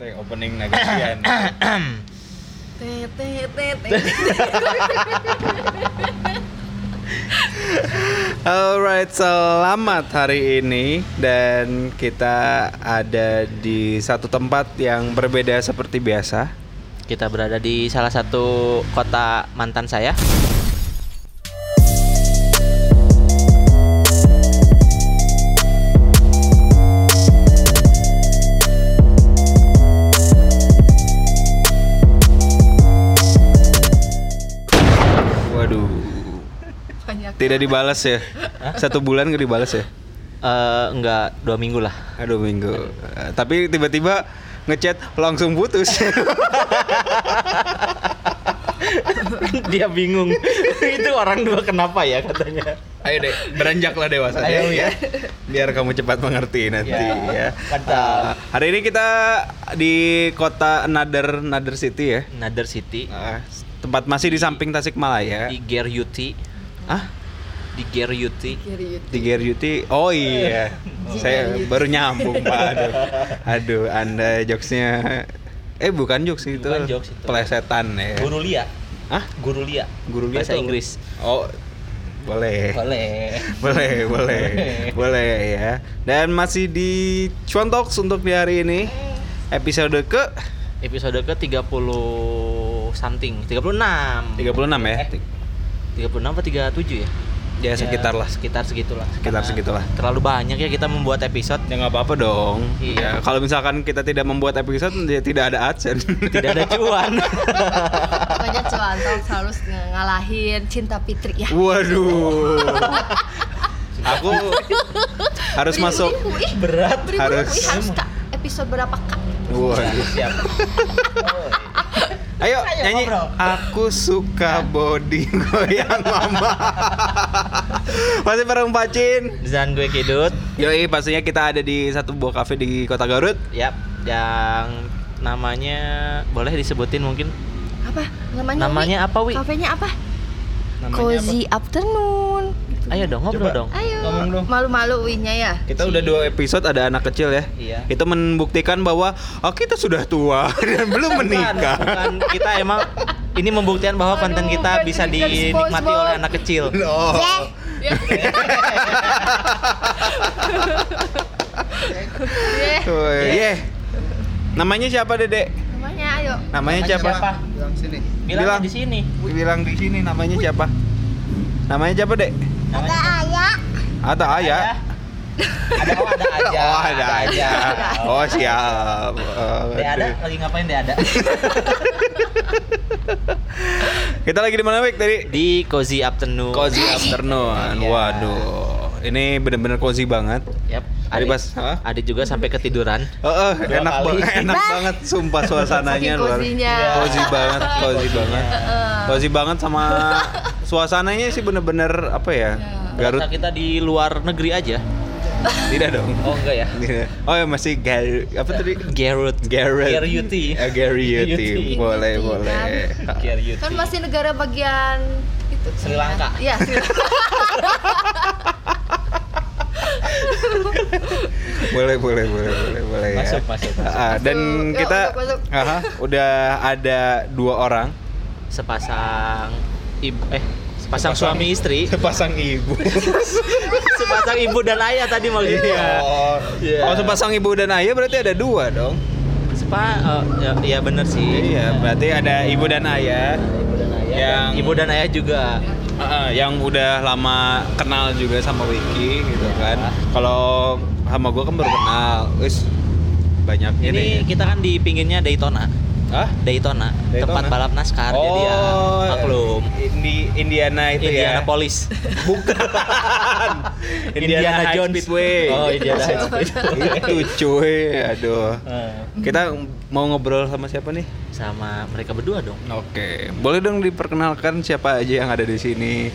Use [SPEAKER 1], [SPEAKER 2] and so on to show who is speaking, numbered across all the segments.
[SPEAKER 1] Teng, opening negosian. Alright, selamat hari ini dan kita ada di satu tempat yang berbeda seperti biasa.
[SPEAKER 2] Kita berada di salah satu kota mantan saya.
[SPEAKER 1] Waduh,
[SPEAKER 3] banyak
[SPEAKER 1] tidak dibalas ya? Satu bulan gak dibalas ya?
[SPEAKER 2] Eh enggak dua minggu lah.
[SPEAKER 1] Aduh minggu. Eh, Tapi tiba-tiba ngechat langsung putus.
[SPEAKER 2] Dia bingung. Itu orang dua kenapa ya katanya?
[SPEAKER 1] Ayo deh, beranjaklah dewasa
[SPEAKER 2] Ayo,
[SPEAKER 1] deh, ya. Biar kamu cepat mengerti nanti ya.
[SPEAKER 2] Ya, mantap.
[SPEAKER 1] Ah, hari ini kita di kota another another city ya.
[SPEAKER 2] Another City
[SPEAKER 1] Ah, tempat masih di samping Tasikmalaya.
[SPEAKER 2] di Gear UT,
[SPEAKER 1] Ah,
[SPEAKER 2] di Gear UT.
[SPEAKER 3] kiri
[SPEAKER 1] di Geryuti. Oh iya. Saya baru nyambung, Pak. Aduh. Aduh, Anda jokesnya eh bukan jokes itu.
[SPEAKER 2] Bukan jokes itu.
[SPEAKER 1] Pelesetan ya.
[SPEAKER 2] Lia,
[SPEAKER 1] Hah?
[SPEAKER 2] Guru Lia.
[SPEAKER 1] Guru Lia
[SPEAKER 2] Bahasa
[SPEAKER 1] tuh-
[SPEAKER 2] Inggris.
[SPEAKER 1] Oh, boleh.
[SPEAKER 2] Boleh.
[SPEAKER 1] boleh boleh boleh ya dan masih di Cuantox untuk di hari ini episode ke
[SPEAKER 2] Episode ke 30 something, 36.
[SPEAKER 1] 36 ya
[SPEAKER 2] Eh. 36 apa 37 ya?
[SPEAKER 1] ya sekitar lah
[SPEAKER 2] Sekitar segitulah.
[SPEAKER 1] Sekitar
[SPEAKER 2] Karena
[SPEAKER 1] segitulah.
[SPEAKER 2] Terlalu banyak ya kita membuat episode.
[SPEAKER 1] ya nggak apa-apa dong
[SPEAKER 2] Iya.
[SPEAKER 1] ya, kalau misalkan kita tidak membuat episode ya tidak ada adsense
[SPEAKER 2] Tidak ada cuan.
[SPEAKER 3] pokoknya cuantok harus nge- ngalahin cinta Fitri ya
[SPEAKER 1] waduh aku harus
[SPEAKER 3] Beri
[SPEAKER 1] masuk
[SPEAKER 3] beribu, ih.
[SPEAKER 2] Berat.
[SPEAKER 3] Beri beribu,
[SPEAKER 1] harus.
[SPEAKER 3] ih, harus kak episode berapa kak
[SPEAKER 1] waduh
[SPEAKER 2] Siap.
[SPEAKER 1] ayo
[SPEAKER 2] Ayo,
[SPEAKER 1] nyanyi
[SPEAKER 2] ngobrol.
[SPEAKER 1] aku suka body goyang mama masih bareng pacin
[SPEAKER 2] Dan gue Kidut.
[SPEAKER 1] Yoi, pastinya kita ada di satu buah kafe di kota Garut.
[SPEAKER 2] Yap, yang namanya boleh disebutin mungkin.
[SPEAKER 3] apa namanya
[SPEAKER 2] Namanya
[SPEAKER 3] Wi?
[SPEAKER 2] apa, Wi?
[SPEAKER 3] kafenya apa
[SPEAKER 1] Namanya
[SPEAKER 3] cozy afternoon
[SPEAKER 2] Gitu. Ayo dong ngobrol
[SPEAKER 1] Coba.
[SPEAKER 2] dong.
[SPEAKER 3] ayo
[SPEAKER 1] Ngomong dong.
[SPEAKER 3] malu-malu winya ya
[SPEAKER 1] Kita udah dua episode ada anak kecil ya.
[SPEAKER 2] Iya.
[SPEAKER 1] Itu membuktikan bahwa oh, kita sudah tua dan belum menikah.
[SPEAKER 2] Bukan, bukan. kita emang ini membuktikan bahwa konten
[SPEAKER 3] Aduh,
[SPEAKER 2] kita bisa
[SPEAKER 3] pendidikan
[SPEAKER 2] dinikmati
[SPEAKER 3] SpongeBob.
[SPEAKER 2] oleh anak kecil.
[SPEAKER 1] Loh.
[SPEAKER 3] Yeh,
[SPEAKER 1] Woi, yeh. Namanya siapa, Dedek?
[SPEAKER 3] namanya ayo
[SPEAKER 1] Namanya siapa?
[SPEAKER 4] Bilang sini.
[SPEAKER 2] Bilang,
[SPEAKER 1] Bilang.
[SPEAKER 2] di sini.
[SPEAKER 1] Bilang di sini namanya siapa? Namanya siapa, Dek? Ah, Atau Ayah?
[SPEAKER 2] Ada oh, ada aja.
[SPEAKER 1] ya. Oh, ada aja. Oh, siap. Oh,
[SPEAKER 2] Dek ada lagi ngapain Dek ada?
[SPEAKER 1] Kita lagi di mana, Wik, tadi?
[SPEAKER 2] Di Cozy Afternoon.
[SPEAKER 1] Cozy afternoon.
[SPEAKER 2] Iya.
[SPEAKER 1] Waduh, ini bener-bener cozy banget.
[SPEAKER 2] Yap.
[SPEAKER 1] Tadi
[SPEAKER 2] Ada,
[SPEAKER 1] pas, hah?
[SPEAKER 2] ada juga sampai ketiduran.
[SPEAKER 1] Heeh,
[SPEAKER 2] Dua
[SPEAKER 1] enak
[SPEAKER 2] kali.
[SPEAKER 1] banget, enak banget sumpah suasananya
[SPEAKER 3] Saking
[SPEAKER 1] luar.
[SPEAKER 3] cozy-nya. Iya.
[SPEAKER 1] Cozy banget, cozy
[SPEAKER 2] Cozy-nya.
[SPEAKER 1] banget. Cozy banget sama suasananya sih bener-bener apa
[SPEAKER 3] Iya.
[SPEAKER 1] ya? Garut.
[SPEAKER 2] Berasa kita di luar negeri aja.
[SPEAKER 1] Tidak dong.
[SPEAKER 2] Oh enggak ya.
[SPEAKER 1] Tidak. Oh ya masih Garut. Apa tadi?
[SPEAKER 2] Garut.
[SPEAKER 1] Garut.
[SPEAKER 2] Garut.
[SPEAKER 1] Eh, Garut.
[SPEAKER 2] Garut.
[SPEAKER 1] Boleh,
[SPEAKER 3] Garut.
[SPEAKER 1] boleh.
[SPEAKER 2] Garut.
[SPEAKER 3] kan masih negara bagian itu
[SPEAKER 2] Sri Lanka.
[SPEAKER 3] ya Sri Lanka
[SPEAKER 1] Boleh, boleh, boleh, boleh, boleh ya.
[SPEAKER 2] Masuk, masuk, masuk.
[SPEAKER 1] Ah, dan
[SPEAKER 3] Masuk. Yuk,
[SPEAKER 1] kita
[SPEAKER 3] masuk, masuk.
[SPEAKER 1] Aha, udah ada dua orang
[SPEAKER 2] sepasang ibu eh sepasang suami istri
[SPEAKER 1] sepasang ibu
[SPEAKER 2] sepasang ibu dan ayah tadi maksudnya
[SPEAKER 1] oh,
[SPEAKER 2] Iya.
[SPEAKER 1] oh sepasang ibu dan ayah berarti ada dua dong
[SPEAKER 2] sepa eh, ya, ya bener sih
[SPEAKER 1] Iya, berarti ada ibu dan ayah
[SPEAKER 2] ibu dan ayah
[SPEAKER 1] Yang-
[SPEAKER 2] ibu dan ayah juga
[SPEAKER 1] uh, yang udah lama kenal juga sama Wiki gitu kan. Kalau sama gue kan baru kenal, wis banyak
[SPEAKER 2] ini
[SPEAKER 1] ini.
[SPEAKER 2] kita kan di pinggirnya Daytona
[SPEAKER 1] Hah? Daytona?
[SPEAKER 2] Daytona,
[SPEAKER 1] Oh, iya.
[SPEAKER 2] tempat balap NASCAR jadi ya maklum
[SPEAKER 1] Indi, Indiana itu ya.
[SPEAKER 2] Indianapolis
[SPEAKER 1] Bukan.
[SPEAKER 2] Indiana
[SPEAKER 1] High
[SPEAKER 2] Jones.
[SPEAKER 1] Speedway.
[SPEAKER 2] Oh, Indiana High
[SPEAKER 1] itu cuy, aduh.
[SPEAKER 2] Eh,
[SPEAKER 1] Kita mau ngobrol sama siapa nih?
[SPEAKER 2] sama mereka berdua dong
[SPEAKER 1] Oke, boleh dong diperkenalkan siapa aja yang ada di sini.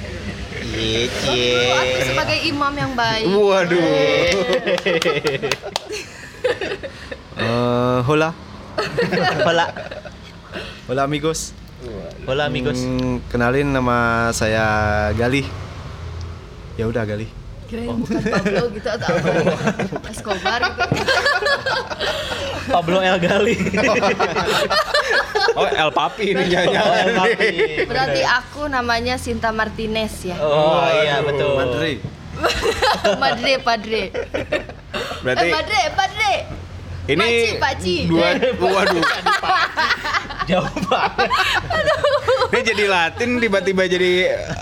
[SPEAKER 2] Iya,
[SPEAKER 3] aku sebagai imam yang baik
[SPEAKER 1] Waduh.
[SPEAKER 4] Eh, hola.
[SPEAKER 2] Hola,
[SPEAKER 4] Hola amigos.
[SPEAKER 2] hola amigos.
[SPEAKER 4] Hmm, kenalin nama saya Galih. Ya udah Galih.
[SPEAKER 3] Kirain bukan Pablo gitu atau apa gitu. Escobar gitu.
[SPEAKER 2] Pablo El Gali.
[SPEAKER 1] Oh, El Papi ini
[SPEAKER 2] Oh,
[SPEAKER 1] jangan-jangan.
[SPEAKER 2] El Papi.
[SPEAKER 3] Berarti aku namanya Sinta Martinez ya.
[SPEAKER 2] Oh iya betul.
[SPEAKER 4] Madri.
[SPEAKER 3] Madre, padre.
[SPEAKER 1] Berarti
[SPEAKER 3] eh, padre, padre.
[SPEAKER 1] ini
[SPEAKER 3] Paci, paci. Eh,
[SPEAKER 1] dua waduh.
[SPEAKER 2] Jauh banget.
[SPEAKER 1] Ini jadi Latin tiba-tiba jadi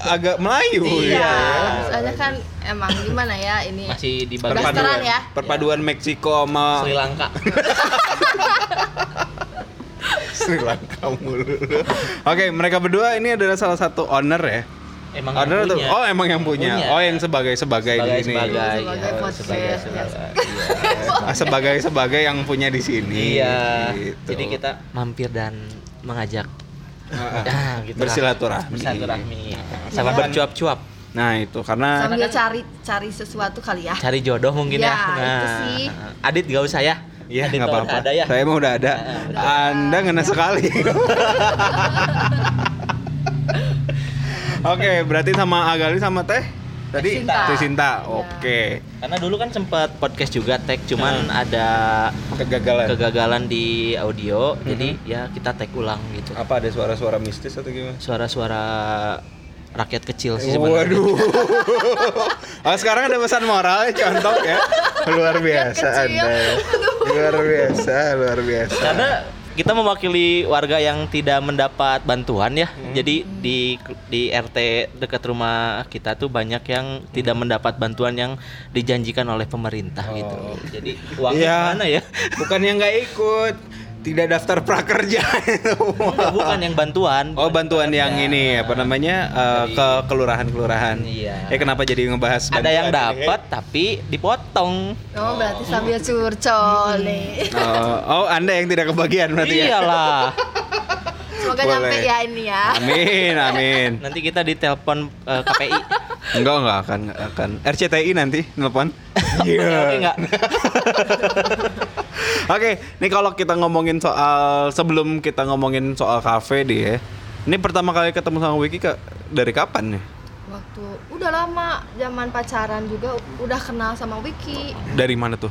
[SPEAKER 1] agak Melayu
[SPEAKER 3] Iya.
[SPEAKER 1] ya.
[SPEAKER 3] Soalnya kan emang gimana ya ini.
[SPEAKER 2] Masih di bagian
[SPEAKER 3] Perpaduan. Blasteran ya?
[SPEAKER 1] perpaduan Meksiko sama
[SPEAKER 2] Sri Lanka.
[SPEAKER 1] Sri Lanka mulu. Oke, mereka berdua ini adalah salah satu owner ya.
[SPEAKER 2] Emang
[SPEAKER 1] Owner
[SPEAKER 2] yang
[SPEAKER 1] atau
[SPEAKER 2] punya.
[SPEAKER 1] oh emang yang punya.
[SPEAKER 2] Punya.
[SPEAKER 1] Oh yang sebagai sebagai,
[SPEAKER 2] sebagai
[SPEAKER 1] di sini.
[SPEAKER 2] sebagai
[SPEAKER 3] Sebagai
[SPEAKER 2] ya,
[SPEAKER 3] podcast.
[SPEAKER 2] sebagai sebagai. Iya.
[SPEAKER 1] Ah, sebagai sebagai yang punya di sini.
[SPEAKER 2] Iya.
[SPEAKER 1] Gitu.
[SPEAKER 2] Jadi kita mampir dan mengajak
[SPEAKER 1] Ah, ah.
[SPEAKER 2] Ah, gitu lah.
[SPEAKER 1] Bersilaturahmi.
[SPEAKER 2] Bersilaturahmi. Sama
[SPEAKER 3] Iya.
[SPEAKER 2] bercuap-cuap.
[SPEAKER 1] Nah, itu karena
[SPEAKER 3] Sambil cari cari sesuatu kali ya.
[SPEAKER 2] Cari jodoh mungkin ya.
[SPEAKER 3] Ya, itu sih.
[SPEAKER 2] Adit gak usah ya.
[SPEAKER 1] Iya,
[SPEAKER 2] Adit
[SPEAKER 1] nggak
[SPEAKER 2] kalau
[SPEAKER 1] apa-apa.
[SPEAKER 2] Ada ya.
[SPEAKER 1] Saya mah udah ada.
[SPEAKER 2] Udah
[SPEAKER 1] Anda ngena sekali. Oke, berarti sama Agali sama Teh tadi
[SPEAKER 3] Sinta.
[SPEAKER 1] Teh Sinta.
[SPEAKER 3] Iya.
[SPEAKER 1] Oke.
[SPEAKER 2] Karena dulu kan sempat podcast juga tag cuman
[SPEAKER 1] Ah.
[SPEAKER 2] ada
[SPEAKER 1] Kegagalan.
[SPEAKER 2] kegagalan di audio. Jadi ya kita tag ulang gitu.
[SPEAKER 1] Mm-hmm. Apa ada suara-suara mistis atau gimana?
[SPEAKER 2] Suara-suara rakyat kecil sih sebenarnya.
[SPEAKER 1] Waduh. oh, sekarang ada pesan moral contoh ya. Luar biasa
[SPEAKER 3] kecil.
[SPEAKER 1] Anda. Luar biasa, luar biasa.
[SPEAKER 2] Karena kita mewakili warga yang tidak mendapat bantuan ya.
[SPEAKER 1] Hmm.
[SPEAKER 2] Jadi di di RT dekat rumah kita tuh banyak yang tidak
[SPEAKER 1] Hmm.
[SPEAKER 2] mendapat bantuan yang dijanjikan oleh pemerintah gitu. Jadi uangnya
[SPEAKER 1] Oh. Iya.
[SPEAKER 2] mana ya?
[SPEAKER 1] bukan yang nggak ikut, tidak daftar prakerja.
[SPEAKER 2] Enggak, bukan yang bantuan. Iya.
[SPEAKER 1] Oh
[SPEAKER 2] bukan
[SPEAKER 1] bantuan yang ini apa namanya eh, ke kelurahan-kelurahan.
[SPEAKER 2] Iya.
[SPEAKER 1] Eh kenapa jadi ngebahas
[SPEAKER 2] ada yang
[SPEAKER 1] bantuan ini?
[SPEAKER 2] dapat tapi dipotong.
[SPEAKER 3] Oh, berarti sambil curcol nih.
[SPEAKER 1] Eh, oh Anda yang tidak kebagian berarti ya.
[SPEAKER 2] Iyalah.
[SPEAKER 3] Semoga
[SPEAKER 1] Boleh. Nah.
[SPEAKER 3] nyampe ya ini ya.
[SPEAKER 1] Amin amin.
[SPEAKER 2] Nanti kita ditelepon eh, KPI.
[SPEAKER 1] Enggak enggak akan nggak akan RCTI nanti nelpon. Iya.
[SPEAKER 2] Oke enggak?
[SPEAKER 1] Oke, ini kalau kita ngomongin soal sebelum kita ngomongin soal kafe deh ya. Ini pertama kali ketemu sama Wiki ke, dari kapan nih?
[SPEAKER 3] Waktu udah lama zaman pacaran juga udah kenal sama Wiki.
[SPEAKER 1] Dari mana tuh?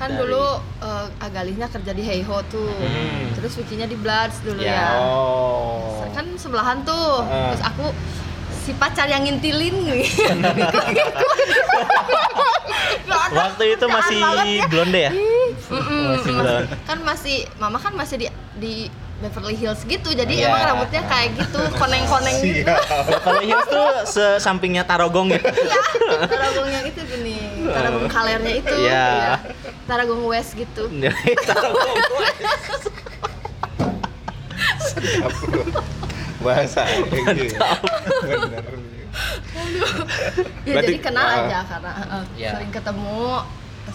[SPEAKER 3] Kan
[SPEAKER 2] Dari-
[SPEAKER 3] dulu eh, Agalihnya kerja di Heiho tuh.
[SPEAKER 2] Hmm.
[SPEAKER 3] Terus Wikinya di Bloods dulu
[SPEAKER 2] Ya. Eh.
[SPEAKER 3] ya.
[SPEAKER 1] Iya. Oh.
[SPEAKER 3] kan sebelahan tuh
[SPEAKER 1] Ah.
[SPEAKER 3] terus aku si pacar yang ngintilin nih
[SPEAKER 2] Waktu itu masih blonde ya? Masih blonde.
[SPEAKER 3] kan masih mama kan masih di di Beverly Hills gitu jadi
[SPEAKER 2] Iya.
[SPEAKER 3] emang rambutnya kayak gitu koneng-koneng gitu
[SPEAKER 1] Iya,
[SPEAKER 2] Beverly Hills tuh sesampingnya Tarogong ya.
[SPEAKER 3] taragongnya itu gini taragong kalernya itu
[SPEAKER 2] Iya.
[SPEAKER 3] iya. taragong west gitu
[SPEAKER 2] Tarogong.
[SPEAKER 1] Bahasa. Mantap.
[SPEAKER 3] ya
[SPEAKER 1] Berarti-
[SPEAKER 3] jadi kenal
[SPEAKER 1] ah.
[SPEAKER 3] aja karena eh,
[SPEAKER 2] Iya.
[SPEAKER 3] sering ketemu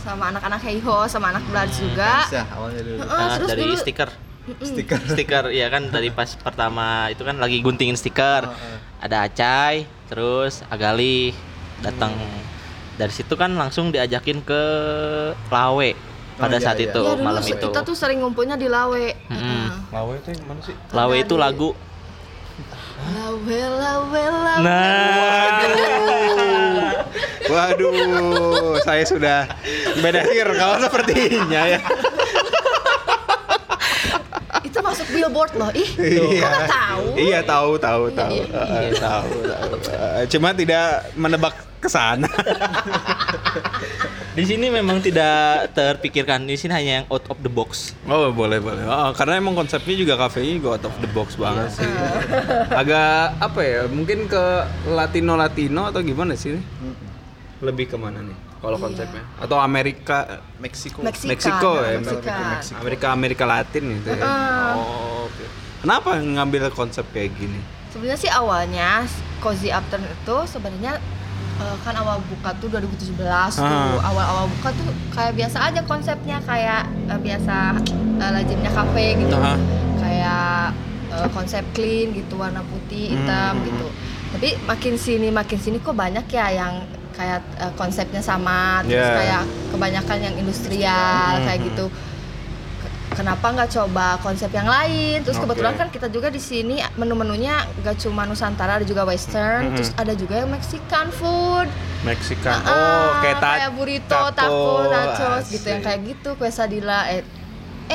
[SPEAKER 3] sama anak-anak Heiho sama anak Bloods juga
[SPEAKER 4] Bisa awalnya dulu.
[SPEAKER 3] Heeh,
[SPEAKER 2] Nah,
[SPEAKER 3] terus
[SPEAKER 2] dari
[SPEAKER 3] oh, dulu Hmm.
[SPEAKER 2] stiker.
[SPEAKER 4] Stiker.
[SPEAKER 2] Stiker ya kan dari pas pertama itu kan lagi guntingin stiker. Ada Acai, terus Agali datang. Dari situ kan langsung diajakin ke Lawe pada
[SPEAKER 4] iya,
[SPEAKER 2] saat
[SPEAKER 4] iya.
[SPEAKER 2] itu
[SPEAKER 3] ya, dulu
[SPEAKER 2] malam
[SPEAKER 3] sih
[SPEAKER 2] itu.
[SPEAKER 3] kita tuh Ah, sering ngumpulnya di Lawe
[SPEAKER 2] Mm-mm.
[SPEAKER 3] Heeh.
[SPEAKER 1] Lawe itu yang mana sih?
[SPEAKER 2] Lawe
[SPEAKER 3] Ada
[SPEAKER 2] itu
[SPEAKER 3] di-
[SPEAKER 2] lagu.
[SPEAKER 3] Lawe, lawe, lawe.
[SPEAKER 2] Nah.
[SPEAKER 1] Waduh, saya sudah mendasir kalau sepertinya ya.
[SPEAKER 3] Itu masuk billboard loh. Ih,
[SPEAKER 1] Iya.
[SPEAKER 3] kok tahu?
[SPEAKER 1] Iya tahu tahu
[SPEAKER 3] Iya,
[SPEAKER 1] tahu.
[SPEAKER 3] iya.
[SPEAKER 1] Eh, tahu tahu. Eh, Cuma tidak menebak ke sana.
[SPEAKER 2] Di sini memang tidak terpikirkan. Di sini hanya yang out of the box.
[SPEAKER 1] Oh boleh boleh. Oh, karena emang konsepnya juga kafenya juga out of the box banget sih.
[SPEAKER 3] Iya.
[SPEAKER 1] Agak apa ya? Mungkin ke Latino Latino atau gimana sih?
[SPEAKER 3] Hmm.
[SPEAKER 1] Lebih kemana nih? Kalau
[SPEAKER 3] Iya.
[SPEAKER 1] konsepnya? Atau Amerika?
[SPEAKER 4] Meksiko.
[SPEAKER 3] Meksiko.
[SPEAKER 1] Meksiko ya.
[SPEAKER 3] Meksikan.
[SPEAKER 1] Amerika Amerika Latin gitu ya.
[SPEAKER 3] Heeh.
[SPEAKER 1] Oh, oke. Kenapa ngambil konsep kayak gini?
[SPEAKER 3] Sebenarnya sih awalnya Cozy Afternoon itu sebenarnya eh, kan awal buka tuh 2017 tuh.
[SPEAKER 1] Ah.
[SPEAKER 3] Awal-awal buka tuh kayak biasa aja konsepnya kayak eh, biasa eh, lazimnya kafe gitu.
[SPEAKER 1] Ah.
[SPEAKER 3] Kayak eh, konsep clean gitu, warna putih, hitam
[SPEAKER 1] Hmm.
[SPEAKER 3] gitu. Tapi makin sini makin sini kok banyak ya yang kayak eh, konsepnya sama terus
[SPEAKER 1] Yeah. Hmm,
[SPEAKER 3] kayak kebanyakan yang industrial kayak
[SPEAKER 1] Mhm.
[SPEAKER 3] gitu kenapa nggak coba konsep yang lain terus
[SPEAKER 1] Oke.
[SPEAKER 3] kebetulan kan kita juga di sini menu-menunya nggak cuma nusantara ada juga western
[SPEAKER 1] Mhm.
[SPEAKER 3] terus ada juga yang mexican food
[SPEAKER 1] Meksikan.
[SPEAKER 3] Ah,
[SPEAKER 1] oh, kayak, ta-
[SPEAKER 3] kayak burrito, taco, nachos gitu yang
[SPEAKER 1] Asik.
[SPEAKER 3] kayak gitu, quesadilla. Eh,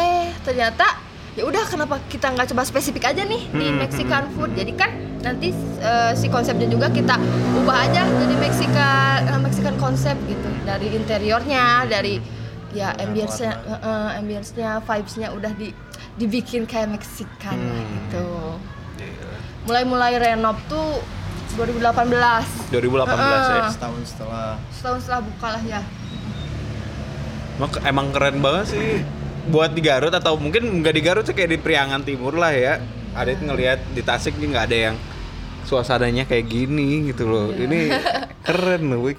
[SPEAKER 3] eh ternyata ya udah kenapa kita nggak coba spesifik aja nih di
[SPEAKER 1] Hmm,
[SPEAKER 3] Mexican food. Jadi kan nanti eh, si konsepnya juga kita ubah aja jadi Mexican eh, Mexican konsep gitu dari interiornya, dari ya ambience-nya, eh, eh, ambience-nya, vibes-nya udah di dibikin kayak Mexican
[SPEAKER 1] Hmm.
[SPEAKER 3] lah
[SPEAKER 1] Iya.
[SPEAKER 3] gitu. Mulai-mulai renov tuh 2018
[SPEAKER 1] 2018 ya.
[SPEAKER 3] Ah.
[SPEAKER 4] Setahun setelah
[SPEAKER 3] setahun setelah buka lah ya
[SPEAKER 1] Mak- Emang keren banget sih buat di Garut atau mungkin nggak di Garut sih kayak di Priangan Timur lah ya. Ada ngelihat di Tasik nih nggak ada yang suasananya kayak gini gitu loh. Ini keren loh, Wik.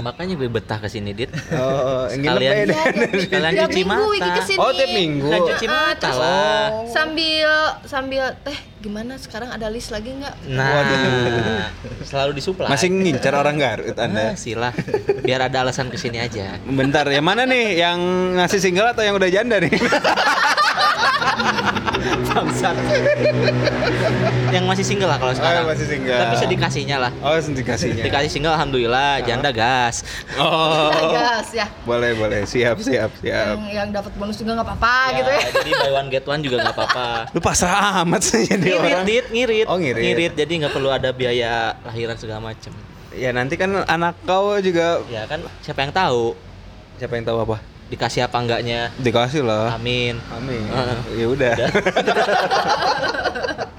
[SPEAKER 1] Sumpah.
[SPEAKER 2] makanya gue betah kesini dit.
[SPEAKER 1] Oh, yang nginep
[SPEAKER 2] Sekalian.
[SPEAKER 1] aja deh.
[SPEAKER 3] Iya, tiap-
[SPEAKER 2] Kalian
[SPEAKER 3] tiap
[SPEAKER 2] cuci
[SPEAKER 3] minggu
[SPEAKER 2] mata.
[SPEAKER 3] Iki kesini. Ah,
[SPEAKER 1] Oh, tiap minggu.
[SPEAKER 2] Kan cuci mata
[SPEAKER 3] terus-
[SPEAKER 2] lah.
[SPEAKER 3] Sambil sambil teh gimana sekarang ada list lagi nggak?
[SPEAKER 2] Nah, selalu disuplai.
[SPEAKER 1] Masih ya? ngincer orang Garut
[SPEAKER 2] Nah,
[SPEAKER 1] Anda.
[SPEAKER 2] silah. Biar ada alasan kesini aja.
[SPEAKER 1] Bentar, yang mana nih? Yang ngasih single atau yang udah janda nih? Bangsat.
[SPEAKER 2] Yang masih single lah kalau
[SPEAKER 1] Oh,
[SPEAKER 2] sekarang.
[SPEAKER 1] yang masih single.
[SPEAKER 2] Tapi sedikasinya lah.
[SPEAKER 1] Oh, sindikasinya.
[SPEAKER 2] Dikasih single alhamdulillah,
[SPEAKER 1] Iya.
[SPEAKER 2] janda gas.
[SPEAKER 1] Oh.
[SPEAKER 3] Gas ya.
[SPEAKER 1] Boleh, boleh. Siap, siap, siap.
[SPEAKER 3] Yang yang dapat bonus juga nggak apa-apa
[SPEAKER 2] Ya,
[SPEAKER 3] gitu ya.
[SPEAKER 2] Jadi buy one get one juga nggak apa-apa.
[SPEAKER 1] Lu pasrah amat sih jadi
[SPEAKER 2] Ngirit,
[SPEAKER 1] orang.
[SPEAKER 2] dit, ngirit.
[SPEAKER 1] Oh, ngirit.
[SPEAKER 2] jadi nggak perlu ada biaya lahiran segala macem.
[SPEAKER 1] Ya nanti kan anak kau juga
[SPEAKER 2] Ya kan, siapa yang tahu
[SPEAKER 1] siapa yang tahu apa?
[SPEAKER 2] dikasih apa enggaknya?
[SPEAKER 1] Dikasih lah.
[SPEAKER 2] Amin.
[SPEAKER 1] Amin.
[SPEAKER 2] Heeh.
[SPEAKER 1] Ya udah.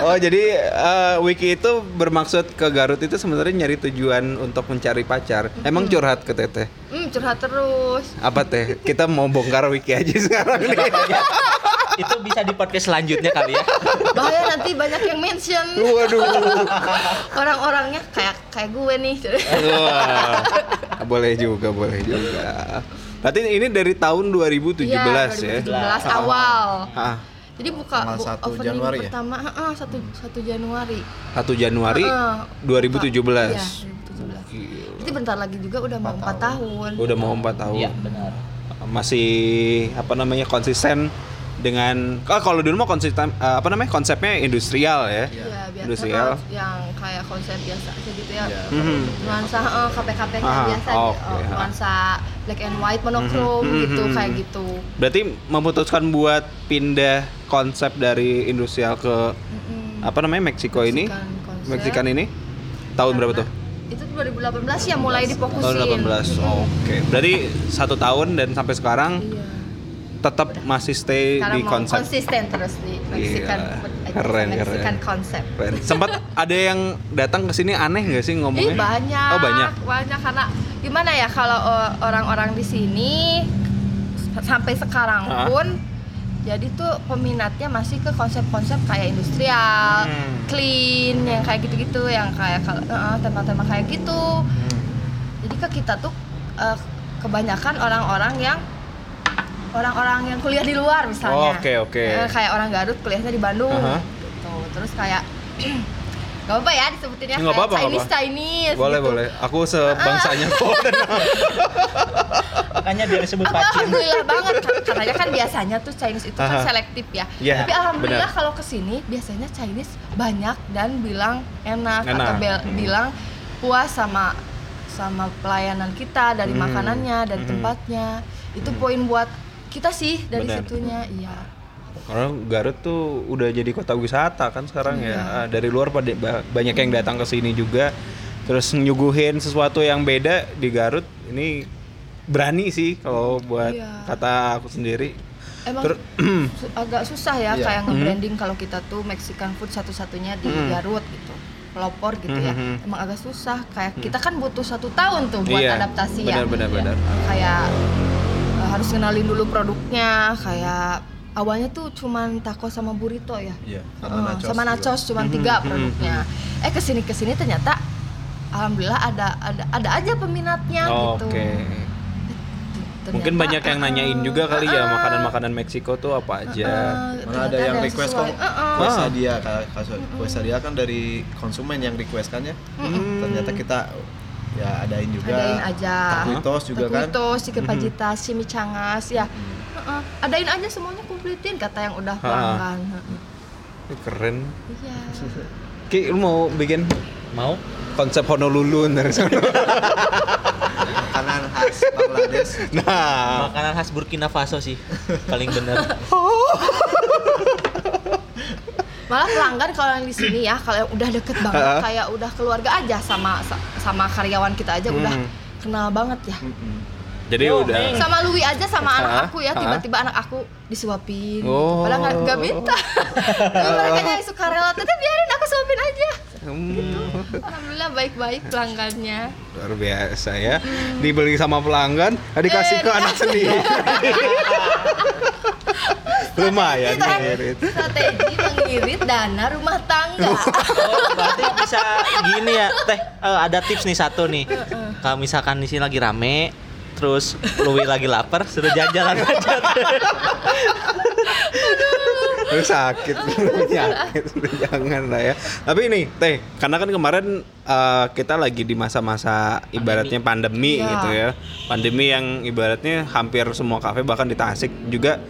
[SPEAKER 1] oh jadi eh, Wiki itu bermaksud ke Garut itu sebenarnya nyari tujuan untuk mencari pacar. Emang curhat ke Teteh?
[SPEAKER 3] Hmm, curhat terus.
[SPEAKER 1] Apa Teh? Kita mau bongkar Wiki aja sekarang nih.
[SPEAKER 2] Itu bisa di podcast selanjutnya kali ya.
[SPEAKER 3] Bahaya nanti banyak yang mention
[SPEAKER 1] Waduh.
[SPEAKER 3] orang-orangnya kayak kayak gue nih.
[SPEAKER 1] Wah. Boleh juga, boleh juga. Berarti ini dari tahun 2017
[SPEAKER 3] Iya,
[SPEAKER 1] ya.
[SPEAKER 3] 2017 awal.
[SPEAKER 1] Ah,
[SPEAKER 3] Jadi buka
[SPEAKER 4] Tanggal
[SPEAKER 3] bu-
[SPEAKER 4] 1
[SPEAKER 3] opening
[SPEAKER 4] Januari ya?
[SPEAKER 3] pertama heeh, 1
[SPEAKER 1] Hmm.
[SPEAKER 3] 1 Januari.
[SPEAKER 1] 1 Januari
[SPEAKER 3] Heeh.
[SPEAKER 1] 2017.
[SPEAKER 3] Iya, 2017.
[SPEAKER 1] Gila.
[SPEAKER 3] Jadi bentar lagi juga udah mau 4 tahun.
[SPEAKER 1] Udah mau 4 tahun.
[SPEAKER 2] Iya, benar.
[SPEAKER 1] Masih apa namanya konsisten dengan ah, kalau dulu mah konsisten eh, apa namanya konsepnya industrial ya.
[SPEAKER 3] Iya, biasa
[SPEAKER 1] Industrial.
[SPEAKER 3] kan yang kayak konsep biasa aja gitu ya.
[SPEAKER 4] Iya.
[SPEAKER 1] Mhm.
[SPEAKER 3] Nuansa eh, KPKP kayak
[SPEAKER 1] Ah,
[SPEAKER 3] biasa
[SPEAKER 1] oke,
[SPEAKER 3] gitu. Eh,
[SPEAKER 1] ah.
[SPEAKER 3] nuansa black and white monokrom
[SPEAKER 1] Mhm, mhm,
[SPEAKER 3] gitu
[SPEAKER 1] mhm.
[SPEAKER 3] kayak gitu.
[SPEAKER 1] Berarti memutuskan buat pindah konsep dari industrial ke
[SPEAKER 3] Mhm.
[SPEAKER 1] apa namanya Meksiko ini?
[SPEAKER 3] Mexican konsep.
[SPEAKER 1] Meksikan ini tahun berapa tuh?
[SPEAKER 3] Nah, Itu 2018 ya mulai difokusin.
[SPEAKER 1] Tahun 18. Oke. Berarti satu tahun dan sampai sekarang
[SPEAKER 3] Iya.
[SPEAKER 1] tetap masih stay
[SPEAKER 3] Sekarang
[SPEAKER 1] di
[SPEAKER 3] mau
[SPEAKER 1] konsep.
[SPEAKER 3] konsisten terus di Mexican
[SPEAKER 1] Iya.
[SPEAKER 3] food, eh,
[SPEAKER 1] Keren,
[SPEAKER 3] Mexican
[SPEAKER 1] keren.
[SPEAKER 3] konsep.
[SPEAKER 1] Keren. Sempat ada yang datang ke sini aneh nggak sih ngomongnya?
[SPEAKER 3] Ih banyak.
[SPEAKER 1] Oh, banyak.
[SPEAKER 3] karena gimana ya kalau uh, orang-orang di sini s- sampai sekarang
[SPEAKER 1] Ah.
[SPEAKER 3] pun jadi tuh peminatnya masih ke konsep-konsep kayak industrial,
[SPEAKER 1] Hmm.
[SPEAKER 3] clean yang kayak gitu-gitu, yang kayak kalau eh, tema-tema kayak gitu. Jadi ke kita tuh eh, kebanyakan orang-orang yang orang-orang yang kuliah di luar
[SPEAKER 1] Oh,
[SPEAKER 3] misalnya.
[SPEAKER 1] oke, oke.
[SPEAKER 3] Eh, kayak orang Garut kuliahnya di Bandung.
[SPEAKER 1] Aha.
[SPEAKER 3] Gitu. Terus kayak Gak apa ya disebutinnya
[SPEAKER 1] Nggak
[SPEAKER 3] kayak
[SPEAKER 1] apa-apa, nggak
[SPEAKER 3] Chinese
[SPEAKER 1] apa.
[SPEAKER 3] Chinese
[SPEAKER 1] boleh
[SPEAKER 3] gitu. Ah.
[SPEAKER 1] boleh aku sebangsanya kok dan
[SPEAKER 2] Makanya biar disebut
[SPEAKER 3] Aku
[SPEAKER 2] pacin.
[SPEAKER 3] alhamdulillah banget katanya kan biasanya tuh Chinese itu kan
[SPEAKER 1] Aha.
[SPEAKER 3] selektif ya.
[SPEAKER 1] Iya,
[SPEAKER 3] Tapi alhamdulillah
[SPEAKER 1] benar.
[SPEAKER 3] kalau kesini biasanya Chinese banyak dan bilang enak, atau
[SPEAKER 1] Enak.
[SPEAKER 3] bel-
[SPEAKER 1] Hmm.
[SPEAKER 3] bilang puas sama sama pelayanan kita dari
[SPEAKER 1] Hmm.
[SPEAKER 3] makanannya dari
[SPEAKER 1] Hmm.
[SPEAKER 3] tempatnya. Itu poin buat kita sih dari
[SPEAKER 1] Benar.
[SPEAKER 3] situnya. Iya.
[SPEAKER 1] karena Garut tuh udah jadi kota wisata kan sekarang ya Ah,
[SPEAKER 3] Iya.
[SPEAKER 1] dari luar pada ba- banyak yang datang ke sini juga terus nyuguhin sesuatu yang beda di Garut ini berani sih kalau buat
[SPEAKER 3] Iya.
[SPEAKER 1] kata aku sendiri
[SPEAKER 3] Emang
[SPEAKER 1] Ter-
[SPEAKER 3] su- agak susah ya
[SPEAKER 4] Iya.
[SPEAKER 3] kayak nge-branding kalau kita tuh Mexican food satu-satunya di
[SPEAKER 1] Mhm.
[SPEAKER 3] Garut gitu. Pelopor gitu
[SPEAKER 1] Mhm.
[SPEAKER 3] ya. Emang agak susah kayak kita kan butuh satu tahun tuh buat
[SPEAKER 1] Iya,
[SPEAKER 3] adaptasi ya.
[SPEAKER 1] benar, benar,
[SPEAKER 3] Iya.
[SPEAKER 1] benar.
[SPEAKER 3] Kayak eh, harus kenalin dulu produknya kayak awalnya tuh cuman taco sama burrito ya.
[SPEAKER 4] Iya,
[SPEAKER 3] Eh, sama nachos cuman
[SPEAKER 1] Mhm,
[SPEAKER 3] tiga
[SPEAKER 1] mhm,
[SPEAKER 3] produknya. Eh kesini kesini ternyata alhamdulillah ada ada ada aja peminatnya
[SPEAKER 1] oke
[SPEAKER 3] gitu. Ternyata,
[SPEAKER 1] mungkin banyak yang nanyain
[SPEAKER 3] eh,
[SPEAKER 1] juga kali
[SPEAKER 3] eh,
[SPEAKER 1] ya
[SPEAKER 3] eh,
[SPEAKER 1] makanan makanan Meksiko tuh apa aja
[SPEAKER 3] eh,
[SPEAKER 4] Malah ada
[SPEAKER 3] ternyata
[SPEAKER 4] yang request kok Iya.
[SPEAKER 3] sesuai. Eh, eh.
[SPEAKER 2] Ah.
[SPEAKER 4] quesadilla ka- kaso- quesadilla kan dari konsumen yang request kan ya. Ternyata kita ya adain juga.
[SPEAKER 3] adain aja
[SPEAKER 4] Taquitos juga kan.
[SPEAKER 3] Taquitos, chicken fajitas, chimichangas ya Heeh. Adain aja semuanya kumplitin kata yang udah
[SPEAKER 1] Ha.
[SPEAKER 3] pelanggan. Heeh.
[SPEAKER 1] Ih, Keren.
[SPEAKER 3] Iya.
[SPEAKER 1] Ki, lu mau bikin
[SPEAKER 2] Mau?
[SPEAKER 1] konsep Honolulu dari sana?
[SPEAKER 4] makanan Ya, khas Bangladesh
[SPEAKER 1] Nah,
[SPEAKER 2] Makanan khas Burkina Faso sih paling bener.
[SPEAKER 3] Malah pelanggan kalau yang di sini ya, kalau yang udah deket banget
[SPEAKER 1] Ha.
[SPEAKER 3] kayak udah keluarga aja sama sa- sama karyawan kita aja udah
[SPEAKER 1] Hmm.
[SPEAKER 3] kenal banget ya.
[SPEAKER 1] jadi
[SPEAKER 2] Yo,
[SPEAKER 1] udah.
[SPEAKER 2] Meng.
[SPEAKER 3] Sama Louis aja sama anak
[SPEAKER 1] Ha.
[SPEAKER 3] aku ya,
[SPEAKER 1] Ha.
[SPEAKER 3] tiba-tiba anak aku disuapin.
[SPEAKER 1] Oh.
[SPEAKER 3] Padahal nggak- nggak minta. Tapi mereka yang suka rela, tetep biarin aku suapin aja.
[SPEAKER 1] Hmm,
[SPEAKER 3] Alhamdulillah baik-baik pelanggannya.
[SPEAKER 1] luar biasa ya. Dibeli sama pelanggan, nah dikasih
[SPEAKER 3] Eh,
[SPEAKER 1] ke anak sendiri. Lumayan
[SPEAKER 3] Kita
[SPEAKER 1] ngirit.
[SPEAKER 3] strategi mengirit dana rumah tangga.
[SPEAKER 2] Oh, berarti bisa gini ya, Teh. eh, ada tips nih satu nih. Kalau misalkan di sini lagi rame, terus Louis lagi lapar, suruh jalan-jalan aja.
[SPEAKER 1] Lu sakit, lu nyakit, lu jangan lah ya. Tapi ini, Teh, karena kan kemarin eh, kita lagi di masa-masa ibaratnya pandemi
[SPEAKER 3] Iya.
[SPEAKER 1] gitu ya. Pandemi yang ibaratnya hampir semua kafe bahkan di Tasik juga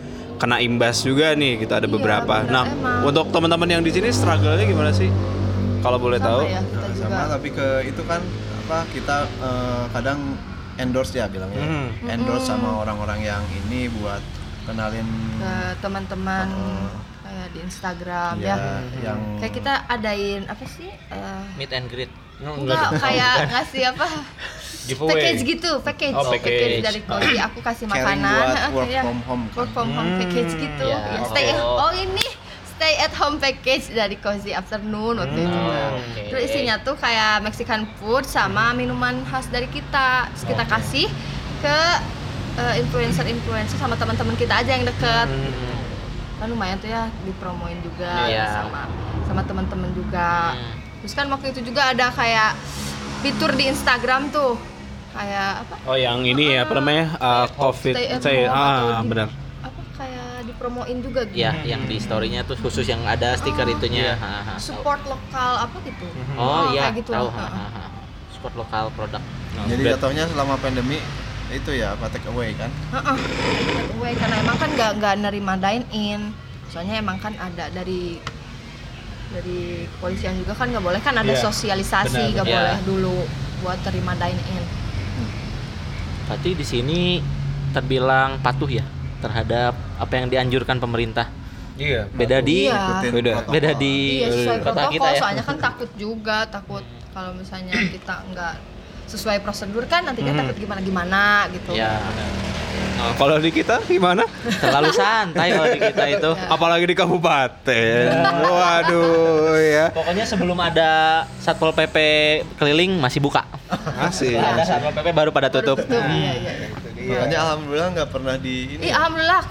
[SPEAKER 1] kena imbas juga nih gitu ada
[SPEAKER 3] Iya,
[SPEAKER 1] beberapa.
[SPEAKER 3] bener,
[SPEAKER 1] Nah,
[SPEAKER 3] emang.
[SPEAKER 1] untuk teman-teman yang di sini struggle-nya gimana sih? Kalau boleh
[SPEAKER 3] Sama
[SPEAKER 1] tahu.
[SPEAKER 3] ya, kita
[SPEAKER 4] Nah,
[SPEAKER 3] juga.
[SPEAKER 4] sama tapi ke itu kan apa kita eh, kadang endorse ya bilangnya
[SPEAKER 2] Mm-hmm.
[SPEAKER 1] Hmm.
[SPEAKER 4] endorse sama orang-orang yang ini buat kenalin
[SPEAKER 3] Ke teman-teman
[SPEAKER 4] Heeh.
[SPEAKER 3] kayak di Instagram
[SPEAKER 4] ya,
[SPEAKER 3] ya.
[SPEAKER 4] yang
[SPEAKER 3] Kayak kita adain apa sih? eh,
[SPEAKER 2] Meet and greet.
[SPEAKER 3] enggak, kayak ngasih apa?
[SPEAKER 1] Giveaway.
[SPEAKER 3] Package gitu, package.
[SPEAKER 1] Oh, package.
[SPEAKER 3] dari Kori aku kasih
[SPEAKER 4] Caring
[SPEAKER 3] makanan.
[SPEAKER 4] buat
[SPEAKER 3] heeh,
[SPEAKER 4] work
[SPEAKER 3] iya.
[SPEAKER 4] from home kan.
[SPEAKER 3] Work from home package gitu.
[SPEAKER 2] ya,
[SPEAKER 3] Ya, stay
[SPEAKER 2] oke.
[SPEAKER 3] oh ini stay at home package dari Cozy Afternoon
[SPEAKER 2] Hmm.
[SPEAKER 3] waktu itu.
[SPEAKER 2] Oh, oke.
[SPEAKER 3] Terus isinya tuh kayak Mexican food sama minuman khas dari kita. Terus kita kasih ke eh, influencer-influencer sama teman-teman kita aja yang deket. Kan lumayan tuh ya dipromoin juga
[SPEAKER 2] Hmm. Iya.
[SPEAKER 3] sama sama teman-teman juga.
[SPEAKER 2] Hmm.
[SPEAKER 3] Terus kan waktu itu juga ada kayak fitur di Instagram tuh kayak apa?
[SPEAKER 1] Oh, yang ini ya, apa namanya? Eh, Covid.
[SPEAKER 3] Stay at
[SPEAKER 1] Saya
[SPEAKER 3] home atau
[SPEAKER 1] ah,
[SPEAKER 3] di-
[SPEAKER 1] benar.
[SPEAKER 3] Apa kayak dipromoin juga gitu.
[SPEAKER 2] Ya, yang di story-nya tuh khusus yang ada stiker itunya. Ha, ha.
[SPEAKER 3] support lokal apa gitu.
[SPEAKER 2] Oh iya,
[SPEAKER 3] Iya. kayak gitu.
[SPEAKER 2] tahu. Ha,
[SPEAKER 3] Heeh.
[SPEAKER 2] ha, ha. Support lokal produk.
[SPEAKER 4] jadi
[SPEAKER 1] Bad.
[SPEAKER 4] jatuhnya selama pandemi itu ya apa take away kan
[SPEAKER 3] Heeh. Gue karena emang kan nggak nggak nerima dine in. Soalnya emang kan ada dari dari kepolisian juga kan nggak boleh kan ada
[SPEAKER 1] Iya,
[SPEAKER 3] sosialisasi
[SPEAKER 1] benar.
[SPEAKER 3] nggak
[SPEAKER 2] Iya.
[SPEAKER 3] boleh dulu buat terima dine in.
[SPEAKER 2] Berarti di sini terbilang patuh ya terhadap apa yang dianjurkan pemerintah.
[SPEAKER 1] Iya.
[SPEAKER 2] Beda di
[SPEAKER 3] Iya.
[SPEAKER 4] Ikutin
[SPEAKER 1] Beda.
[SPEAKER 4] protokol.
[SPEAKER 2] beda di
[SPEAKER 3] Iya sesuai
[SPEAKER 2] kota
[SPEAKER 3] protokol.
[SPEAKER 2] kita ya.
[SPEAKER 3] Soalnya kan takut juga takut kalau misalnya kita nggak sesuai prosedur kan nanti kita
[SPEAKER 2] Mm-hmm.
[SPEAKER 1] Mhm.
[SPEAKER 3] takut gimana gimana gitu.
[SPEAKER 2] Ya,
[SPEAKER 1] Nah, kalau di kita gimana?
[SPEAKER 3] Nah.
[SPEAKER 2] terlalu santai kalau di kita itu.
[SPEAKER 3] Ya.
[SPEAKER 1] Apalagi di kabupaten. Waduh ya.
[SPEAKER 2] Pokoknya sebelum ada Satpol PP keliling masih buka.
[SPEAKER 1] Asik.
[SPEAKER 2] Setelah ada Satpol PP baru pada tutup. Hmm.
[SPEAKER 3] Baru tutup, iya, iya, iya.
[SPEAKER 4] makanya alhamdulillah nggak pernah di ini
[SPEAKER 3] Ih, alhamdulillah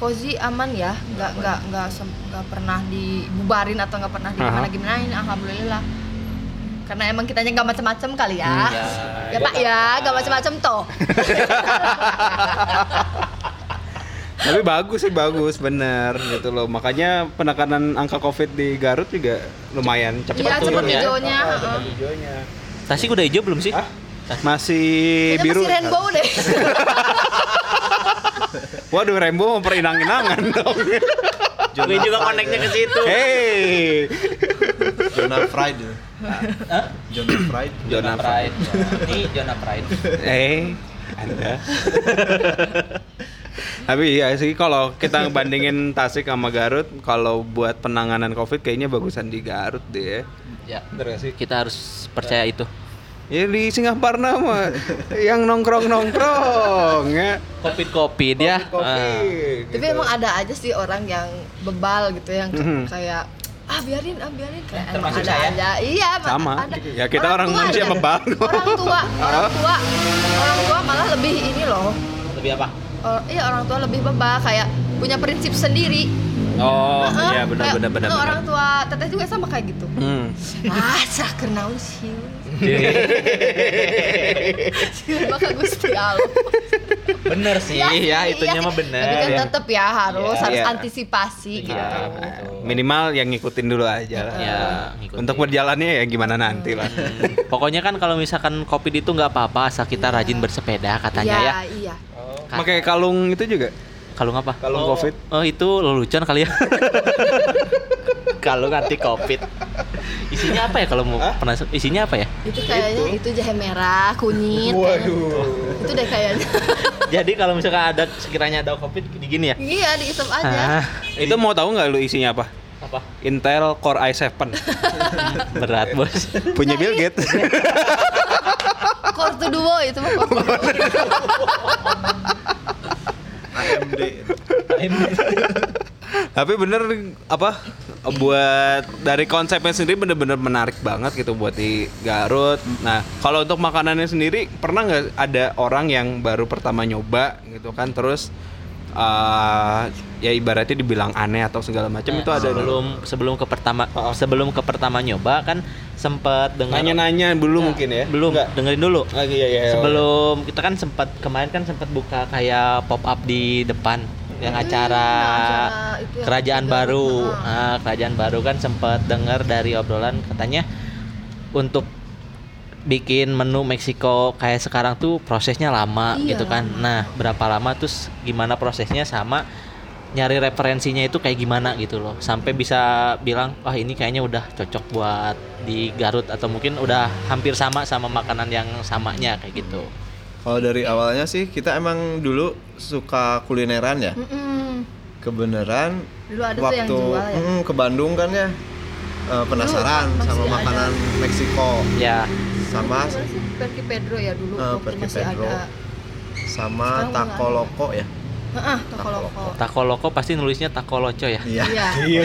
[SPEAKER 3] Kozi aman ya, nggak nggak nggak sem- nggak pernah dibubarin atau nggak pernah di
[SPEAKER 1] Aha.
[SPEAKER 3] gimana gimanain, alhamdulillah. Karena emang kitanya nggak macam-macam kali ya.
[SPEAKER 1] Hmm,
[SPEAKER 3] ya,
[SPEAKER 2] ya,
[SPEAKER 3] Pak ya, nggak macam-macam toh.
[SPEAKER 1] Tapi bagus sih bagus bener gitu loh. Makanya penekanan angka Covid di Garut juga lumayan cepat
[SPEAKER 3] Iya, cepet
[SPEAKER 2] turun ya.
[SPEAKER 3] hijaunya. heeh.
[SPEAKER 1] Eh,
[SPEAKER 2] Tasik udah hijau belum sih?
[SPEAKER 1] Hah? Masih
[SPEAKER 3] Kayaknya
[SPEAKER 1] biru.
[SPEAKER 3] masih rainbow deh.
[SPEAKER 1] Waduh, rainbow memperinang-inangan dong.
[SPEAKER 2] Gue juga koneknya ke situ.
[SPEAKER 1] Hey,
[SPEAKER 4] Jonah Fried ya. Jonah Fried
[SPEAKER 1] Jonah
[SPEAKER 2] Pride. Ini Jonah Pride.
[SPEAKER 1] Eh, Anda. Tapi ya sih kalau kita bandingin Tasik sama Garut, kalau buat penanganan Covid kayaknya bagusan di Garut deh. ya.
[SPEAKER 2] Ya.
[SPEAKER 1] Bener gak sih?
[SPEAKER 2] Kita harus percaya itu.
[SPEAKER 1] Ya di Singaparna mah yang nongkrong-nongkrong ya. Ah.
[SPEAKER 2] Covid-covid ya. Eh,
[SPEAKER 1] Covid.
[SPEAKER 3] Tapi emang ada aja sih orang yang bebal gitu yang ke-
[SPEAKER 1] Mhm.
[SPEAKER 3] kayak ah biarin ah biarin kayak emang
[SPEAKER 2] Termasuk
[SPEAKER 3] ada
[SPEAKER 2] saya.
[SPEAKER 3] aja. Iya, emang
[SPEAKER 1] Sama.
[SPEAKER 3] ada.
[SPEAKER 1] Ya, kita orang
[SPEAKER 3] tua
[SPEAKER 1] manusia
[SPEAKER 3] ada.
[SPEAKER 1] bebal.
[SPEAKER 3] Orang tua, orang tua, orang tua malah lebih ini loh.
[SPEAKER 2] Ah. Lebih apa?
[SPEAKER 3] Or- iya orang tua lebih bebal kayak punya prinsip sendiri.
[SPEAKER 1] Oh,
[SPEAKER 3] Heeh,
[SPEAKER 1] iya benar
[SPEAKER 3] kayak,
[SPEAKER 1] benar benar.
[SPEAKER 3] "Eh,
[SPEAKER 1] benar.
[SPEAKER 3] Orang tua teteh juga sama kayak gitu.
[SPEAKER 1] Hmm.
[SPEAKER 3] Ah, sah kenaun sih.
[SPEAKER 1] Iya,
[SPEAKER 3] Iya Maka Gusti Allah.
[SPEAKER 2] Bener sih,
[SPEAKER 3] iya
[SPEAKER 2] ya, itunya mah bener.
[SPEAKER 3] Tapi kan
[SPEAKER 1] Iya.
[SPEAKER 3] tetap ya harus
[SPEAKER 2] Iya.
[SPEAKER 3] harus
[SPEAKER 1] Iya.
[SPEAKER 3] antisipasi gitu.
[SPEAKER 2] Iya, betul.
[SPEAKER 1] Minimal yang ngikutin dulu aja lah.
[SPEAKER 2] Ya, ngikutin.
[SPEAKER 1] Untuk berjalannya ya gimana nanti lah.
[SPEAKER 2] Hmm, Pokoknya kan kalau misalkan covid itu nggak apa-apa asal kita rajin bersepeda katanya ya.
[SPEAKER 3] iya.
[SPEAKER 2] Kata-
[SPEAKER 1] Pakai kalung itu juga.
[SPEAKER 2] Kalung apa?
[SPEAKER 1] Kalung covid
[SPEAKER 2] Oh itu lelucon kali ya. kalau nanti covid. Isinya apa ya kalau mau penasaran? Isinya apa ya?
[SPEAKER 3] Itu kayaknya itu jahe merah, kunyit. kayaknya.
[SPEAKER 4] Waduh.
[SPEAKER 3] Itu deh kayaknya.
[SPEAKER 2] Jadi kalau misalkan ada sekiranya ada covid gini, gini ya.
[SPEAKER 3] Iya, diisep aja.
[SPEAKER 2] Ah,
[SPEAKER 1] itu mau tahu nggak lu isinya apa
[SPEAKER 2] apa?
[SPEAKER 1] Intel Core i7
[SPEAKER 2] Berat bos.
[SPEAKER 1] punya Bill Gates
[SPEAKER 2] iya.
[SPEAKER 3] Core to duo itu mah core to duo.
[SPEAKER 4] AMD.
[SPEAKER 1] tapi bener apa buat dari konsepnya sendiri bener-bener menarik banget gitu buat di Garut nah kalau untuk makanannya sendiri pernah nggak ada orang yang baru pertama nyoba gitu kan terus eh, ya ibaratnya dibilang aneh atau segala macam itu ada
[SPEAKER 2] sebelum sebelum ke pertama sebelum ke pertama nyoba kan sempet dengar Iya.
[SPEAKER 1] nanya-nanya dulu mungkin ya
[SPEAKER 2] belum
[SPEAKER 1] Nggak?
[SPEAKER 2] dengerin dulu
[SPEAKER 1] Ah, iya, iya, iya.
[SPEAKER 2] sebelum kita kan sempat kemarin kan sempat buka kayak pop up di depan yang acara
[SPEAKER 3] Nah, acara itu yang
[SPEAKER 2] kerajaan
[SPEAKER 3] tiga.
[SPEAKER 2] baru
[SPEAKER 3] Ah.
[SPEAKER 2] Ah, kerajaan baru kan sempat dengar dari obrolan katanya untuk bikin menu Meksiko kayak sekarang tuh prosesnya lama
[SPEAKER 3] Iya,
[SPEAKER 2] gitu kan nah berapa lama terus gimana prosesnya sama nyari referensinya itu kayak gimana gitu loh sampai bisa bilang wah ini kayaknya udah cocok buat di Garut atau mungkin udah hampir sama sama makanan yang samanya kayak gitu
[SPEAKER 4] Kalau dari awalnya sih kita emang dulu suka kulineran ya.
[SPEAKER 3] Mm-mm.
[SPEAKER 4] Kebeneran
[SPEAKER 3] Dulu ada tuh yang
[SPEAKER 4] waktu
[SPEAKER 3] jual ya. Oh,
[SPEAKER 4] mm, ke Bandung kan ya eh, penasaran
[SPEAKER 3] Dulu
[SPEAKER 4] sama
[SPEAKER 3] masih ada.
[SPEAKER 4] makanan Meksiko
[SPEAKER 2] ya
[SPEAKER 4] sama
[SPEAKER 3] Gimana sih? Perki Pedro ya dulu
[SPEAKER 4] Eh,
[SPEAKER 3] waktu
[SPEAKER 4] Perki
[SPEAKER 3] masih
[SPEAKER 4] Pedro.
[SPEAKER 3] ada.
[SPEAKER 4] sama
[SPEAKER 3] Sekarang
[SPEAKER 4] taco
[SPEAKER 3] udah
[SPEAKER 4] loko ya.
[SPEAKER 3] Heeh, toko loko.
[SPEAKER 2] takoloko pasti nulisnya takoloco ya
[SPEAKER 4] Iya.
[SPEAKER 3] Iya.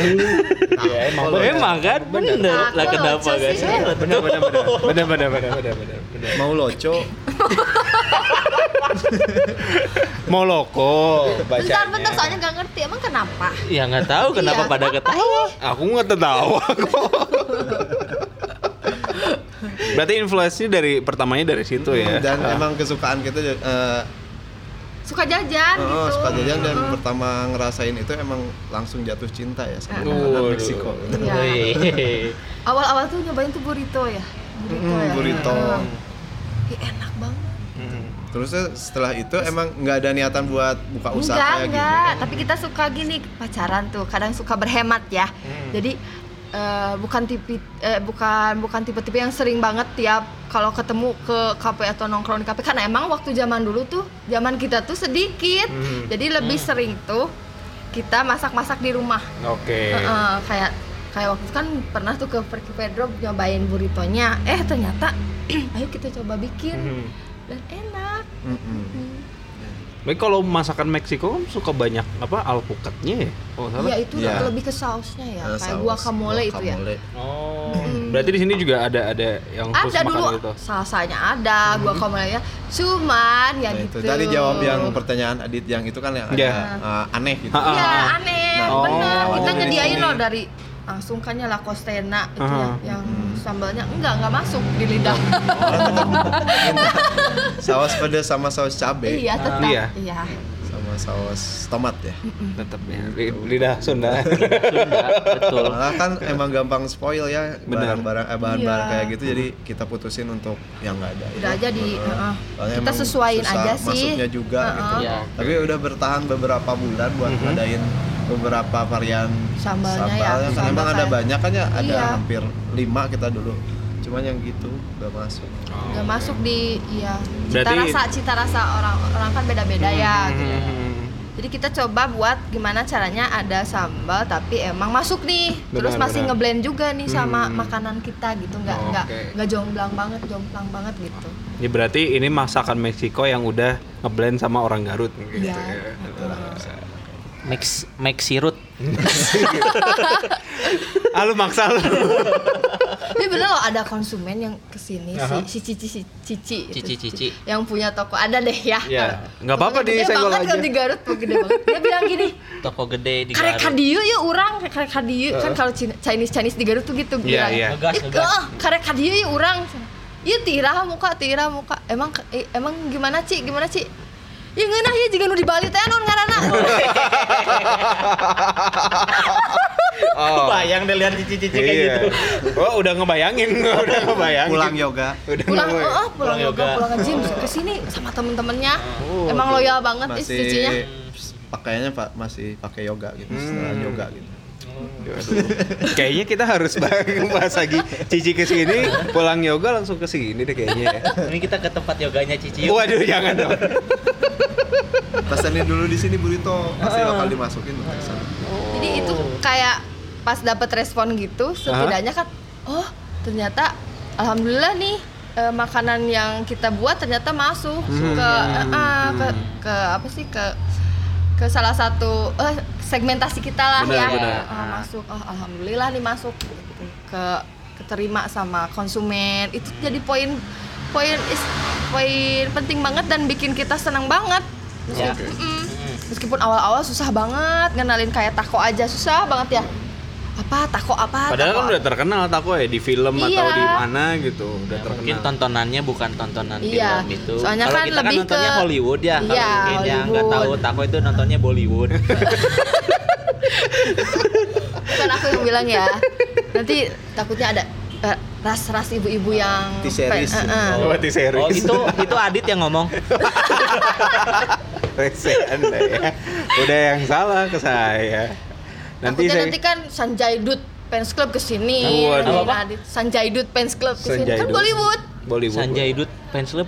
[SPEAKER 4] Taco Loko.
[SPEAKER 2] emang kan bener lah
[SPEAKER 3] Takoloco
[SPEAKER 2] kenapa kan?
[SPEAKER 3] sih. Iya,
[SPEAKER 2] guys salah
[SPEAKER 1] bener bener bener bener bener bener bener bener
[SPEAKER 4] Mau loco.
[SPEAKER 1] mau loko
[SPEAKER 3] Bentar,
[SPEAKER 1] bacanya
[SPEAKER 3] bentar soalnya nggak ngerti emang kenapa.
[SPEAKER 2] ya nggak tahu kenapa
[SPEAKER 3] Iya,
[SPEAKER 2] pada
[SPEAKER 3] kenapa
[SPEAKER 2] ketawa
[SPEAKER 3] ini?
[SPEAKER 1] Aku nggak tertawa kok. Berarti influensinya dari pertamanya dari situ ya.
[SPEAKER 4] Dan emang kesukaan kita eh,
[SPEAKER 3] Suka jajan
[SPEAKER 4] Oh,
[SPEAKER 3] gitu.
[SPEAKER 4] suka jajan dan pertama ngerasain itu emang langsung jatuh cinta ya sama
[SPEAKER 1] Waduh.
[SPEAKER 4] makanan Meksiko.
[SPEAKER 3] Iya.
[SPEAKER 2] Wih.
[SPEAKER 3] Awal-awal tuh nyobain tuh burrito ya. Burrito
[SPEAKER 4] Mm,
[SPEAKER 3] ya.
[SPEAKER 4] burrito.
[SPEAKER 3] Heeh. Ih, enak banget.
[SPEAKER 4] Terus tuh setelah itu emang nggak ada niatan buat buka usaha
[SPEAKER 3] enggak,
[SPEAKER 4] kayak
[SPEAKER 3] enggak. Tapi kita suka gini pacaran tuh, kadang suka berhemat ya. Jadi eh, bukan tipe eh, bukan bukan tipe-tipe yang sering banget tiap kalau ketemu ke kafe atau nongkrong di kafe karena emang waktu zaman dulu tuh zaman kita tuh sedikit. Jadi lebih sering tuh kita masak-masak di rumah.
[SPEAKER 1] Oke.
[SPEAKER 3] Heeh, kayak kayak waktu itu kan pernah tuh ke Perki Pedro nyobain burritonya. Eh ternyata ayo kita coba bikin
[SPEAKER 1] Hmm.
[SPEAKER 3] dan enak.
[SPEAKER 4] gitu. Mm-mm.
[SPEAKER 1] Tapi kalau masakan Meksiko kan suka banyak apa alpukatnya ya? Kalau nggak salah.
[SPEAKER 3] Ya itu
[SPEAKER 4] Iya.
[SPEAKER 3] udah lebih ke sausnya ya,
[SPEAKER 4] Nah,
[SPEAKER 3] kayak
[SPEAKER 4] saus
[SPEAKER 3] guacamole itu ya.
[SPEAKER 4] guacamole.
[SPEAKER 1] Oh. Berarti di sini juga ada ada yang khusus
[SPEAKER 3] Ada
[SPEAKER 1] makan
[SPEAKER 3] dulu
[SPEAKER 1] gitu.
[SPEAKER 3] salsanya ada, guacamole nya cuman ya
[SPEAKER 4] Hmm. Nah, itu
[SPEAKER 3] gitu.
[SPEAKER 4] tadi jawab yang pertanyaan Adit yang itu kan yang agak
[SPEAKER 1] Iya.
[SPEAKER 4] eh, aneh gitu.
[SPEAKER 1] Ha-ha.
[SPEAKER 3] Iya,
[SPEAKER 1] Ah.
[SPEAKER 3] aneh,
[SPEAKER 4] Nah,
[SPEAKER 1] oh,
[SPEAKER 3] bener. Kita
[SPEAKER 4] dari
[SPEAKER 3] nyediain
[SPEAKER 4] sini.
[SPEAKER 3] loh dari langsung kan ya La Costena itu
[SPEAKER 1] Ah.
[SPEAKER 3] yang, yang
[SPEAKER 4] hmm.
[SPEAKER 3] sambalnya enggak enggak masuk di lidah.
[SPEAKER 4] Saus pedas sama saus cabe
[SPEAKER 3] iya, tetap.
[SPEAKER 1] Iya.
[SPEAKER 3] Iya.
[SPEAKER 4] sama saus tomat ya.
[SPEAKER 3] Mm.
[SPEAKER 1] Tetap ya. li- Lidah Sunda.
[SPEAKER 2] Sunda, betul
[SPEAKER 4] Malah kan emang gampang spoil ya
[SPEAKER 1] Benar.
[SPEAKER 4] barang-barang eh, bahan-barang
[SPEAKER 3] Iya.
[SPEAKER 4] kayak gitu jadi kita putusin untuk yang nggak ada. Iya.
[SPEAKER 3] Udah aja di- heeh.
[SPEAKER 4] Soalnya
[SPEAKER 3] Kita
[SPEAKER 4] emang
[SPEAKER 3] sesuaiin
[SPEAKER 4] susah
[SPEAKER 3] aja sih.
[SPEAKER 4] Masuknya juga
[SPEAKER 3] Heeh.
[SPEAKER 4] gitu.
[SPEAKER 2] Iya.
[SPEAKER 4] Tapi udah bertahan beberapa bulan buat ngadain beberapa varian
[SPEAKER 3] Sambalnya ya,
[SPEAKER 4] sambalnya. Karena
[SPEAKER 3] sambal
[SPEAKER 4] emang ada
[SPEAKER 3] kayak-
[SPEAKER 4] banyak kan ya, ada
[SPEAKER 3] Iya.
[SPEAKER 4] hampir lima kita dulu. Cuman yang gitu nggak masuk.
[SPEAKER 3] Nggak masuk di iya. Cita
[SPEAKER 1] Berarti-
[SPEAKER 3] rasa cita rasa orang-orang kan beda-beda ya. gitu.
[SPEAKER 1] Hmm.
[SPEAKER 3] Jadi kita coba buat gimana caranya ada sambal tapi emang masuk nih.
[SPEAKER 1] Benar,
[SPEAKER 3] Terus masih
[SPEAKER 1] benar.
[SPEAKER 3] ngeblend juga nih sama
[SPEAKER 1] Hmm.
[SPEAKER 3] makanan kita gitu, nggak
[SPEAKER 1] Oke.
[SPEAKER 3] nggak nggak jomplang banget, jomplang banget gitu.
[SPEAKER 1] Ya berarti ini masakan Meksiko yang udah ngeblend sama orang Garut gitu.
[SPEAKER 3] Iya.
[SPEAKER 1] ya.
[SPEAKER 2] Max Max Sirut
[SPEAKER 1] Ah lu maksa lu.
[SPEAKER 3] Tapi bener loh ada konsumen yang kesini si si Cici si Cici itu.
[SPEAKER 2] Cici Cici
[SPEAKER 3] yang punya toko ada deh ya.
[SPEAKER 1] Iya.
[SPEAKER 3] Kalau-
[SPEAKER 1] Nggak apa-apa,
[SPEAKER 3] Tokonya gede
[SPEAKER 1] disenggol
[SPEAKER 3] banget
[SPEAKER 1] aja.
[SPEAKER 3] kalau di Garut tuh gede banget. Dia bilang gini,
[SPEAKER 2] toko gede di
[SPEAKER 3] karek
[SPEAKER 2] Garut
[SPEAKER 3] hadieu ya urang karek karek hadieu kan kalau Chinese Chinese di Garut tuh gitu
[SPEAKER 1] Iya,
[SPEAKER 3] bilang.
[SPEAKER 1] iya.
[SPEAKER 2] Ngegas,
[SPEAKER 3] Ih,
[SPEAKER 2] ngegas.
[SPEAKER 3] eh, karek hadieu ya urang Iya tirah muka, tirah muka. Emang eh, emang gimana Ci? Gimana Ci? Ya ngeunah ya jika nu di Bali teh non ngaranna.
[SPEAKER 1] Oh.
[SPEAKER 2] bayang deh lihat cici cici kayak
[SPEAKER 1] Iya.
[SPEAKER 2] gitu
[SPEAKER 1] Oh, udah ngebayangin, udah ngebayangin.
[SPEAKER 4] Pulang yoga.
[SPEAKER 1] Ya, gitu. Udah
[SPEAKER 3] Pulang
[SPEAKER 1] ngebayangin.
[SPEAKER 3] eh, eh, pulang
[SPEAKER 2] yoga. Oh.
[SPEAKER 3] yoga, pulang ke gym ke sini sama temen-temennya. Emang loyal banget eh,
[SPEAKER 4] Masih
[SPEAKER 3] Cicinya.
[SPEAKER 4] pakaiannya pak masih pakai yoga gitu setelah yoga gitu
[SPEAKER 1] Kayaknya kita harus bahas lagi Cici ke sini, pulang yoga langsung ke sini deh kayaknya ya.
[SPEAKER 2] Ini kita ke tempat yoganya Cici. yuk.
[SPEAKER 1] Waduh, jangan dong.
[SPEAKER 4] pesenin dulu di sini burrito pasti bakal dimasukin pesan
[SPEAKER 3] Jadi itu
[SPEAKER 1] Oh.
[SPEAKER 3] kayak pas dapet respon gitu, setidaknya kan, oh ternyata alhamdulillah nih eh, makanan yang kita buat ternyata masuk
[SPEAKER 1] Hmm.
[SPEAKER 3] ke eh, ah, ke ke apa sih ke ke salah satu eh, segmentasi kita lah
[SPEAKER 1] Benar,
[SPEAKER 3] ya
[SPEAKER 1] benar.
[SPEAKER 3] Ah, masuk, oh alhamdulillah nih masuk gitu. ke keterima sama konsumen itu jadi poin poin is- poin penting banget dan bikin kita senang banget.
[SPEAKER 2] Ya.
[SPEAKER 3] Mm. Meskipun awal-awal susah banget ngenalin kayak tako aja susah banget ya. Apa tako apa?
[SPEAKER 1] Padahal
[SPEAKER 3] tako
[SPEAKER 1] kan udah
[SPEAKER 3] apa.
[SPEAKER 1] terkenal tako ya di film atau
[SPEAKER 3] Iya.
[SPEAKER 1] di mana gitu, udah
[SPEAKER 2] Ya, mungkin
[SPEAKER 1] terkenal.
[SPEAKER 2] tontonannya bukan tontonan
[SPEAKER 3] Iya.
[SPEAKER 2] film itu.
[SPEAKER 3] Soalnya
[SPEAKER 2] Kalau
[SPEAKER 3] kan
[SPEAKER 2] kita
[SPEAKER 3] lebih
[SPEAKER 2] kan nontonnya
[SPEAKER 3] ke-
[SPEAKER 2] Hollywood ya. Kalau
[SPEAKER 3] Iya,
[SPEAKER 2] mungkin yang nggak tahu,
[SPEAKER 3] Hollywood. Nah.
[SPEAKER 2] Tako itu nontonnya Bollywood.
[SPEAKER 3] Bukan aku yang bilang ya. Nanti takutnya ada eh, ras-ras ibu-ibu yang
[SPEAKER 4] T-series
[SPEAKER 3] pe-
[SPEAKER 4] ya.
[SPEAKER 3] eh, eh.
[SPEAKER 1] Oh, di series.
[SPEAKER 2] Oh, itu itu Adit yang ngomong.
[SPEAKER 1] Rese Anda ya. Udah yang salah ke saya. Nanti
[SPEAKER 3] Takutnya
[SPEAKER 1] saya
[SPEAKER 3] nanti kan Sanjay Dutt fans club kesini,
[SPEAKER 1] Waduh.
[SPEAKER 2] Apa-apa?
[SPEAKER 3] Adit- Sanjay Dutt fans club kesini,
[SPEAKER 1] Sanjay
[SPEAKER 3] kan
[SPEAKER 1] Dutt.
[SPEAKER 3] Bollywood.
[SPEAKER 1] Bollywood.
[SPEAKER 2] Sanjay Dut fans club.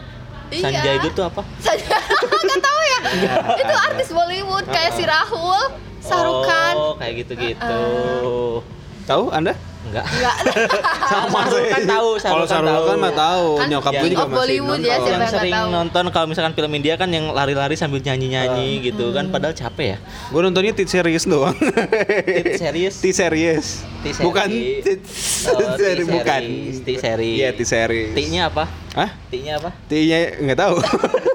[SPEAKER 3] Iya.
[SPEAKER 2] Sanjay Dut tuh apa?
[SPEAKER 3] Sanjay, nggak tahu ya.
[SPEAKER 1] Iya.
[SPEAKER 3] Itu artis Bollywood kayak si Rahul, Shahrukh Khan.
[SPEAKER 2] Oh, kayak gitu-gitu.
[SPEAKER 1] Tahu Anda? Iya.
[SPEAKER 2] Enggak.
[SPEAKER 3] Enggak.
[SPEAKER 2] Sama Shahrukh Khan tahu,
[SPEAKER 1] Kalau kan Sarul kan mah tahu,
[SPEAKER 3] Kan
[SPEAKER 1] nyokap
[SPEAKER 2] King
[SPEAKER 1] gue juga
[SPEAKER 3] of
[SPEAKER 1] masih
[SPEAKER 3] Bollywood ya,
[SPEAKER 1] nonton.
[SPEAKER 2] yang
[SPEAKER 3] siapa yang nggak
[SPEAKER 2] sering
[SPEAKER 3] tahu?
[SPEAKER 2] nonton kalau misalkan film India kan yang lari-lari sambil nyanyi-nyanyi gitu kan padahal capek ya.
[SPEAKER 1] Gue nontonnya tit series doang.
[SPEAKER 2] Tit series.
[SPEAKER 1] Tit series.
[SPEAKER 2] Tit series.
[SPEAKER 1] Bukan tit
[SPEAKER 2] Oh, tit
[SPEAKER 1] series, bukan.
[SPEAKER 2] series, tit series.
[SPEAKER 1] Iya, tit series.
[SPEAKER 2] T-nya apa?
[SPEAKER 1] Hah?
[SPEAKER 2] T-nya apa?
[SPEAKER 1] T-nya enggak tahu.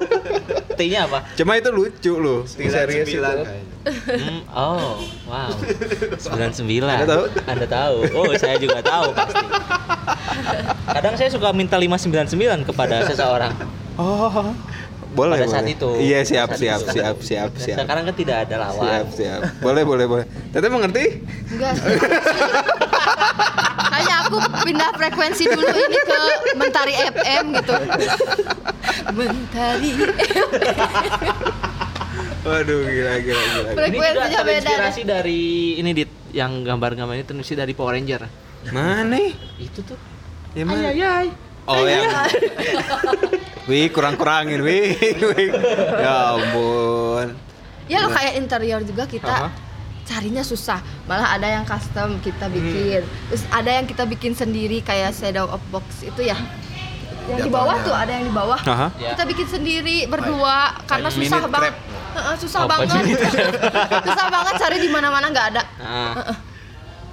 [SPEAKER 2] T-nya apa?
[SPEAKER 1] Cuma itu lucu loh. Tit series itu.
[SPEAKER 2] Hmm, oh, wow. 99.
[SPEAKER 1] Anda tahu?
[SPEAKER 2] Anda tahu. Oh, saya juga tahu pasti. Kadang saya suka minta 599 kepada seseorang.
[SPEAKER 1] Oh. Boleh,
[SPEAKER 2] pada saat
[SPEAKER 1] boleh.
[SPEAKER 2] itu.
[SPEAKER 1] Iya, siap,
[SPEAKER 2] Pada saat
[SPEAKER 1] siap,
[SPEAKER 2] itu.
[SPEAKER 1] siap, siap,
[SPEAKER 2] Dan
[SPEAKER 1] siap.
[SPEAKER 2] Sekarang kan tidak ada lawan.
[SPEAKER 1] Siap, siap. Boleh, boleh, boleh. Teteh mengerti?
[SPEAKER 3] Enggak. Hanya aku pindah frekuensi dulu ini ke Mentari FM gitu. Mentari.
[SPEAKER 1] Waduh, gila, gila, gila.
[SPEAKER 3] Boleh.
[SPEAKER 2] Ini juga
[SPEAKER 3] Frekuensinya beda deh.
[SPEAKER 2] terinspirasi dari ini dit yang gambar-gambar ini terinspirasi dari Power Ranger.
[SPEAKER 1] Mana?
[SPEAKER 2] Itu tuh.
[SPEAKER 1] Ya,
[SPEAKER 2] Ay,
[SPEAKER 1] mana?
[SPEAKER 2] ay, ay.
[SPEAKER 1] Oh ya. Wih, kurang-kurangin, wih. wih. Ya ampun.
[SPEAKER 3] Ya lo kayak interior juga
[SPEAKER 1] Aha.
[SPEAKER 3] kita carinya susah. Malah ada yang custom kita bikin. Terus ada yang kita bikin sendiri kayak shadow of box itu ya. Yang di bawah
[SPEAKER 4] Jatuhnya.
[SPEAKER 3] tuh ada yang di bawah.
[SPEAKER 1] Aha.
[SPEAKER 2] Ya.
[SPEAKER 3] Kita bikin sendiri berdua karena
[SPEAKER 4] five
[SPEAKER 3] susah
[SPEAKER 4] minute
[SPEAKER 3] banget.
[SPEAKER 4] trap.
[SPEAKER 3] Heeh, susah
[SPEAKER 2] Apa
[SPEAKER 3] banget. susah banget cari di mana-mana nggak ada.
[SPEAKER 2] Nah.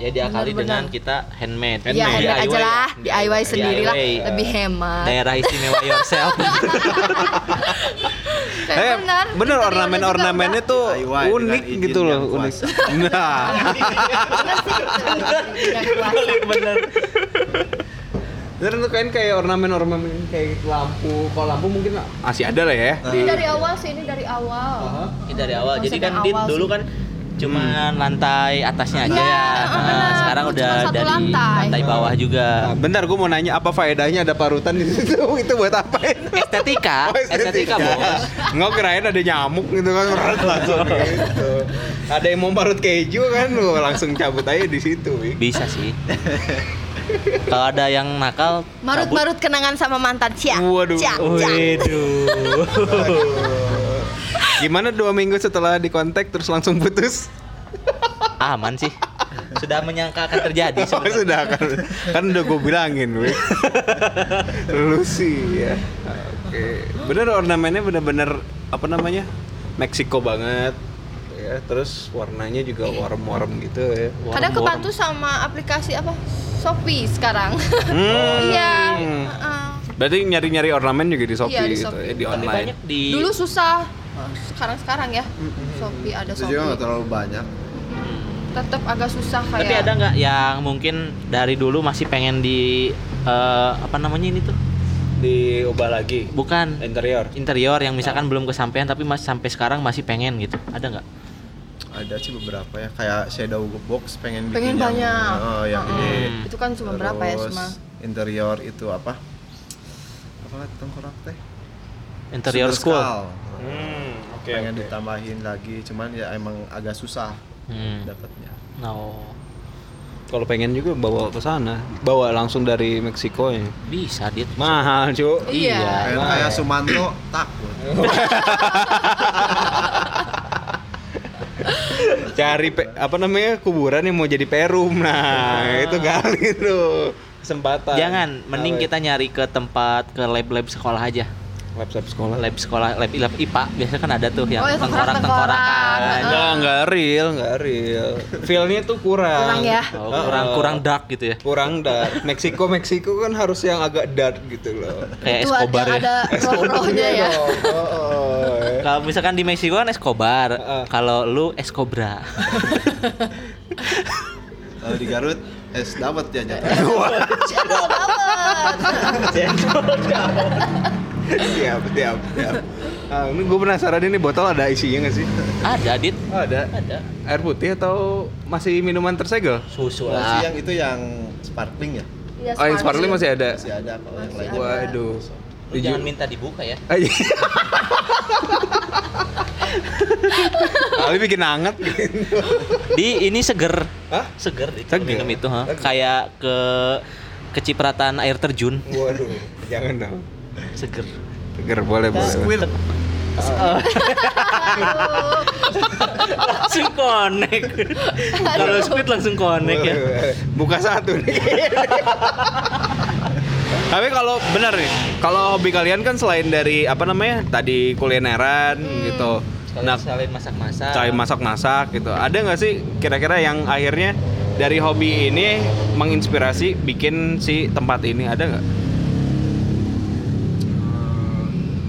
[SPEAKER 2] Ya diakali
[SPEAKER 3] Benar-benar.
[SPEAKER 2] dengan kita handmade.
[SPEAKER 3] Uh-uh. Ya, handmade aja lah, DIY sendiri lah,
[SPEAKER 2] DIY.
[SPEAKER 3] lebih hemat.
[SPEAKER 2] Daerah istimewa yourself.
[SPEAKER 3] Kayak
[SPEAKER 1] Eh,
[SPEAKER 3] benar.
[SPEAKER 1] bener
[SPEAKER 3] Interiornya
[SPEAKER 1] ornamen-ornamennya
[SPEAKER 3] juga
[SPEAKER 1] tuh
[SPEAKER 4] DIY dengan
[SPEAKER 1] unik
[SPEAKER 4] izin
[SPEAKER 1] gitu
[SPEAKER 4] yang
[SPEAKER 1] loh, unik.
[SPEAKER 4] kuasa.
[SPEAKER 1] Nah,
[SPEAKER 3] udah- udah keluar.
[SPEAKER 2] Bener.
[SPEAKER 1] dan itu kan kayak ornamen-ornamen kayak lampu, kalau lampu mungkin masih ada lah ya.
[SPEAKER 4] Nah,
[SPEAKER 3] Ini dari awal sih, ini dari awal.
[SPEAKER 1] Aha.
[SPEAKER 2] Ini dari awal. Jadi
[SPEAKER 3] Konsep
[SPEAKER 2] kan
[SPEAKER 3] yang
[SPEAKER 2] Dit
[SPEAKER 3] awal
[SPEAKER 2] dulu
[SPEAKER 3] sih.
[SPEAKER 2] kan
[SPEAKER 1] Hmm.
[SPEAKER 2] cuman lantai atasnya aja
[SPEAKER 3] Iya,
[SPEAKER 2] ya.
[SPEAKER 3] benar.
[SPEAKER 2] Nah, sekarang
[SPEAKER 3] Cuma
[SPEAKER 2] udah
[SPEAKER 3] satu
[SPEAKER 2] dari
[SPEAKER 3] lantai.
[SPEAKER 2] lantai bawah juga.
[SPEAKER 1] Nah, bentar gue mau nanya apa faedahnya ada parutan di situ? itu buat apa? ya?
[SPEAKER 2] Estetika, Ah, estetika bos.
[SPEAKER 1] Nggak kirain ada nyamuk gitu kan Rrrt, langsung gitu. Ada yang mau parut keju kan wah, langsung cabut aja di situ. Wi.
[SPEAKER 2] Bisa sih. Kalau ada yang nakal, cabut.
[SPEAKER 3] Marut-marut kenangan sama mantan Cia.
[SPEAKER 1] Waduh.
[SPEAKER 3] Cia, Cia.
[SPEAKER 2] Waduh.
[SPEAKER 1] Gimana dua minggu setelah dikontak terus langsung putus?
[SPEAKER 2] Aman sih. Sudah menyangka akan terjadi.
[SPEAKER 1] Oh,
[SPEAKER 2] sebenarnya.
[SPEAKER 1] sudah kan, kan udah gue bilangin, Wi. Lu sih ya. Oke. Bener ornamennya bener-bener apa namanya? Meksiko banget. Ya, terus warnanya juga warm-warm gitu ya.
[SPEAKER 2] Warm-warm.
[SPEAKER 3] Kadang kebantu sama aplikasi apa? Shopee sekarang.
[SPEAKER 1] Hmm.
[SPEAKER 3] Iya. heeh.
[SPEAKER 1] Berarti nyari-nyari ornamen juga di Shopee
[SPEAKER 3] Iya, di
[SPEAKER 1] gitu
[SPEAKER 3] Shopee.
[SPEAKER 1] ya, di
[SPEAKER 2] Tapi
[SPEAKER 1] online.
[SPEAKER 2] banyak di
[SPEAKER 3] Dulu susah. Sekarang-sekarang ya. Shopee ada
[SPEAKER 4] itu juga nggak
[SPEAKER 3] Shopee.
[SPEAKER 4] terlalu banyak
[SPEAKER 3] Tetap agak susah kayak.
[SPEAKER 2] Tapi ada nggak yang mungkin dari dulu masih pengen di eh, apa namanya ini tuh?
[SPEAKER 1] diubah lagi
[SPEAKER 2] Bukan
[SPEAKER 1] interior.
[SPEAKER 3] Iya.
[SPEAKER 2] interior yang misalkan belum kesampaian tapi mas sampai sekarang masih pengen gitu. Ada nggak?
[SPEAKER 4] ada sih beberapa ya kayak shadow box pengen
[SPEAKER 3] Pengen
[SPEAKER 4] bikin yang-
[SPEAKER 3] banyak.
[SPEAKER 4] oh, yang
[SPEAKER 3] Heeh.
[SPEAKER 4] gede
[SPEAKER 3] Itu kan cuma berapa ya
[SPEAKER 4] Terus
[SPEAKER 3] cuma?
[SPEAKER 4] interior itu apa apa tengkorak teh
[SPEAKER 2] Interior
[SPEAKER 4] Super
[SPEAKER 2] school.
[SPEAKER 4] skull.
[SPEAKER 1] Hmm, oke. Oke,
[SPEAKER 4] pengen
[SPEAKER 1] oke.
[SPEAKER 4] ditambahin lagi cuman ya emang agak susah
[SPEAKER 2] Hmm. Oh,
[SPEAKER 4] dapatnya
[SPEAKER 2] No.
[SPEAKER 1] Kalau pengen juga bawa ke sana, bawa langsung dari Meksiko ya.
[SPEAKER 2] Bisa dit.
[SPEAKER 1] Mahal, Cuk.
[SPEAKER 3] Iya.
[SPEAKER 4] kayak,
[SPEAKER 1] Nah.
[SPEAKER 4] kayak Sumanto takut
[SPEAKER 1] Cari pe- apa namanya? kuburan yang mau jadi perum. Nah, itu kali tuh kesempatan.
[SPEAKER 2] Jangan, mending
[SPEAKER 1] Apa?
[SPEAKER 2] kita nyari ke tempat ke lab-lab sekolah aja.
[SPEAKER 1] lab-lab sekolah.
[SPEAKER 2] Lab sekolah, lab, lab IPA biasa kan ada tuh yang
[SPEAKER 3] Oh, ya, tengkorak-tengkorakan.
[SPEAKER 2] tengkorak-tengkorakan.
[SPEAKER 1] Enggak, enggak real, enggak real. Feel-nya tuh kurang.
[SPEAKER 3] Kurang ya.
[SPEAKER 2] Oh, kurang kurang dark gitu ya.
[SPEAKER 1] Kurang dark. Meksiko Meksiko kan harus yang agak dark gitu loh.
[SPEAKER 2] Kayak
[SPEAKER 3] Itu
[SPEAKER 2] Escobar
[SPEAKER 3] ada,
[SPEAKER 2] ya.
[SPEAKER 3] ada roh-rohnya ya.
[SPEAKER 2] Iya.
[SPEAKER 1] Oh, oh, eh.
[SPEAKER 2] Kalau misalkan di Meksiko kan Escobar,
[SPEAKER 1] Heeh.
[SPEAKER 2] kalau lu Escobra.
[SPEAKER 4] kalau di Garut es dawet ya nyata
[SPEAKER 3] Cendol banget.
[SPEAKER 1] Siap, siap, siap. Ah, ini gue penasaran ini botol ada isinya nggak sih?
[SPEAKER 2] ada dit.
[SPEAKER 1] Oh, ada.
[SPEAKER 2] Ada.
[SPEAKER 1] Air putih atau masih minuman tersegel?
[SPEAKER 2] Susu
[SPEAKER 4] Masih
[SPEAKER 2] lah.
[SPEAKER 4] yang itu yang sparkling ya
[SPEAKER 3] Iya,
[SPEAKER 1] oh, yang sparkling masih ada.
[SPEAKER 4] masih ada kalau yang
[SPEAKER 3] Masih
[SPEAKER 4] lain
[SPEAKER 1] Waduh.
[SPEAKER 2] Lu jangan minta dibuka ya.
[SPEAKER 1] Ay. Ali Ah, bikin anget gitu.
[SPEAKER 2] Di ini seger.
[SPEAKER 1] Hah?
[SPEAKER 2] Seger dit.
[SPEAKER 1] Seger?
[SPEAKER 2] Minum itu, ha? Kayak ke kecipratan air terjun.
[SPEAKER 1] Waduh, jangan dong.
[SPEAKER 2] Seger.
[SPEAKER 1] Seger boleh boleh.
[SPEAKER 4] Squirt.
[SPEAKER 3] Aduh.
[SPEAKER 2] langsung connect. Kalau squid langsung connect ya.
[SPEAKER 1] Buka satu nih. Tapi kalau benar nih, kalau hobi kalian kan selain dari apa namanya tadi kulineran gitu, nah
[SPEAKER 2] Kalau selain masak-masak.
[SPEAKER 1] cari masak-masak gitu, ada nggak sih kira-kira yang akhirnya dari hobi ini menginspirasi bikin si tempat ini ada nggak?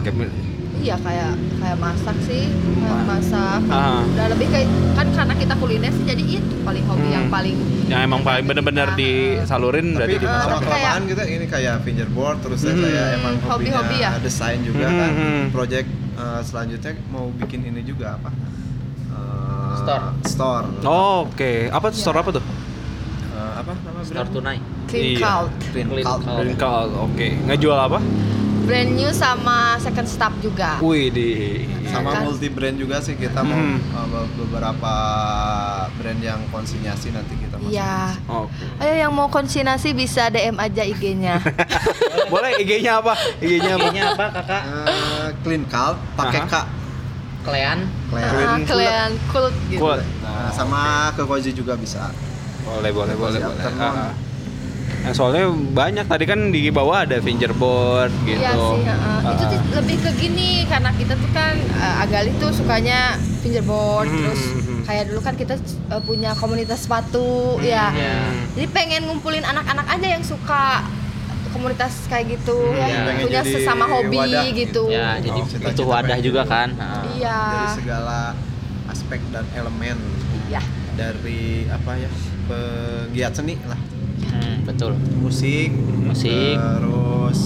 [SPEAKER 1] Kayak-
[SPEAKER 3] Iya kayak kayak masak sih, kayak
[SPEAKER 1] Ma-
[SPEAKER 3] masak.
[SPEAKER 1] Ah.
[SPEAKER 3] Udah lebih kayak kan karena kita kuliner sih jadi itu paling hobi
[SPEAKER 1] Hmm.
[SPEAKER 3] yang paling
[SPEAKER 1] Yang emang paling bener-bener disalurin
[SPEAKER 4] tapi
[SPEAKER 1] berarti di
[SPEAKER 3] masak.
[SPEAKER 4] lama
[SPEAKER 3] Tapi
[SPEAKER 4] kelamaan kita ini kayak fingerboard terus saya-
[SPEAKER 1] Hmm.
[SPEAKER 4] saya emang
[SPEAKER 3] Hmm,
[SPEAKER 4] hobinya
[SPEAKER 3] hobi-hobi ya?
[SPEAKER 4] desain juga
[SPEAKER 1] Hmm,
[SPEAKER 4] kan
[SPEAKER 1] hmm.
[SPEAKER 4] project eh, selanjutnya mau bikin ini juga apa Eh,
[SPEAKER 2] Store.
[SPEAKER 4] store
[SPEAKER 1] Oh, Oke, apa tuh store apa tuh?
[SPEAKER 4] Eh, apa nama
[SPEAKER 2] Store tunai.
[SPEAKER 3] clean
[SPEAKER 1] Iya.
[SPEAKER 3] out.
[SPEAKER 4] Twin
[SPEAKER 2] Clean
[SPEAKER 4] Cult.
[SPEAKER 2] Cult.
[SPEAKER 1] Green Cloud, oke. Ngejual apa?
[SPEAKER 3] Brand new sama second stop juga.
[SPEAKER 1] Wih di.
[SPEAKER 4] sama
[SPEAKER 3] Kan?
[SPEAKER 4] multi brand juga sih kita mau
[SPEAKER 1] Hmm.
[SPEAKER 4] eh, beberapa brand yang konsinyasi nanti kita masuk.
[SPEAKER 3] Iya.
[SPEAKER 1] Oke.
[SPEAKER 3] Ayo yang mau konsinasi bisa DM aja IG-nya.
[SPEAKER 1] Boleh IG-nya apa? IG-nya apa?
[SPEAKER 2] Namanya apa kakak?
[SPEAKER 4] Eh, clean Cult pakai
[SPEAKER 1] Aha.
[SPEAKER 4] K
[SPEAKER 2] Klean.
[SPEAKER 4] Clean.
[SPEAKER 3] Ah, Kalian cool gitu.
[SPEAKER 1] Cool.
[SPEAKER 4] Nah, sama ke Koji juga bisa
[SPEAKER 1] Boleh, boleh, boleh,
[SPEAKER 4] Siap,
[SPEAKER 1] boleh.
[SPEAKER 4] turn on.
[SPEAKER 1] Ah, ah. Nah, soalnya banyak tadi kan di bawah ada fingerboard gitu.
[SPEAKER 3] Iya sih, heeh.
[SPEAKER 1] Ah,
[SPEAKER 3] itu
[SPEAKER 1] ah.
[SPEAKER 3] tuh lebih ke gini karena kita tuh kan eh, Agali tuh sukanya fingerboard
[SPEAKER 1] Hmm,
[SPEAKER 3] terus
[SPEAKER 1] hmm, hmm.
[SPEAKER 3] kayak dulu kan kita eh, punya komunitas sepatu ya.
[SPEAKER 2] iya.
[SPEAKER 3] Jadi pengen ngumpulin anak-anak aja yang suka komunitas kayak gitu
[SPEAKER 1] iya.
[SPEAKER 3] ya,
[SPEAKER 4] Pengen
[SPEAKER 3] punya
[SPEAKER 4] jadi
[SPEAKER 3] sesama hobi
[SPEAKER 4] wadah
[SPEAKER 3] gitu.
[SPEAKER 4] gitu.
[SPEAKER 2] Ya, jadi
[SPEAKER 4] Oh, cita-cita
[SPEAKER 2] butuh wadah
[SPEAKER 4] pengen
[SPEAKER 2] juga
[SPEAKER 4] dulu.
[SPEAKER 2] kan. Nah.
[SPEAKER 3] Iya.
[SPEAKER 4] dari segala aspek dan elemen
[SPEAKER 3] Iya.
[SPEAKER 4] dari apa ya pegiat seni lah
[SPEAKER 2] Hmm, betul.
[SPEAKER 4] musik
[SPEAKER 2] Musik.
[SPEAKER 4] terus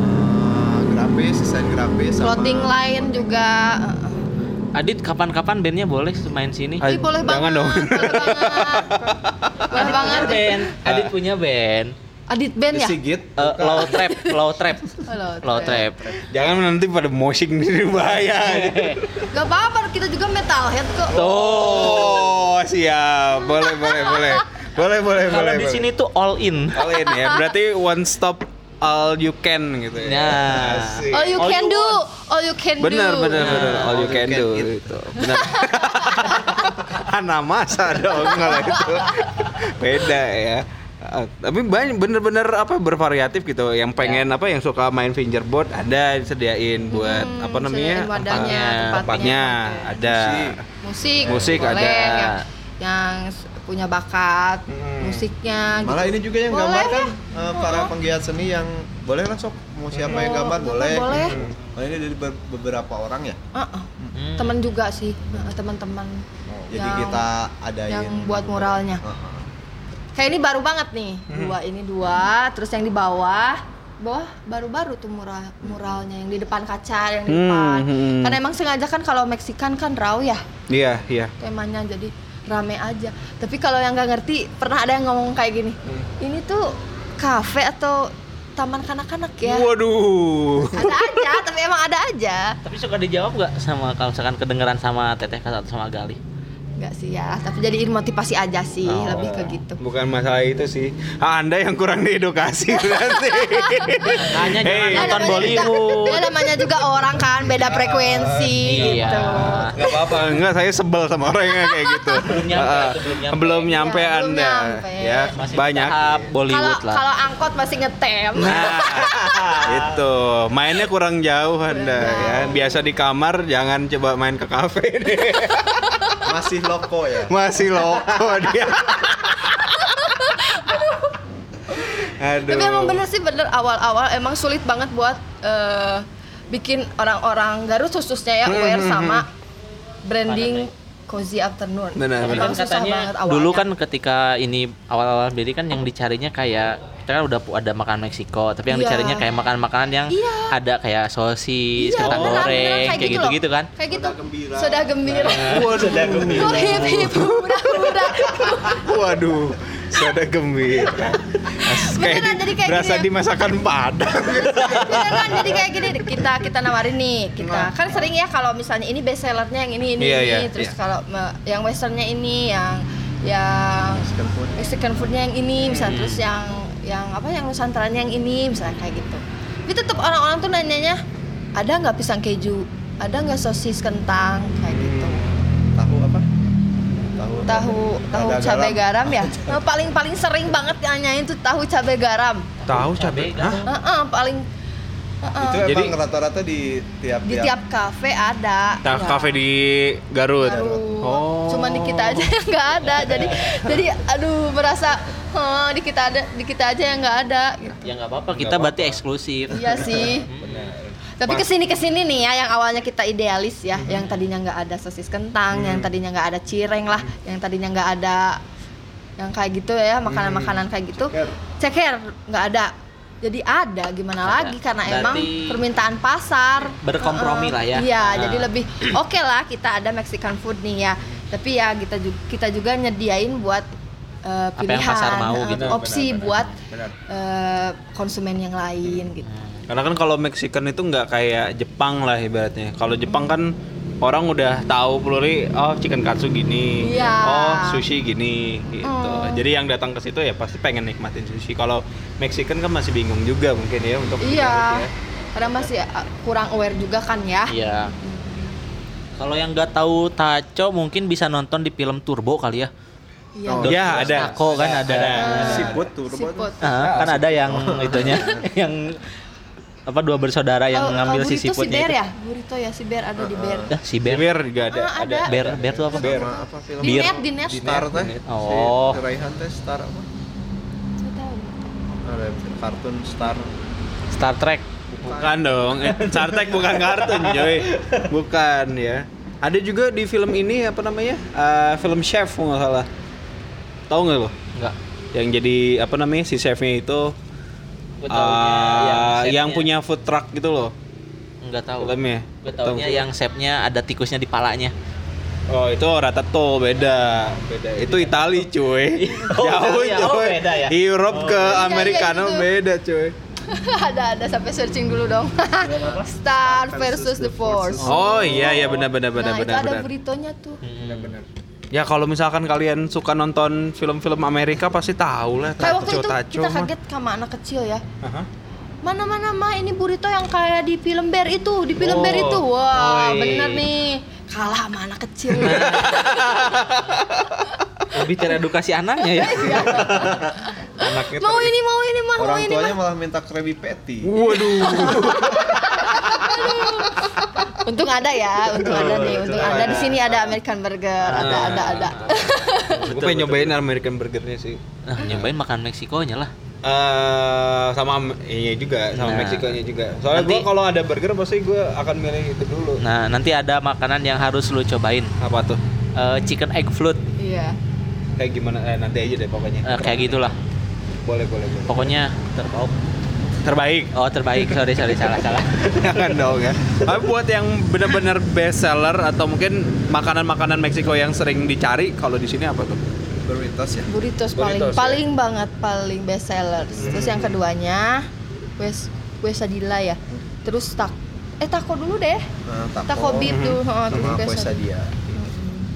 [SPEAKER 4] eh, grafis desain grafis sama
[SPEAKER 3] Clothing line juga. heeh.
[SPEAKER 2] Adit kapan-kapan bandnya boleh main sini.
[SPEAKER 1] Ah,
[SPEAKER 3] Ih, boleh
[SPEAKER 1] jangan
[SPEAKER 3] banget.
[SPEAKER 1] dong.
[SPEAKER 3] Boleh banget. boleh banget.
[SPEAKER 2] band. Adit punya band.
[SPEAKER 3] Adit band ya?
[SPEAKER 4] Sigit
[SPEAKER 2] Eh, low trap, low trap,
[SPEAKER 3] Halo.
[SPEAKER 2] low trap.
[SPEAKER 1] Jangan nanti pada moshing di ya. bahaya.
[SPEAKER 3] Gak apa-apa, kita juga metalhead kok.
[SPEAKER 1] Tuh, Oh, siap. Boleh, boleh, boleh. Boleh, boleh,
[SPEAKER 2] Kalau
[SPEAKER 1] boleh.
[SPEAKER 2] di
[SPEAKER 1] boleh.
[SPEAKER 2] sini tuh all in.
[SPEAKER 1] All in ya. Berarti one stop all you can gitu ya.
[SPEAKER 2] Nah.
[SPEAKER 1] Asik.
[SPEAKER 3] All you
[SPEAKER 2] All
[SPEAKER 3] can
[SPEAKER 2] you
[SPEAKER 3] do,
[SPEAKER 2] want.
[SPEAKER 3] all you can
[SPEAKER 1] Benar,
[SPEAKER 3] do. Ya. Ah,
[SPEAKER 1] benar,
[SPEAKER 2] Nah,
[SPEAKER 1] benar. All you can do
[SPEAKER 4] eat.
[SPEAKER 1] itu. Benar. Kan Ana masa dong kalau itu. Beda ya. Eh, tapi banyak bener-bener apa bervariatif gitu
[SPEAKER 3] Iya.
[SPEAKER 1] yang pengen apa yang suka main fingerboard ada disediain buat
[SPEAKER 3] Hmm,
[SPEAKER 1] apa namanya
[SPEAKER 3] disediain wadahnya,
[SPEAKER 1] tempat- tempatnya
[SPEAKER 3] tempatnya,
[SPEAKER 1] ada
[SPEAKER 3] Musik,
[SPEAKER 1] Musik
[SPEAKER 3] boleh,
[SPEAKER 1] ada.
[SPEAKER 3] Yang, yang punya bakat
[SPEAKER 1] Hmm.
[SPEAKER 3] musiknya.
[SPEAKER 4] malah
[SPEAKER 3] gitu.
[SPEAKER 4] ini juga yang
[SPEAKER 3] Boleh
[SPEAKER 4] gambar kan
[SPEAKER 3] ya?
[SPEAKER 4] eh, para penggiat seni yang boleh lah sok mau siapa yang
[SPEAKER 3] Mau
[SPEAKER 4] gambar
[SPEAKER 3] gambar
[SPEAKER 4] boleh
[SPEAKER 3] boleh.
[SPEAKER 4] Hmm. Malah ini dari be- beberapa orang ya
[SPEAKER 3] Uh-uh. Temen juga sih, uh, teman-teman.
[SPEAKER 4] Oh, jadi
[SPEAKER 3] yang-
[SPEAKER 4] kita adain Oh.
[SPEAKER 3] yang buat muralnya.
[SPEAKER 4] Heeh.
[SPEAKER 3] Kayak ini baru banget nih,
[SPEAKER 4] Hmm.
[SPEAKER 3] dua ini dua, terus yang di bawah bawah baru-baru tuh mural muralnya yang di depan kaca yang di
[SPEAKER 1] Hmm,
[SPEAKER 3] depan
[SPEAKER 1] hmm.
[SPEAKER 3] karena emang sengaja kan kalau Meksikan kan raw ya
[SPEAKER 1] iya iya
[SPEAKER 3] temanya jadi rame aja
[SPEAKER 4] Hmm.
[SPEAKER 3] tapi kalau yang nggak ngerti pernah ada yang ngomong kayak gini ini tuh kafe atau taman kanak-kanak ya.
[SPEAKER 1] Waduh.
[SPEAKER 3] Ada aja, tapi emang ada aja.
[SPEAKER 2] Tapi suka dijawab nggak sama kalau misalkan kedengeran sama Teteh atau sama Gali?
[SPEAKER 3] Enggak sih ya, tapi jadiin motivasi aja sih,
[SPEAKER 2] Oh.
[SPEAKER 3] lebih ke gitu.
[SPEAKER 1] Bukan masalah itu sih. Ah, Anda yang kurang diedukasi berarti.
[SPEAKER 2] Hanya jangan
[SPEAKER 1] Hey.
[SPEAKER 3] Ya,
[SPEAKER 2] nonton
[SPEAKER 3] namanya juga-
[SPEAKER 2] Bollywood.
[SPEAKER 3] Ya namanya juga orang kan beda frekuensi
[SPEAKER 2] Iya.
[SPEAKER 3] gitu.
[SPEAKER 1] Enggak apa-apa, enggak saya sebel sama orang yang kayak gitu.
[SPEAKER 2] Belum nyampe,
[SPEAKER 1] Ah,
[SPEAKER 2] belum nyampe.
[SPEAKER 1] belum nyampe
[SPEAKER 3] Ya, belum
[SPEAKER 1] Anda.
[SPEAKER 3] nyampe.
[SPEAKER 1] Ya,
[SPEAKER 2] Masih
[SPEAKER 1] banyak.
[SPEAKER 2] tahap
[SPEAKER 3] Kalau
[SPEAKER 2] Bollywood lah.
[SPEAKER 3] kalau angkot masih ngetem.
[SPEAKER 1] Nah, itu mainnya kurang jauh Anda ya. Biasa di kamar jangan coba main ke kafe deh.
[SPEAKER 4] Masih loko ya.
[SPEAKER 1] Masih loko dia. Aduh.
[SPEAKER 3] Tapi emang bener sih bener awal-awal emang sulit banget buat eh, bikin orang-orang Garut khususnya ya
[SPEAKER 1] Hmm,
[SPEAKER 3] aware
[SPEAKER 1] hmm,
[SPEAKER 3] sama branding cozy afternoon.
[SPEAKER 1] Benar,
[SPEAKER 3] Emang
[SPEAKER 1] benar.
[SPEAKER 2] Kan
[SPEAKER 3] susah
[SPEAKER 2] katanya
[SPEAKER 3] banget awalnya.
[SPEAKER 2] dulu kan ketika ini awal-awal beli kan yang dicarinya kayak kita kan udah pu- ada makan Meksiko, tapi yang
[SPEAKER 3] Iya.
[SPEAKER 2] dicarinya kayak makan-makanan yang
[SPEAKER 3] Iya.
[SPEAKER 2] ada kayak sosis,
[SPEAKER 3] Iya,
[SPEAKER 2] kentang
[SPEAKER 3] beneran, beneran,
[SPEAKER 2] goreng, kayak
[SPEAKER 3] loh.
[SPEAKER 2] gitu-gitu kan.
[SPEAKER 3] Kayak gitu.
[SPEAKER 4] Soda gembira.
[SPEAKER 3] Sudah gembira.
[SPEAKER 1] Waduh.
[SPEAKER 3] Oh, hip hip muda-muda.
[SPEAKER 1] Waduh. Sada gembira. Kayak
[SPEAKER 3] Beneran
[SPEAKER 1] di-
[SPEAKER 3] jadi kayak
[SPEAKER 1] berasa
[SPEAKER 3] gini ya.
[SPEAKER 1] dimasakan Padang.
[SPEAKER 3] Beneran jadi kayak gini kita kita nawarin nih kita kan sering ya kalau misalnya ini best sellernya yang ini ini
[SPEAKER 1] Iya,
[SPEAKER 3] ini
[SPEAKER 1] iya,
[SPEAKER 3] terus
[SPEAKER 1] iya.
[SPEAKER 3] kalau me- yang westernnya ini yang yang
[SPEAKER 4] Mexican food.
[SPEAKER 3] Mexican foodnya yang ini misalnya terus yang yang apa yang nusantaranya yang ini misalnya kayak gitu tapi tetap orang-orang tuh nanyanya ada nggak pisang keju ada nggak sosis kentang kayak gitu
[SPEAKER 4] Hmm. Tahu apa? Tahu.
[SPEAKER 3] tahu tahu
[SPEAKER 4] Ada
[SPEAKER 3] cabai garam, ya Nah, paling paling sering banget nanyain tuh tahu cabai garam
[SPEAKER 1] Tahu cabe. Hah?
[SPEAKER 3] Heeh, paling heeh.
[SPEAKER 4] Ah. Itu
[SPEAKER 1] Jadi-
[SPEAKER 4] emang rata-rata di tiap
[SPEAKER 3] di tiap kafe ada
[SPEAKER 2] Iya.
[SPEAKER 1] Nah,
[SPEAKER 3] Ya.
[SPEAKER 1] kafe di Garut.
[SPEAKER 3] baru
[SPEAKER 1] Oh.
[SPEAKER 3] cuman di kita aja yang nggak ada jadi jadi aduh merasa "Heh, di kita ada di kita aja yang nggak ada gitu.
[SPEAKER 2] Ya nggak apa-apa, kita berarti eksklusif.
[SPEAKER 3] iya sih tapi kesini kesini nih ya yang awalnya kita idealis ya
[SPEAKER 2] Mm-hmm.
[SPEAKER 3] yang tadinya nggak ada sosis kentang yang tadinya nggak ada cireng lah
[SPEAKER 2] Mm-hmm.
[SPEAKER 3] yang tadinya nggak ada yang kayak gitu ya makanan makanan
[SPEAKER 2] Mm-hmm.
[SPEAKER 3] kayak gitu ceker
[SPEAKER 4] Ceker.
[SPEAKER 3] nggak ada jadi ada gimana
[SPEAKER 2] Ada.
[SPEAKER 3] lagi karena
[SPEAKER 2] Berarti
[SPEAKER 3] emang permintaan pasar
[SPEAKER 2] berkompromi
[SPEAKER 3] Heeh.
[SPEAKER 2] lah ya.
[SPEAKER 3] iya
[SPEAKER 2] Nah.
[SPEAKER 3] jadi lebih oke lah kita ada Mexican food nih ya tapi ya kita juga kita juga nyediain buat eh,
[SPEAKER 2] Apa yang
[SPEAKER 3] pilihan
[SPEAKER 2] pasar mau
[SPEAKER 3] eh,
[SPEAKER 2] gitu.
[SPEAKER 3] opsi buat
[SPEAKER 4] Benar.
[SPEAKER 3] eh, konsumen yang lain gitu
[SPEAKER 1] Karena kan kalau Mexican itu nggak kayak Jepang lah ibaratnya. Kalau Jepang kan orang udah tahu peluri oh chicken katsu gini,
[SPEAKER 3] Iya.
[SPEAKER 1] oh sushi gini gitu.
[SPEAKER 3] Hmm.
[SPEAKER 1] Jadi yang datang ke situ ya pasti pengen nikmatin sushi. Kalau Mexican kan masih bingung juga mungkin ya untuk
[SPEAKER 3] Iya. Kadang masih uh, kurang aware juga kan ya.
[SPEAKER 2] Iya. Kalau yang nggak tahu taco mungkin bisa nonton di film Turbo kali ya.
[SPEAKER 3] Iya.
[SPEAKER 4] Oh,
[SPEAKER 1] Iya, ya, ada.
[SPEAKER 2] Taco kan ada.
[SPEAKER 1] Ada. Iya.
[SPEAKER 4] Siput tuh.
[SPEAKER 3] Siput.
[SPEAKER 1] Ya,
[SPEAKER 2] Ah, kan ada yang
[SPEAKER 1] Oh.
[SPEAKER 2] itunya yang apa dua bersaudara
[SPEAKER 3] Oh,
[SPEAKER 2] yang ngambil
[SPEAKER 3] oh,
[SPEAKER 2] si
[SPEAKER 3] burrito si
[SPEAKER 2] siputnya
[SPEAKER 3] bear
[SPEAKER 2] itu. Ah,
[SPEAKER 3] ya? Burrito ya si bear ada di bear.
[SPEAKER 2] Dah, si
[SPEAKER 1] Di
[SPEAKER 2] bear.
[SPEAKER 1] Bear juga ada.
[SPEAKER 3] Ah, ada.
[SPEAKER 2] Bear, bear tuh apa?
[SPEAKER 1] Bear.
[SPEAKER 4] Sama apa film?
[SPEAKER 3] Di
[SPEAKER 2] Beer.
[SPEAKER 3] net, di net.
[SPEAKER 4] Star teh.
[SPEAKER 2] Oh.
[SPEAKER 4] Si Raihan teh Star apa?
[SPEAKER 3] Nggak tahu.
[SPEAKER 4] Ada kartun Star.
[SPEAKER 2] Star Trek.
[SPEAKER 1] Bukan dong. Eh, Star Trek bukan kartun, coy. Bukan ya. Ada juga di film ini apa namanya? Eh, film Chef kalau nggak salah. Tahu nggak lo?
[SPEAKER 2] Enggak.
[SPEAKER 1] yang jadi apa namanya si chefnya itu
[SPEAKER 2] Gua taunya
[SPEAKER 1] ah,
[SPEAKER 2] yang
[SPEAKER 1] yang,
[SPEAKER 2] chefnya.
[SPEAKER 1] punya food truck gitu loh
[SPEAKER 2] Enggak tahu.
[SPEAKER 1] filmnya
[SPEAKER 2] Gue taunya
[SPEAKER 1] Tahu.
[SPEAKER 2] yang shape-nya ada tikusnya di palanya.
[SPEAKER 1] oh itu Ratato beda beda itu Itali cuy
[SPEAKER 2] Oh,
[SPEAKER 1] jauh
[SPEAKER 2] Italia. Oh,
[SPEAKER 1] cuy
[SPEAKER 2] beda ya?
[SPEAKER 1] Europe ke Americano
[SPEAKER 3] gitu.
[SPEAKER 1] beda cuy
[SPEAKER 3] ada ada sampai searching dulu dong. Star versus the Force.
[SPEAKER 1] oh iya ya benar benar benar
[SPEAKER 3] Nah, itu
[SPEAKER 1] benar
[SPEAKER 3] ada
[SPEAKER 1] benar
[SPEAKER 3] burritonya tuh.
[SPEAKER 2] Iya,
[SPEAKER 4] Benar-benar.
[SPEAKER 1] ya kalau misalkan kalian suka nonton film-film Amerika pasti tahu lah
[SPEAKER 3] Kayak waktu
[SPEAKER 1] Taco
[SPEAKER 3] itu
[SPEAKER 1] Taco
[SPEAKER 3] kita
[SPEAKER 1] mah.
[SPEAKER 3] kaget sama anak kecil ya.
[SPEAKER 1] Aha.
[SPEAKER 3] Mana mana mah ini burrito yang kayak di film Bear itu, di film
[SPEAKER 1] Oh.
[SPEAKER 3] Bear itu. Wah,
[SPEAKER 2] Oi.
[SPEAKER 3] bener nih. Kalah sama anak kecil.
[SPEAKER 2] Hmm. Lebih teredukasi anaknya ya.
[SPEAKER 1] Gitu.
[SPEAKER 4] Anaknya
[SPEAKER 3] mau
[SPEAKER 4] ter-
[SPEAKER 3] ini, mau ini, mah, mau
[SPEAKER 4] Orang
[SPEAKER 3] ini,
[SPEAKER 4] tuanya
[SPEAKER 3] mah.
[SPEAKER 4] malah minta Krabby Patty.
[SPEAKER 1] waduh
[SPEAKER 3] Untung ada ya, untung ada nih,
[SPEAKER 4] Betul,
[SPEAKER 3] untung
[SPEAKER 4] betul.
[SPEAKER 3] ada di sini ada American Burger, ada ada ada.
[SPEAKER 1] gue pengen nyobain American burgernya sih
[SPEAKER 2] Nah, nyobain makan Meksikonya lah.
[SPEAKER 1] eh sama Am- iya juga sama
[SPEAKER 2] Nah.
[SPEAKER 1] Meksikonya juga. Soalnya
[SPEAKER 2] Nanti-
[SPEAKER 1] gue kalau ada burger pasti gue akan milih itu dulu.
[SPEAKER 2] Nah, nanti ada makanan yang harus lu cobain.
[SPEAKER 1] Apa tuh?
[SPEAKER 2] Eh, chicken egg float.
[SPEAKER 3] Iya.
[SPEAKER 1] Kayak gimana? Eh, nanti aja deh pokoknya.
[SPEAKER 2] Eh, kayak gitulah.
[SPEAKER 1] Boleh boleh boleh.
[SPEAKER 2] Pokoknya terbaik.
[SPEAKER 1] Terbaik.
[SPEAKER 2] Oh, terbaik. Sorry, sorry, salah, salah.
[SPEAKER 1] Jangan dong ya. Tapi buat yang benar-benar best seller atau mungkin makanan-makanan Meksiko yang sering dicari kalau di sini apa tuh?
[SPEAKER 4] Burritos ya.
[SPEAKER 3] Burritos paling
[SPEAKER 1] Burritos, ya.
[SPEAKER 3] Hmm. paling banget paling best sellers. Terus yang keduanya Wes quesadilla ya. Terus tak eh taco dulu deh.
[SPEAKER 4] Nah,
[SPEAKER 3] Taco beef tuh, Hmm. heeh, terus
[SPEAKER 4] sama
[SPEAKER 3] quesadilla.
[SPEAKER 4] quesadilla.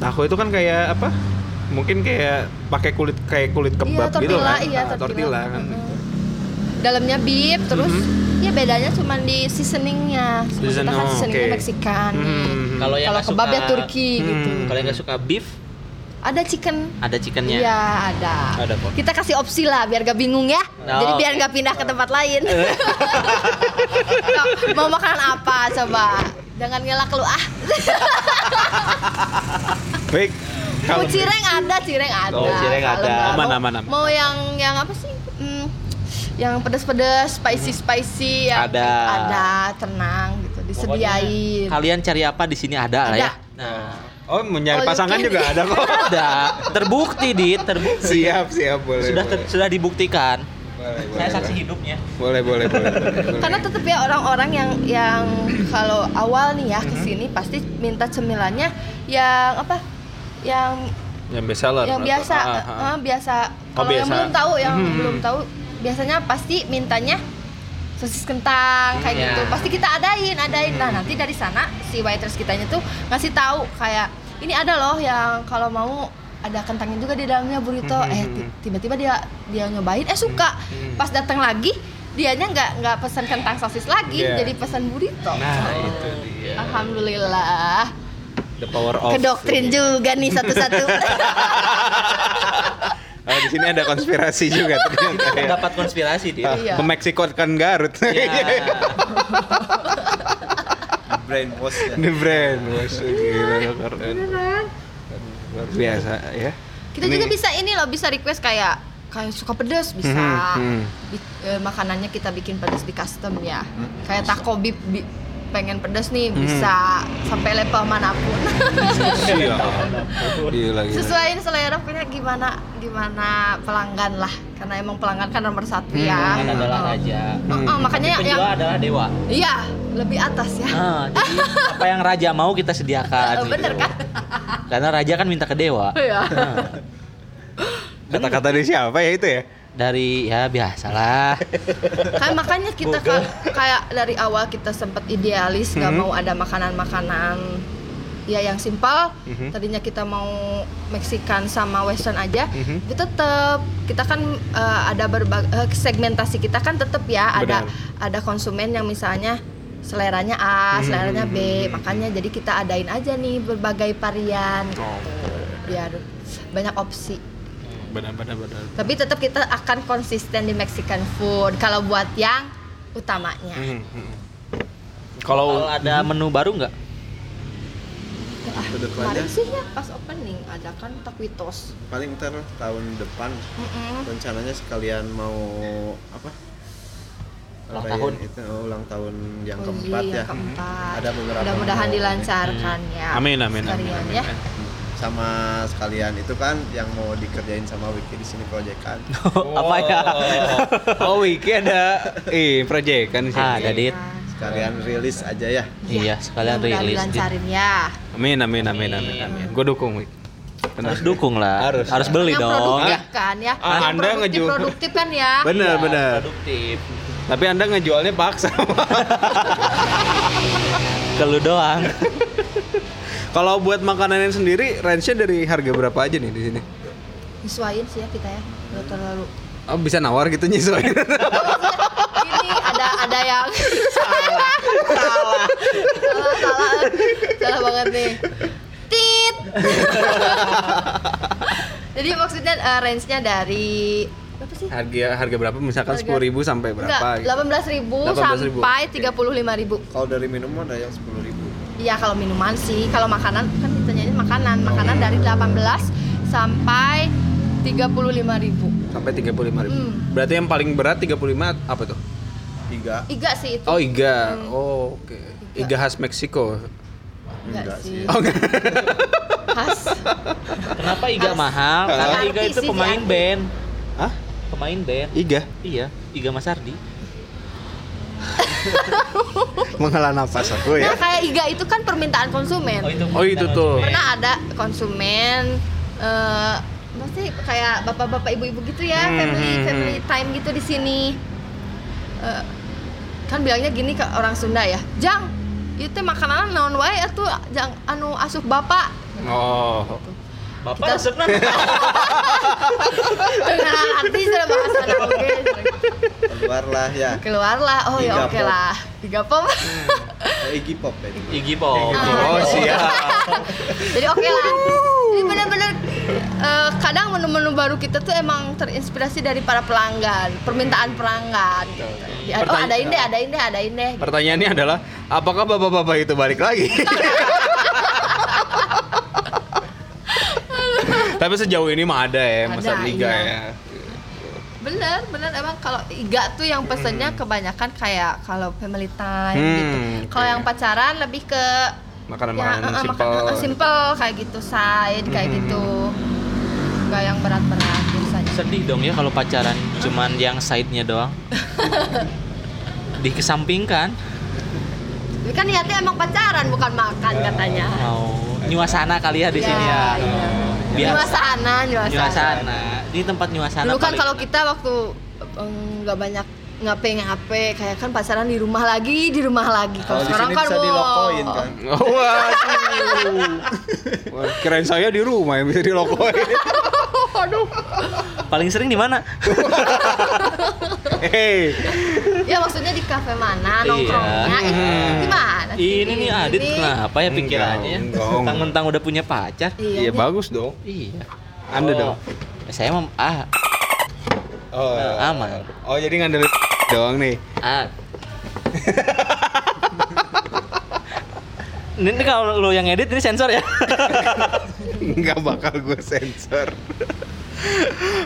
[SPEAKER 1] Tahu itu kan kayak apa? Mungkin kayak pakai kulit kayak kulit kebab
[SPEAKER 3] iya, tortilla,
[SPEAKER 1] gitu kan.
[SPEAKER 3] Iya,
[SPEAKER 1] Ah,
[SPEAKER 3] tortilla,
[SPEAKER 1] tortilla kan.
[SPEAKER 3] Heeh. Dalamnya beef terus ya bedanya cuma di seasoningnya. Kalau
[SPEAKER 1] Season-
[SPEAKER 3] kita kan
[SPEAKER 1] oh,
[SPEAKER 3] seasoningnya
[SPEAKER 1] oke.
[SPEAKER 3] Meksikan.
[SPEAKER 1] Hmm.
[SPEAKER 2] Kalau Oh, yang
[SPEAKER 3] Kalau
[SPEAKER 2] nggak
[SPEAKER 3] kebab
[SPEAKER 2] suka-
[SPEAKER 3] ya Turki gitu.
[SPEAKER 1] Hmm.
[SPEAKER 2] Kalau yang nggak suka beef,
[SPEAKER 3] Ada chicken
[SPEAKER 2] ada chickennya.
[SPEAKER 3] Iya ada.
[SPEAKER 2] Ada kok.
[SPEAKER 3] Kita kasih opsi lah biar gak bingung ya.
[SPEAKER 2] Nah,
[SPEAKER 3] Jadi biar
[SPEAKER 2] oke.
[SPEAKER 3] gak pindah ke tempat lain. Nah, mau makanan apa coba? Jangan ngelak lu ah.
[SPEAKER 1] Baik.
[SPEAKER 3] Mau
[SPEAKER 1] Kalau gitu.
[SPEAKER 3] cireng ada, cireng ada.
[SPEAKER 2] Oh, cireng
[SPEAKER 3] Kalau
[SPEAKER 2] ada.
[SPEAKER 3] nggak,
[SPEAKER 1] Aman,
[SPEAKER 3] mau-
[SPEAKER 1] aman, aman.
[SPEAKER 3] Mau yang yang apa sih? Hmm, yang pedas-pedas, spicy-spicy yang
[SPEAKER 2] Ada.
[SPEAKER 3] ada, tenang gitu,
[SPEAKER 2] Pokoknya
[SPEAKER 3] disediain.
[SPEAKER 2] Kalian cari apa di sini ada, lah ya.
[SPEAKER 3] Iya. Ada.
[SPEAKER 2] Nah,
[SPEAKER 1] Oh, mau nyari
[SPEAKER 3] Oh,
[SPEAKER 1] pasangan
[SPEAKER 3] you can.
[SPEAKER 1] juga ada kok.
[SPEAKER 2] ada. Terbukti di, terbukti.
[SPEAKER 1] siap, siap boleh.
[SPEAKER 2] sudah ter-
[SPEAKER 1] boleh.
[SPEAKER 2] sudah dibuktikan.
[SPEAKER 1] Boleh,
[SPEAKER 2] Saya
[SPEAKER 1] boleh,
[SPEAKER 2] saksi hidupnya.
[SPEAKER 1] Boleh, boleh, boleh. boleh.
[SPEAKER 3] Karena tetap ya orang-orang yang yang kalau awal nih ya ke sini pasti minta cemilannya yang apa? Yang
[SPEAKER 1] yang biasa lah.
[SPEAKER 3] yang biasa
[SPEAKER 1] Ah, ah, ah.
[SPEAKER 3] eh, biasa
[SPEAKER 1] Oh,
[SPEAKER 3] kalau yang
[SPEAKER 1] biasa.
[SPEAKER 3] belum tahu yang
[SPEAKER 1] Hmm.
[SPEAKER 3] belum tahu biasanya pasti mintanya sosis
[SPEAKER 1] Hmm,
[SPEAKER 3] kentang kayak
[SPEAKER 2] Iya.
[SPEAKER 3] gitu
[SPEAKER 1] ya.
[SPEAKER 3] pasti kita adain adain nah nanti dari sana si waiters kitanya tuh ngasih tahu kayak ini ada loh yang kalau mau ada kentangnya juga di dalamnya burrito
[SPEAKER 1] Hmm,
[SPEAKER 3] eh
[SPEAKER 1] hmm,
[SPEAKER 3] ti-
[SPEAKER 1] hmm.
[SPEAKER 3] tiba-tiba dia dia nyobain eh suka
[SPEAKER 1] Hmm.
[SPEAKER 3] pas datang lagi dianya nggak nggak pesan kentang sosis lagi
[SPEAKER 1] Iya.
[SPEAKER 3] jadi pesan burrito
[SPEAKER 1] Nah, itu dia.
[SPEAKER 3] alhamdulillah
[SPEAKER 1] The power of
[SPEAKER 3] ke doktrin juga nih satu-satu
[SPEAKER 1] Oh, di sini ada konspirasi juga ternyata. ya.
[SPEAKER 2] Dapat konspirasi Nah, di.
[SPEAKER 1] Ah,
[SPEAKER 3] Iya.
[SPEAKER 1] ke Meksiko kan Garut.
[SPEAKER 2] Iya.
[SPEAKER 4] Brainwash ya.
[SPEAKER 1] Ini brand, bos. Gila, keren. Luar biasa ya.
[SPEAKER 3] Kita
[SPEAKER 1] Ini-
[SPEAKER 3] juga bisa ini loh, bisa request kayak kayak suka pedas bisa.
[SPEAKER 1] Mhm, mhm.
[SPEAKER 3] Bi- eh, makanannya kita bikin pedas di custom ya. Kayak taco bib bi- pengen pedas nih bisa sampai level manapun.
[SPEAKER 1] Siap. Gila, gila.
[SPEAKER 3] Sesuaiin selera punya gimana gimana pelanggan lah. Karena emang pelanggan kan nomor satu ya.
[SPEAKER 2] Ada dolar aja.
[SPEAKER 3] Oh, oh, makanya
[SPEAKER 2] Mhm, Tapi
[SPEAKER 3] yang
[SPEAKER 2] Penjual adalah dewa.
[SPEAKER 3] iya lebih atas ya.
[SPEAKER 2] Ah, jadi apa yang raja mau kita sediakan.
[SPEAKER 3] Bener
[SPEAKER 2] gitu.
[SPEAKER 3] kan?
[SPEAKER 2] Karena raja kan minta ke dewa. Ah.
[SPEAKER 3] Iya.
[SPEAKER 1] Kata-kata dari siapa ya itu ya?
[SPEAKER 2] Dari ya biasalah.
[SPEAKER 3] Kayak makanya kita ka- kayak dari awal kita sempat idealis nggak
[SPEAKER 1] Mhm.
[SPEAKER 3] mau ada makanan-makanan ya yang simpel.
[SPEAKER 1] Mhm.
[SPEAKER 3] Tadinya kita mau Meksikan sama Western aja,
[SPEAKER 1] Mhm.
[SPEAKER 3] tapi tetap kita kan eh, ada berbagai segmentasi kita kan tetap ya ada
[SPEAKER 1] Benar.
[SPEAKER 3] ada konsumen yang misalnya seleranya A,
[SPEAKER 1] Mhm.
[SPEAKER 3] seleranya B, makanya jadi kita adain aja nih berbagai varian gitu. biar banyak opsi.
[SPEAKER 1] Benar-benar benar.
[SPEAKER 3] Tapi tetap kita akan konsisten di Mexican food kalau buat yang utamanya.
[SPEAKER 1] Mhm, mhm. Kalau
[SPEAKER 2] Kalau ada menu baru nggak?
[SPEAKER 4] Ke depannya
[SPEAKER 3] Kemarin sih ya pas opening ada kan taquitos.
[SPEAKER 4] paling ntar tahun depan
[SPEAKER 3] Mm-mm.
[SPEAKER 4] rencananya sekalian mau apa?
[SPEAKER 2] Ulang
[SPEAKER 4] Rayain
[SPEAKER 2] tahun.
[SPEAKER 4] itu oh, ulang tahun yang
[SPEAKER 3] Oh,
[SPEAKER 4] keempat
[SPEAKER 3] iya,
[SPEAKER 4] ya.
[SPEAKER 3] yang keempat.
[SPEAKER 4] Ada beberapa
[SPEAKER 3] Mudah-mudahan
[SPEAKER 4] mau-
[SPEAKER 3] dilancarkan ya.
[SPEAKER 1] Amin amin amin.
[SPEAKER 3] sekalian
[SPEAKER 1] amin,
[SPEAKER 3] ya.
[SPEAKER 1] amin.
[SPEAKER 4] Sama sekalian itu kan yang mau dikerjain sama Wiki di sini proyek kan.
[SPEAKER 2] apa ya?
[SPEAKER 1] Oh, Wiki ada eh project kan sih.
[SPEAKER 2] Ah, ada dit.
[SPEAKER 4] Sekalian rilis aja ya.
[SPEAKER 2] Iya, sekalian
[SPEAKER 3] mudah-mudahan
[SPEAKER 2] rilis.
[SPEAKER 3] Dilancarin ya.
[SPEAKER 1] Amin amin amin amin amin. Gue dukung Wiki.
[SPEAKER 2] Harus dukung lah.
[SPEAKER 1] Harus.
[SPEAKER 2] Harus, beli
[SPEAKER 3] yang
[SPEAKER 2] dong.
[SPEAKER 3] produktif
[SPEAKER 2] Ya.
[SPEAKER 3] kan ya.
[SPEAKER 1] Ah,
[SPEAKER 3] yang
[SPEAKER 1] Anda
[SPEAKER 3] produktif,
[SPEAKER 1] ngejual.
[SPEAKER 3] produktif kan ya.
[SPEAKER 1] Benar
[SPEAKER 2] Iya,
[SPEAKER 1] benar.
[SPEAKER 2] Produktif.
[SPEAKER 1] Tapi Anda ngejualnya paksa.
[SPEAKER 2] Ke lu doang.
[SPEAKER 1] Kalau buat makanannya sendiri range-nya dari harga berapa aja nih di sini?
[SPEAKER 3] Nyesuaiin sih ya kita ya. Gak terlalu.
[SPEAKER 1] Oh, bisa nawar gitu nyesuaiin.
[SPEAKER 3] Ini ada ada yang salah salah salah banget nih tit jadi maksudnya eh, range-nya dari berapa sih
[SPEAKER 1] harga harga berapa misalkan
[SPEAKER 3] Harga-
[SPEAKER 1] 10.000 sampai berapa gitu.
[SPEAKER 3] delapan belas ribu
[SPEAKER 1] 18.000,
[SPEAKER 3] sampai
[SPEAKER 1] oke.
[SPEAKER 3] tiga puluh lima ribu
[SPEAKER 4] Kalau dari minum mah ada yang 10.000.
[SPEAKER 3] iya kalau minuman sih kalau makanan kan ditanyain makanan makanan dari 18 sampai tiga puluh lima ribu
[SPEAKER 1] sampai 35.000.
[SPEAKER 3] Hmm.
[SPEAKER 1] Berarti yang paling berat 35 apa tuh?
[SPEAKER 4] Tiga
[SPEAKER 3] iga sih itu
[SPEAKER 1] Oh, iga. Oh, oke.
[SPEAKER 3] Hmm. Iga.
[SPEAKER 1] Iga khas Meksiko.
[SPEAKER 3] enggak
[SPEAKER 4] enggak
[SPEAKER 3] sih
[SPEAKER 4] sih.
[SPEAKER 1] Oh, enggak.
[SPEAKER 3] khas
[SPEAKER 2] Kenapa Iga
[SPEAKER 3] Harus-
[SPEAKER 2] mahal? Karena
[SPEAKER 3] Artis
[SPEAKER 2] Iga itu
[SPEAKER 3] sih,
[SPEAKER 2] pemain
[SPEAKER 3] artis.
[SPEAKER 2] band.
[SPEAKER 1] Hah?
[SPEAKER 2] Pemain band.
[SPEAKER 1] Iga.
[SPEAKER 2] Iya, Iga Mas Ardi.
[SPEAKER 3] Oh.
[SPEAKER 1] Menghela nafas aku ya?
[SPEAKER 3] nah kayak iga itu kan permintaan konsumen
[SPEAKER 1] iya? Oh, itu tuh.
[SPEAKER 3] pernah Kan ada konsumen eh pasti kayak bapak-bapak ibu-ibu gitu ya
[SPEAKER 1] Hmm,
[SPEAKER 3] family
[SPEAKER 1] hmm,
[SPEAKER 3] family
[SPEAKER 1] hmm.
[SPEAKER 3] time gitu di sini Eh, kan bilangnya gini ke orang Sunda ya jang itu makanan non wae atuh jang anu asup bapak
[SPEAKER 1] Oh.
[SPEAKER 2] Bapak resepna.
[SPEAKER 3] nah arti sudah bahasa anak oge.
[SPEAKER 4] keluarlah ya
[SPEAKER 3] keluarlah oh ya
[SPEAKER 4] Digapop.
[SPEAKER 3] oke lah digapop
[SPEAKER 1] Hmm.
[SPEAKER 4] Eh, Iggy Pop ya itu.
[SPEAKER 2] Igi Pop.
[SPEAKER 1] Oh,
[SPEAKER 3] Ah.
[SPEAKER 1] siap.
[SPEAKER 3] jadi oke lah jadi benar-benar eh, kadang menu-menu baru kita tuh emang terinspirasi dari para pelanggan permintaan pelanggan gitu. Ya, oh
[SPEAKER 1] Pertanya-
[SPEAKER 3] adain deh adain deh adain deh gitu.
[SPEAKER 1] Pertanyaannya adalah apakah bapak-bapak itu balik lagi? Tapi sejauh ini mah ada ya,
[SPEAKER 3] Ada,
[SPEAKER 1] masa liga
[SPEAKER 3] iya.
[SPEAKER 1] ya.
[SPEAKER 3] bener bener emang kalau iga tuh yang pesennya kebanyakan kayak kalau family time
[SPEAKER 1] Hmm,
[SPEAKER 3] gitu kalau
[SPEAKER 1] oke.
[SPEAKER 3] yang pacaran lebih ke
[SPEAKER 1] Makanan-makanan
[SPEAKER 3] ya, eh, eh,
[SPEAKER 1] simpel.
[SPEAKER 3] makan- eh, simple kayak gitu side kayak
[SPEAKER 1] Hmm.
[SPEAKER 3] gitu nggak yang berat-berat biasanya
[SPEAKER 2] Sedih dong ya kalau pacaran cuman yang side-nya doang. Dikesampingkan.
[SPEAKER 3] tapi kan niatnya emang pacaran bukan makan katanya
[SPEAKER 1] Ah,
[SPEAKER 2] Oh, nyuasana kali ya di sini ya.
[SPEAKER 3] iya.
[SPEAKER 2] Biasa.
[SPEAKER 3] Nyuasana, nyuasana.
[SPEAKER 2] Nyuasana. Ini tempat nyuasana.
[SPEAKER 3] Dulu kan
[SPEAKER 2] paling
[SPEAKER 3] kalau
[SPEAKER 2] enak.
[SPEAKER 3] kita waktu eh, nggak banyak ngape-ngape kayak kan pasaran di rumah lagi di rumah lagi kalau
[SPEAKER 2] Oh,
[SPEAKER 4] Kalau di
[SPEAKER 3] sekarang
[SPEAKER 4] sini
[SPEAKER 3] kan
[SPEAKER 4] bisa
[SPEAKER 3] wow.
[SPEAKER 4] dilokoin kan.
[SPEAKER 1] Waduh. Wah, Kirain saya di rumah yang bisa dilokoin.
[SPEAKER 3] Aduh.
[SPEAKER 2] paling sering di mana?
[SPEAKER 1] Hei,
[SPEAKER 3] ya maksudnya di kafe mana
[SPEAKER 2] Iya.
[SPEAKER 3] nongkrongnya ih,
[SPEAKER 1] Hmm.
[SPEAKER 3] gimana sih?
[SPEAKER 2] Ini nih Adit
[SPEAKER 3] Ini.
[SPEAKER 2] kenapa ya
[SPEAKER 1] Enggak,
[SPEAKER 2] pikirannya?
[SPEAKER 1] enggak.
[SPEAKER 2] Mentang-mentang udah punya pacar.
[SPEAKER 3] Iya,
[SPEAKER 1] ya
[SPEAKER 3] ini.
[SPEAKER 1] bagus dong.
[SPEAKER 2] Iya.
[SPEAKER 1] Anda
[SPEAKER 2] Oh,
[SPEAKER 1] dong.
[SPEAKER 2] Saya mau ah
[SPEAKER 1] Oh,
[SPEAKER 2] aman.
[SPEAKER 1] Oh, jadi ngandelin doang nih.
[SPEAKER 2] ah. ini, ini kalau lo yang edit ini sensor ya.
[SPEAKER 1] nggak bakal gue sensor.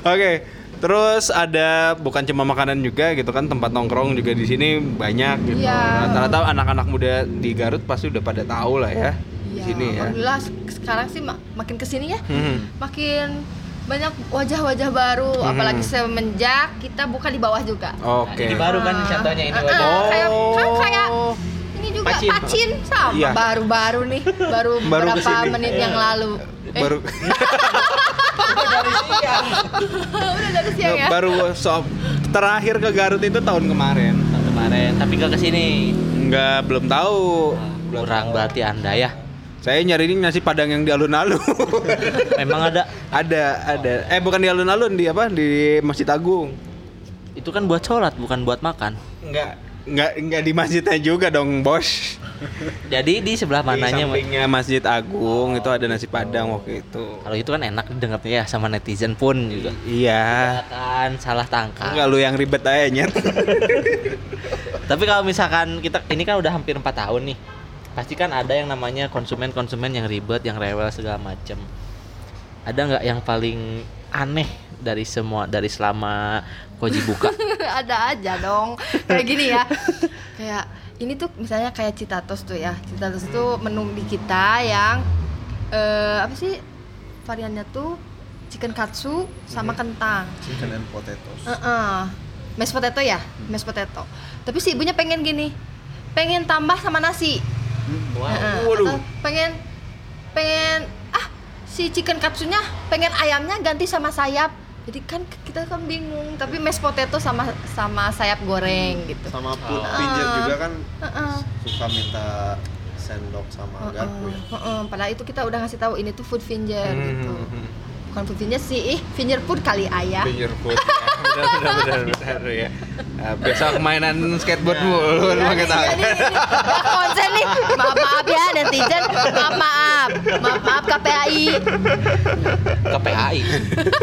[SPEAKER 1] Oke, terus ada bukan cuma makanan juga gitu kan tempat nongkrong juga di sini banyak gitu.
[SPEAKER 3] Iya.
[SPEAKER 1] Rata-rata anak-anak muda di Garut pasti udah pada tahu lah ya di
[SPEAKER 3] Iya,
[SPEAKER 1] sini ya.
[SPEAKER 3] alhamdulillah se- sekarang sih mak- makin kesini ya
[SPEAKER 1] Hmm.
[SPEAKER 3] makin banyak wajah-wajah baru
[SPEAKER 2] Hmm.
[SPEAKER 1] Mhm.
[SPEAKER 3] apalagi semenjak kita buka di bawah juga
[SPEAKER 1] Oke.
[SPEAKER 2] Ini baru kan
[SPEAKER 3] Ah.
[SPEAKER 2] contohnya ini
[SPEAKER 3] Ah,
[SPEAKER 2] wajah.
[SPEAKER 3] ah, kayak- kan kayak
[SPEAKER 1] Oh.
[SPEAKER 3] ini juga
[SPEAKER 2] Pacin.
[SPEAKER 3] pacin, sama
[SPEAKER 1] Iya.
[SPEAKER 3] baru-baru nih baru,
[SPEAKER 1] Baru
[SPEAKER 3] beberapa
[SPEAKER 1] kesini. Iya.
[SPEAKER 3] menit yang lalu Eh,
[SPEAKER 1] baru
[SPEAKER 3] udah dari siang ya
[SPEAKER 1] baru so- terakhir ke Garut itu tahun kemarin.
[SPEAKER 2] Tahun kemarin, tapi nggak kesini.
[SPEAKER 1] Nggak belum tahu. Belum
[SPEAKER 2] Kurang
[SPEAKER 1] tahu.
[SPEAKER 2] berarti anda ya.
[SPEAKER 1] Saya nyari ini nasi padang yang di alun-alun.
[SPEAKER 2] Memang ada.
[SPEAKER 1] Ada, ada. Eh bukan di alun-alun di apa? Di Masjid Agung.
[SPEAKER 2] Itu kan buat sholat, bukan buat makan.
[SPEAKER 1] Enggak, enggak enggak di masjidnya juga dong, Bos.
[SPEAKER 2] Jadi di
[SPEAKER 1] di
[SPEAKER 2] sebelah mananya? Mas?
[SPEAKER 1] sampingnya Masjid Agung itu ada nasi Padang waktu itu.
[SPEAKER 2] Kalau itu kan enak didengarnya ya sama netizen pun juga.
[SPEAKER 1] Iya.
[SPEAKER 2] Akan salah tangkap.
[SPEAKER 1] Enggak lu yang ribet aja nyet.
[SPEAKER 2] Tapi kalau misalkan kita ini kan udah hampir empat tahun nih. Pasti kan ada yang namanya konsumen-konsumen yang ribet, yang rewel segala macem Ada nggak yang paling aneh dari semua dari selama koji buka?
[SPEAKER 3] ada aja dong kayak gini ya kayak ini tuh misalnya kayak citatos tuh ya citatos itu menu di kita yang eh, apa sih variannya tuh chicken katsu sama kentang
[SPEAKER 4] Chicken and potatoes.
[SPEAKER 3] Eh. Heeh. Mashed potato ya,
[SPEAKER 1] Hmm.
[SPEAKER 3] mashed potato. Tapi si ibunya pengen gini, pengen tambah sama nasi. Heeh.
[SPEAKER 1] Hmm, Waduh.
[SPEAKER 3] Atau Pengen, pengen ah si chicken katsunya pengen ayamnya ganti sama sayap. Jadi kan kita kan bingung.
[SPEAKER 1] Hmm.
[SPEAKER 3] Tapi mashed potato sama sama sayap goreng gitu.
[SPEAKER 4] Sama put
[SPEAKER 2] Oh.
[SPEAKER 4] pinjer juga kan
[SPEAKER 3] Heeh.
[SPEAKER 4] suka minta sendok
[SPEAKER 3] Ah,
[SPEAKER 4] sama garpu ya.
[SPEAKER 3] Heeh. Heeh. Padahal itu kita udah ngasih tahu ini tuh food finger gitu.
[SPEAKER 1] Hmm.
[SPEAKER 3] Bukan food finger sih, ih, finger food kali ayah.
[SPEAKER 1] Finger food. Ya. Benar benar benar benar, ya. Nah, besok mainan skateboard mulu lu pakai tangan.
[SPEAKER 3] Nggak konsen nih maaf maaf ya netizen maaf maaf maaf maaf KPAI
[SPEAKER 2] KPI.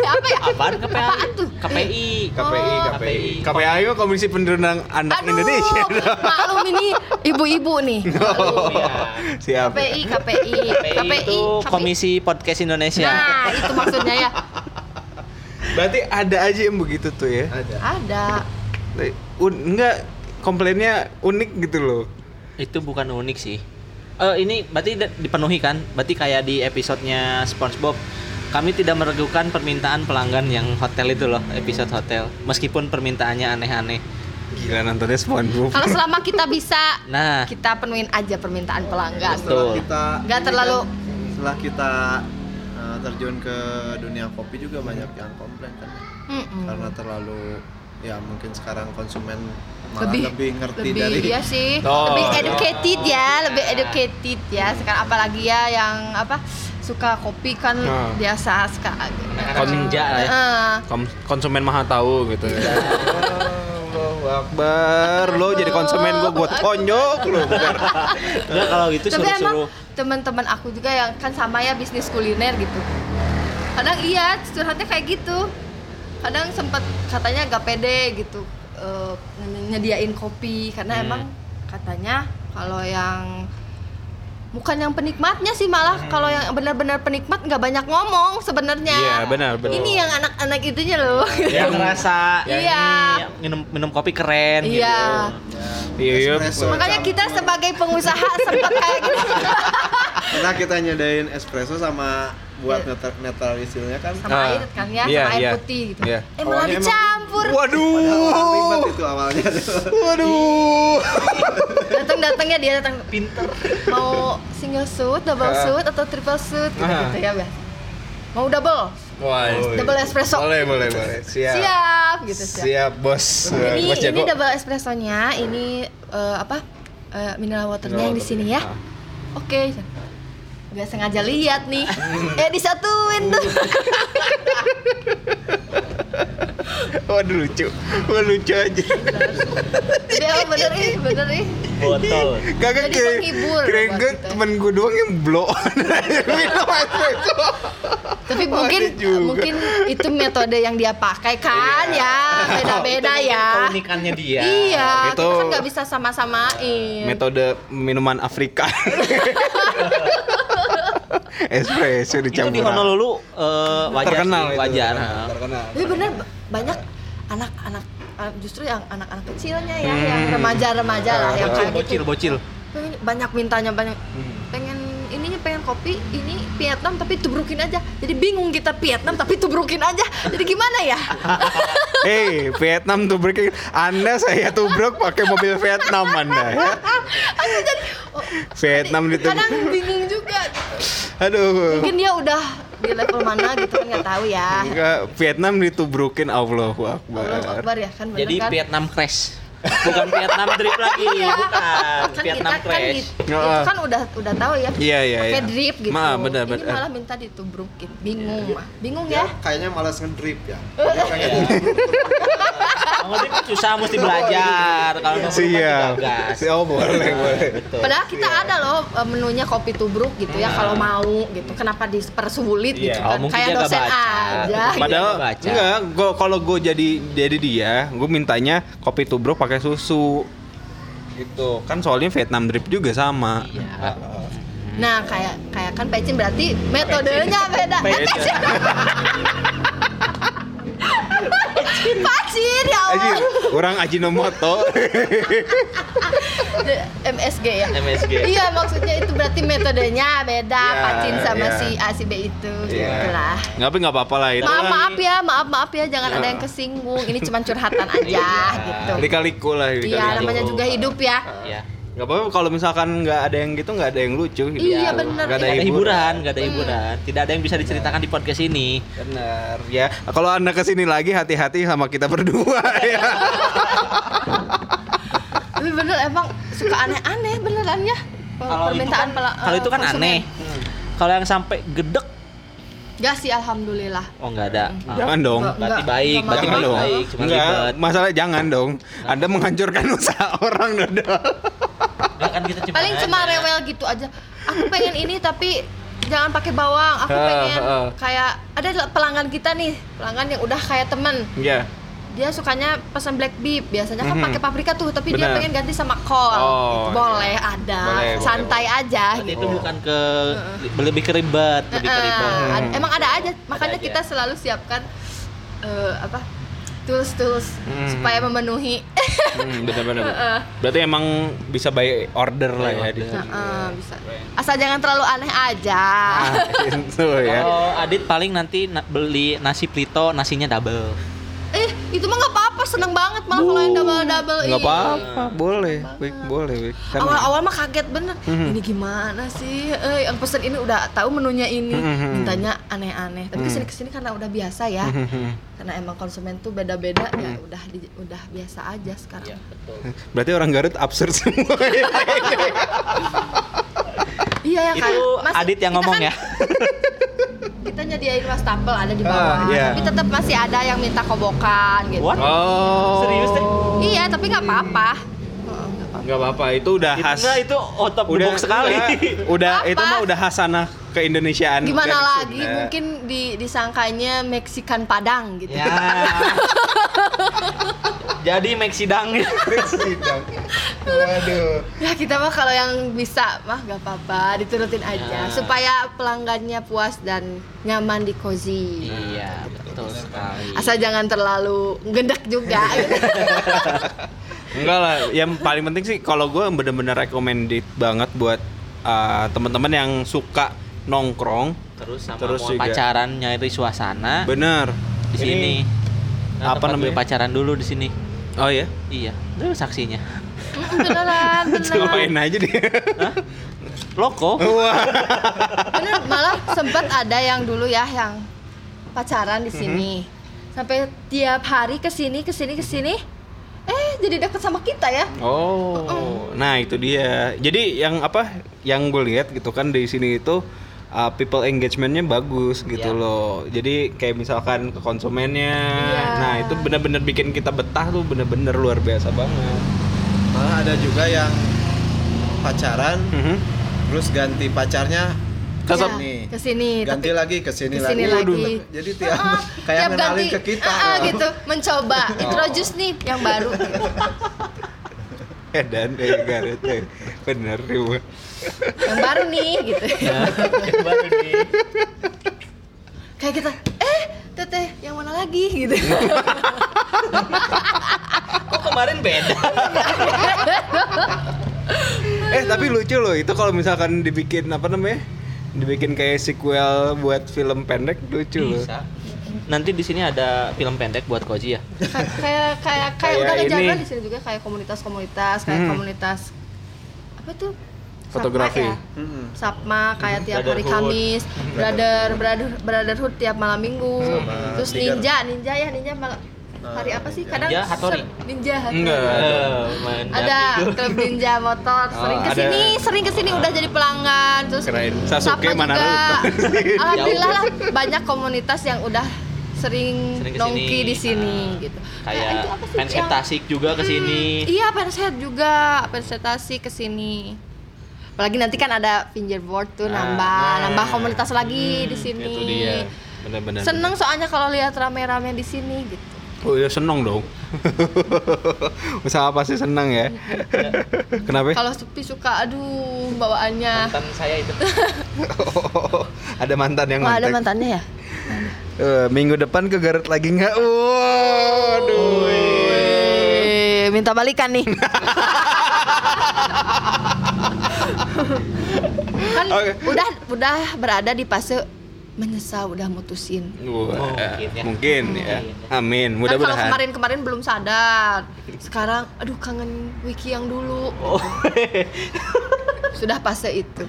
[SPEAKER 3] apa ya
[SPEAKER 2] Apaan KPI?
[SPEAKER 3] Apaan tuh?
[SPEAKER 2] KPI.
[SPEAKER 1] KPI,
[SPEAKER 3] Oh.
[SPEAKER 1] KPI. KPI itu Komisi Penerbangan Anak
[SPEAKER 3] Aduh,
[SPEAKER 1] Indonesia.
[SPEAKER 3] maklum ini ibu-ibu nih.
[SPEAKER 1] Oh,
[SPEAKER 2] Iya.
[SPEAKER 1] Siap.
[SPEAKER 3] KPI, KPI,
[SPEAKER 2] KPI itu Komisi ya. Podcast Indonesia.
[SPEAKER 3] Nah, itu maksudnya ya.
[SPEAKER 1] Berarti ada aja yang begitu tuh ya.
[SPEAKER 4] Ada.
[SPEAKER 3] Ada.
[SPEAKER 1] Un- enggak komplainnya unik gitu loh.
[SPEAKER 2] Itu bukan unik sih. Eh ini berarti da- dipenuhi kan? Berarti kayak di episodenya SpongeBob kami tidak meragukan permintaan pelanggan yang hotel itu loh, episode hotel. Meskipun permintaannya aneh-aneh.
[SPEAKER 1] Gila nontonnya SpongeBob.
[SPEAKER 3] Kalau selama kita bisa,
[SPEAKER 2] Nah,
[SPEAKER 3] kita penuhin aja permintaan pelanggan.
[SPEAKER 2] Betul.
[SPEAKER 4] Setelah kita
[SPEAKER 3] Nggak
[SPEAKER 4] ini
[SPEAKER 3] terlalu-
[SPEAKER 4] kan, setelah kita eh, terjun ke dunia kopi juga banyak yang komplain kan
[SPEAKER 3] Hmm. Mm-mm.
[SPEAKER 4] karena terlalu ya mungkin sekarang konsumen malah
[SPEAKER 3] lebih
[SPEAKER 4] lebih, ngerti dari
[SPEAKER 3] iya sih
[SPEAKER 1] Oh,
[SPEAKER 3] lebih
[SPEAKER 1] iya.
[SPEAKER 3] educated ya lebih educated ya sekarang apalagi ya yang apa suka kopi kan
[SPEAKER 1] Nah.
[SPEAKER 3] biasa sekarang
[SPEAKER 2] Konja lah ya.
[SPEAKER 3] Eh,
[SPEAKER 1] Kom- konsumen maha tahu gitu ya. Allahu Akbar, lo jadi konsumen gue buat tonjok lo. bukan.
[SPEAKER 2] Enggak kalau gitu
[SPEAKER 3] tapi emang
[SPEAKER 2] suruh-suruh
[SPEAKER 3] teman-teman aku juga yang kan sama ya bisnis kuliner gitu kadang iya curhatnya kayak gitu kadang sempat katanya gak pede gitu eh, nyediain kopi karena
[SPEAKER 2] Hmm.
[SPEAKER 3] emang katanya kalau yang bukan yang penikmatnya sih malah
[SPEAKER 1] Hmm.
[SPEAKER 3] kalau yang benar-benar penikmat nggak banyak ngomong sebenarnya
[SPEAKER 1] Iya, benar, benar.
[SPEAKER 3] ini yang anak-anak itunya loh
[SPEAKER 2] yang ngerasa
[SPEAKER 3] Iya.
[SPEAKER 2] yang ini, minum minum kopi
[SPEAKER 1] kan
[SPEAKER 2] keren gitu.
[SPEAKER 3] iya
[SPEAKER 1] Iya,
[SPEAKER 4] ya, Espresso. kan.
[SPEAKER 3] makanya kita sebagai pengusaha sempat kayak gitu. gini
[SPEAKER 4] karena kita nyedain espresso sama buat netra- netralisirnya kan
[SPEAKER 3] sama
[SPEAKER 1] Ah,
[SPEAKER 3] air kan ya
[SPEAKER 1] iya,
[SPEAKER 3] sama air
[SPEAKER 1] iya,
[SPEAKER 3] putih gitu
[SPEAKER 1] iya.
[SPEAKER 3] eh malah
[SPEAKER 4] Awalnya emang-
[SPEAKER 3] dicampur
[SPEAKER 4] Padahal
[SPEAKER 1] Waduh.
[SPEAKER 4] ribet itu awalnya
[SPEAKER 1] Waduh.
[SPEAKER 3] datang datangnya dia datang
[SPEAKER 2] Pinter.
[SPEAKER 3] mau single suit double
[SPEAKER 1] Ah.
[SPEAKER 3] suit atau triple suit gitu,
[SPEAKER 1] Ah.
[SPEAKER 3] gitu ya Bel. mau double
[SPEAKER 1] Wah,
[SPEAKER 3] double espresso
[SPEAKER 1] boleh, boleh, boleh. Siap.
[SPEAKER 3] siap gitu siap,
[SPEAKER 1] Iya. Siap, bos.
[SPEAKER 3] ini
[SPEAKER 1] bos
[SPEAKER 3] ini
[SPEAKER 1] jago.
[SPEAKER 3] double espressonya ini eh, apa eh, mineral waternya yang di sini
[SPEAKER 1] iya.
[SPEAKER 3] ya oke nggak sengaja lihat nih
[SPEAKER 1] Hmm.
[SPEAKER 3] eh disatuin tuh
[SPEAKER 1] Waduh lucu. Wah lucu aja.
[SPEAKER 3] dia Iya, bener ih bener ih
[SPEAKER 2] Botol.
[SPEAKER 1] Kagak
[SPEAKER 3] Jadi
[SPEAKER 1] kira-
[SPEAKER 3] penghibur
[SPEAKER 1] kira
[SPEAKER 3] buat
[SPEAKER 1] gue
[SPEAKER 3] kita.
[SPEAKER 1] temen gue doang yang blow on minum espresso.
[SPEAKER 3] tapi
[SPEAKER 1] Oh,
[SPEAKER 3] mungkin
[SPEAKER 1] ada juga. Iya.
[SPEAKER 3] mungkin itu metode yang dia pakai kan ya beda-beda ya
[SPEAKER 2] Keunikannya dia.
[SPEAKER 3] iya
[SPEAKER 1] Itu-
[SPEAKER 3] kita kan nggak bisa sama-samain
[SPEAKER 1] Metode minuman Afrika. espresso
[SPEAKER 2] Itu di
[SPEAKER 1] dicampur.
[SPEAKER 2] Honolulu eh, wajar
[SPEAKER 1] terkenal
[SPEAKER 2] sih,
[SPEAKER 1] itu,
[SPEAKER 2] wajar.
[SPEAKER 1] terkenal, terkenal.
[SPEAKER 3] Tapi bener b- banyak anak-anak uh, justru yang anak-anak kecilnya ya, yang remaja-remaja lah yang
[SPEAKER 2] Nah, Bocil,
[SPEAKER 3] kayak
[SPEAKER 2] bocil,
[SPEAKER 3] gitu.
[SPEAKER 2] bocil.
[SPEAKER 3] Pengen banyak mintanya banyak pengen ininya pengen kopi ini Vietnam tapi tubrukin aja jadi bingung kita Vietnam tapi tubrukin aja jadi gimana ya
[SPEAKER 1] Hei, Vietnam tubruk. Anda saya tubruk pakai mobil Vietnam Anda ya.
[SPEAKER 3] aku jadi oh,
[SPEAKER 1] Vietnam
[SPEAKER 3] jadi
[SPEAKER 1] ditubruk.
[SPEAKER 3] kadang bingung juga
[SPEAKER 1] Aduh.
[SPEAKER 3] mungkin dia udah di level mana gitu kan nggak tahu ya
[SPEAKER 1] Enggak, Vietnam ditubrukin Allahu Akbar.
[SPEAKER 3] Allah Akbar ya kan bener
[SPEAKER 2] Jadi
[SPEAKER 3] kan?
[SPEAKER 2] Vietnam crash. Bukan Vietnam drip lagi, bukan.
[SPEAKER 3] kan
[SPEAKER 2] Vietnam
[SPEAKER 3] kita kan
[SPEAKER 2] crash.
[SPEAKER 3] di- itu kan udah udah tahu ya
[SPEAKER 1] Iya, iya,
[SPEAKER 3] pakai
[SPEAKER 1] iya.
[SPEAKER 3] drip gitu
[SPEAKER 1] Ma, benar,
[SPEAKER 3] ini
[SPEAKER 1] benar.
[SPEAKER 3] malah minta ditubrukin bingung mah bingung ya
[SPEAKER 4] ya kayaknya malas ngedrip ya
[SPEAKER 2] Kalau drip kan susah mesti belajar. Kalau nggak
[SPEAKER 1] Siap.
[SPEAKER 2] gas.
[SPEAKER 1] Siap, boleh, boleh.
[SPEAKER 3] padahal kita ada loh e, menunya kopi tubruk gitu ya kalau mau gitu kenapa dipersulit gitu
[SPEAKER 2] Iya. Oh,
[SPEAKER 3] kan
[SPEAKER 2] mungkin
[SPEAKER 3] kayak
[SPEAKER 2] dia nggak
[SPEAKER 3] dosen
[SPEAKER 2] baca.
[SPEAKER 3] aja
[SPEAKER 1] Padahal
[SPEAKER 2] Baca.
[SPEAKER 1] enggak, gua kalau gue jadi jadi dia, gue mintanya kopi tubruk pakai susu. Gitu. Kan soalnya Vietnam drip juga sama.
[SPEAKER 2] Iya.
[SPEAKER 3] nah kayak kayak kan pecin berarti metodenya beda Eh,
[SPEAKER 2] Pecin.
[SPEAKER 3] pecin pacin ya
[SPEAKER 1] Aji,
[SPEAKER 3] Allah
[SPEAKER 1] orang Ajinomoto.
[SPEAKER 3] The MSG ya
[SPEAKER 2] MSG.
[SPEAKER 3] Iya maksudnya itu berarti metodenya beda
[SPEAKER 1] Iya,
[SPEAKER 3] pacin sama
[SPEAKER 1] iya.
[SPEAKER 3] si A si B itu
[SPEAKER 1] Iya.
[SPEAKER 3] gitu lah.
[SPEAKER 1] Nggak apa nggak apa-apa lah Iya. itu.
[SPEAKER 3] Maaf
[SPEAKER 1] kan
[SPEAKER 3] maaf ya, maaf maaf ya jangan ada yang kesinggung. Ini cuma curhatan aja
[SPEAKER 1] Iya.
[SPEAKER 3] gitu.
[SPEAKER 1] Lika-liku lah
[SPEAKER 3] Iya
[SPEAKER 1] lika-liku.
[SPEAKER 3] namanya juga hidup ya.
[SPEAKER 2] Iya.
[SPEAKER 1] Nggak apa-apa kalau misalkan nggak ada yang gitu nggak ada yang lucu. hidup.
[SPEAKER 3] Iya, bener. Hmm.
[SPEAKER 1] Nggak ada
[SPEAKER 2] Gak ada
[SPEAKER 1] hiburan.
[SPEAKER 2] hiburan, gak ada hiburan. Tidak ada yang bisa diceritakan di podcast ini.
[SPEAKER 1] Bener ya. Kalau anda kesini lagi hati-hati sama kita berdua ya.
[SPEAKER 3] Tapi bener emang suka aneh-aneh beneran ya.
[SPEAKER 2] Kalau itu
[SPEAKER 3] Permintaan
[SPEAKER 2] kan-
[SPEAKER 3] pela-
[SPEAKER 2] Kalau itu kan
[SPEAKER 3] konsumen.
[SPEAKER 2] aneh. Kalau yang sampai gedek,
[SPEAKER 3] Gak Ya sih alhamdulillah.
[SPEAKER 2] oh nggak ada. Ah.
[SPEAKER 1] Jangan dong.
[SPEAKER 3] Nggak-
[SPEAKER 2] Berarti
[SPEAKER 3] Hmm. nggak-
[SPEAKER 2] baik,
[SPEAKER 3] nggak
[SPEAKER 2] berarti
[SPEAKER 1] Jangan
[SPEAKER 3] masalah.
[SPEAKER 1] dong.
[SPEAKER 2] baik. Cuma
[SPEAKER 1] Enggak,
[SPEAKER 2] ribet.
[SPEAKER 1] masalah jangan dong. Anda menghancurkan usaha orang dodol.
[SPEAKER 2] Nggak kan kita cuma
[SPEAKER 3] Paling cuma
[SPEAKER 2] nanya.
[SPEAKER 3] rewel gitu aja. Aku pengen ini tapi jangan pakai bawang. Aku
[SPEAKER 1] Ah,
[SPEAKER 3] pengen
[SPEAKER 1] ah.
[SPEAKER 3] kayak ada pelanggan kita nih, pelanggan yang udah kayak temen.
[SPEAKER 1] Iya.
[SPEAKER 3] dia sukanya pesan black beep biasanya kan
[SPEAKER 1] Mhm.
[SPEAKER 3] pakai paprika tuh tapi dia
[SPEAKER 1] Benar.
[SPEAKER 3] pengen ganti sama kol
[SPEAKER 1] Oh,
[SPEAKER 3] Gitu. boleh ada
[SPEAKER 1] Boleh, boleh,
[SPEAKER 3] santai aja
[SPEAKER 2] Berarti
[SPEAKER 3] gitu
[SPEAKER 2] itu bukan ke lebih ke ribet, lebih ke ribet.
[SPEAKER 1] Hmm.
[SPEAKER 3] Eh, ad- emang ada aja makanya
[SPEAKER 2] aja.
[SPEAKER 3] kita selalu siapkan eh, apa tools tools
[SPEAKER 1] Mhm.
[SPEAKER 3] supaya memenuhi
[SPEAKER 1] Hmm, benar-benar. Berarti emang bisa by order lah ya di situ.
[SPEAKER 3] Eh, bisa asal jangan terlalu aneh aja
[SPEAKER 1] Ah, itu ya.
[SPEAKER 2] Oh, iya. Kalau Adit paling nanti na- beli nasi plito, nasinya double.
[SPEAKER 3] eh Itu mah nggak apa-apa, seneng banget malah kalau yang double-double ini.
[SPEAKER 1] Nggak apa-apa, boleh, Wik, boleh, Wik. Kan
[SPEAKER 3] Awal-awal mah kaget bener.
[SPEAKER 1] Mhm.
[SPEAKER 3] Ini gimana sih? Eh, yang pesen ini udah tahu menunya ini,
[SPEAKER 1] Mhm.
[SPEAKER 3] mintanya aneh-aneh. Tapi kesini kesini karena udah biasa ya. Karena emang konsumen tuh beda-beda ya,
[SPEAKER 1] Mhm.
[SPEAKER 3] udah di- udah biasa aja
[SPEAKER 2] Iya,
[SPEAKER 3] sekarang.
[SPEAKER 1] berarti orang Garut absurd semua. ya.
[SPEAKER 3] Iya ya kan.
[SPEAKER 2] Itu
[SPEAKER 3] Mas,
[SPEAKER 2] Adit
[SPEAKER 3] kita
[SPEAKER 2] yang ngomong
[SPEAKER 3] kan-
[SPEAKER 2] ya.
[SPEAKER 3] Kita nyediain wastafel ada di
[SPEAKER 1] Ah,
[SPEAKER 3] bawah,
[SPEAKER 1] iya.
[SPEAKER 3] tapi tetap masih ada yang minta kobokan gitu.
[SPEAKER 2] What?
[SPEAKER 1] Oh.
[SPEAKER 2] Serius deh?
[SPEAKER 3] Iya, tapi nggak apa-apa.
[SPEAKER 1] Nggak apa-apa, itu udah
[SPEAKER 2] Itu
[SPEAKER 1] khas.
[SPEAKER 2] enggak itu out of the box sekali.
[SPEAKER 1] Udah
[SPEAKER 3] Apa?
[SPEAKER 1] itu mah udah hasanah keindonesiaan.
[SPEAKER 2] Kan
[SPEAKER 3] Gimana
[SPEAKER 1] dari
[SPEAKER 3] lagi?
[SPEAKER 1] Sunda.
[SPEAKER 3] Mungkin di disangkanya Meksikan Padang gitu.
[SPEAKER 2] ya. Jadi Mexidang.
[SPEAKER 4] Sidang. Waduh.
[SPEAKER 3] Ya kita mah kalau yang bisa mah gak apa-apa, diturutin
[SPEAKER 4] Ya.
[SPEAKER 3] aja supaya pelanggannya puas dan nyaman di cozy.
[SPEAKER 2] iya, betul sekali.
[SPEAKER 4] Hmm.
[SPEAKER 3] Asal jangan terlalu gendak juga. Gitu.
[SPEAKER 1] Enggak lah, yang paling penting sih kalau gue bener-bener recommended banget buat uh, teman-teman yang suka nongkrong.
[SPEAKER 2] terus sama
[SPEAKER 1] Terus
[SPEAKER 2] mau
[SPEAKER 1] juga.
[SPEAKER 2] pacaran nyari suasana
[SPEAKER 1] Bener.
[SPEAKER 2] di sini. Nah,
[SPEAKER 1] apa
[SPEAKER 2] tempat
[SPEAKER 1] namanya?
[SPEAKER 2] gue pacaran dulu di sini.
[SPEAKER 1] Oh ya,
[SPEAKER 2] Iya, itu saksinya.
[SPEAKER 3] Mm, beneran, beneran.
[SPEAKER 1] cobain aja deh.
[SPEAKER 2] Loko.
[SPEAKER 3] Bener, malah sempat ada yang dulu ya yang pacaran di sini.
[SPEAKER 4] Hmm.
[SPEAKER 3] Sampai tiap hari ke sini, ke sini, ke sini. Eh, jadi deket sama kita ya.
[SPEAKER 1] Oh, nah itu dia. Jadi yang apa? Yang gue lihat gitu kan di sini itu uh, people engagementnya bagus gitu
[SPEAKER 2] Iya.
[SPEAKER 1] loh. Jadi kayak misalkan ke konsumennya.
[SPEAKER 3] Iya.
[SPEAKER 1] Nah itu bener-bener bikin kita betah tuh bener-bener luar biasa banget.
[SPEAKER 4] Malah ada juga yang pacaran
[SPEAKER 1] Mhm.
[SPEAKER 4] terus ganti pacarnya
[SPEAKER 3] Tetep.
[SPEAKER 4] kesini.
[SPEAKER 3] Iya, Ke sini,
[SPEAKER 4] Ganti
[SPEAKER 3] tapi-
[SPEAKER 4] lagi ke sini lagi.
[SPEAKER 3] kesini lagi.
[SPEAKER 4] Waduh, nah, Jadi tiap
[SPEAKER 3] Ah,
[SPEAKER 4] kayak
[SPEAKER 3] tiap
[SPEAKER 4] ngenalin
[SPEAKER 3] ganti,
[SPEAKER 4] ke kita.
[SPEAKER 3] ah, ah, gitu, mencoba. Introduce nih yang baru.
[SPEAKER 1] Eh dan eh Garut eh. bener ya.
[SPEAKER 3] yang baru nih gitu kayak kita eh teteh yang mana lagi gitu
[SPEAKER 2] Kok kemarin beda?
[SPEAKER 1] Eh tapi lucu loh itu kalau misalkan dibikin apa namanya? Dibikin kayak sequel buat film pendek lucu loh.
[SPEAKER 2] Bisa. Nanti di sini ada film pendek buat Koji ya.
[SPEAKER 3] Kay- kayak kayak kayak
[SPEAKER 1] Kayak
[SPEAKER 3] udah ngejaga
[SPEAKER 1] ini.
[SPEAKER 3] di sini juga kayak komunitas-komunitas kayak
[SPEAKER 1] Hmm.
[SPEAKER 3] komunitas apa tuh Sapma
[SPEAKER 1] Fotografi.
[SPEAKER 3] ya?
[SPEAKER 4] Mm-mm.
[SPEAKER 3] Sapma kayak tiap hari
[SPEAKER 2] Brotherhood.
[SPEAKER 3] Kamis, brother brother brotherhood tiap malam Minggu,
[SPEAKER 4] Sama
[SPEAKER 3] terus
[SPEAKER 4] Tiger.
[SPEAKER 3] ninja ninja ya ninja malam hari apa sih kadang
[SPEAKER 2] Ninja Hattori.
[SPEAKER 3] ser- ninja Hattori.
[SPEAKER 1] Enggak.
[SPEAKER 3] ada klub ninja motor sering
[SPEAKER 1] Oh,
[SPEAKER 3] kesini
[SPEAKER 1] ada.
[SPEAKER 3] sering kesini udah jadi pelanggan terus
[SPEAKER 1] Keren. Sasuke
[SPEAKER 3] Sasuke
[SPEAKER 1] mana
[SPEAKER 3] juga
[SPEAKER 1] lu?
[SPEAKER 3] alhamdulillah lah banyak komunitas yang udah sering,
[SPEAKER 2] Sering kesini. Nah,
[SPEAKER 3] nongki di sini
[SPEAKER 1] Ah.
[SPEAKER 3] gitu Kayak
[SPEAKER 2] Kayak
[SPEAKER 3] itu apa sih
[SPEAKER 2] fans
[SPEAKER 3] yang-
[SPEAKER 2] Tasik juga ke
[SPEAKER 3] Hmm,
[SPEAKER 2] sini.
[SPEAKER 3] iya penset juga pensetasi kesini apalagi nanti kan ada fingerboard tuh
[SPEAKER 1] Nah,
[SPEAKER 3] nambah
[SPEAKER 1] nah.
[SPEAKER 3] nambah komunitas lagi
[SPEAKER 1] Hmm,
[SPEAKER 3] di sini
[SPEAKER 1] Itu dia. Benar-benar.
[SPEAKER 3] seneng soalnya kalau lihat rame-rame di sini gitu
[SPEAKER 1] Oh ya seneng dong. Usaha pasti seneng ya. Kenapa? ya?
[SPEAKER 3] kalau sepi suka aduh bawaannya
[SPEAKER 2] Mantan saya itu.
[SPEAKER 1] ada mantan yang
[SPEAKER 3] Wah,
[SPEAKER 1] mantek.
[SPEAKER 3] ada mantannya ya
[SPEAKER 1] Eh, minggu depan ke Garut lagi nggak? Waduh.
[SPEAKER 3] iya. Wih, Eh, minta balikan nih. kan
[SPEAKER 1] Oke.
[SPEAKER 3] udah udah berada di fase menyesal udah mutusin.
[SPEAKER 1] Wah,
[SPEAKER 2] Mungkin ya.
[SPEAKER 1] mungkin ya.
[SPEAKER 2] Mungkin.
[SPEAKER 1] Amin.
[SPEAKER 3] Kan kalau
[SPEAKER 1] Mudah-mudahan.
[SPEAKER 3] kemarin-kemarin belum sadar. Sekarang aduh kangen Wiki yang dulu.
[SPEAKER 2] Oh.
[SPEAKER 3] Sudah fase itu.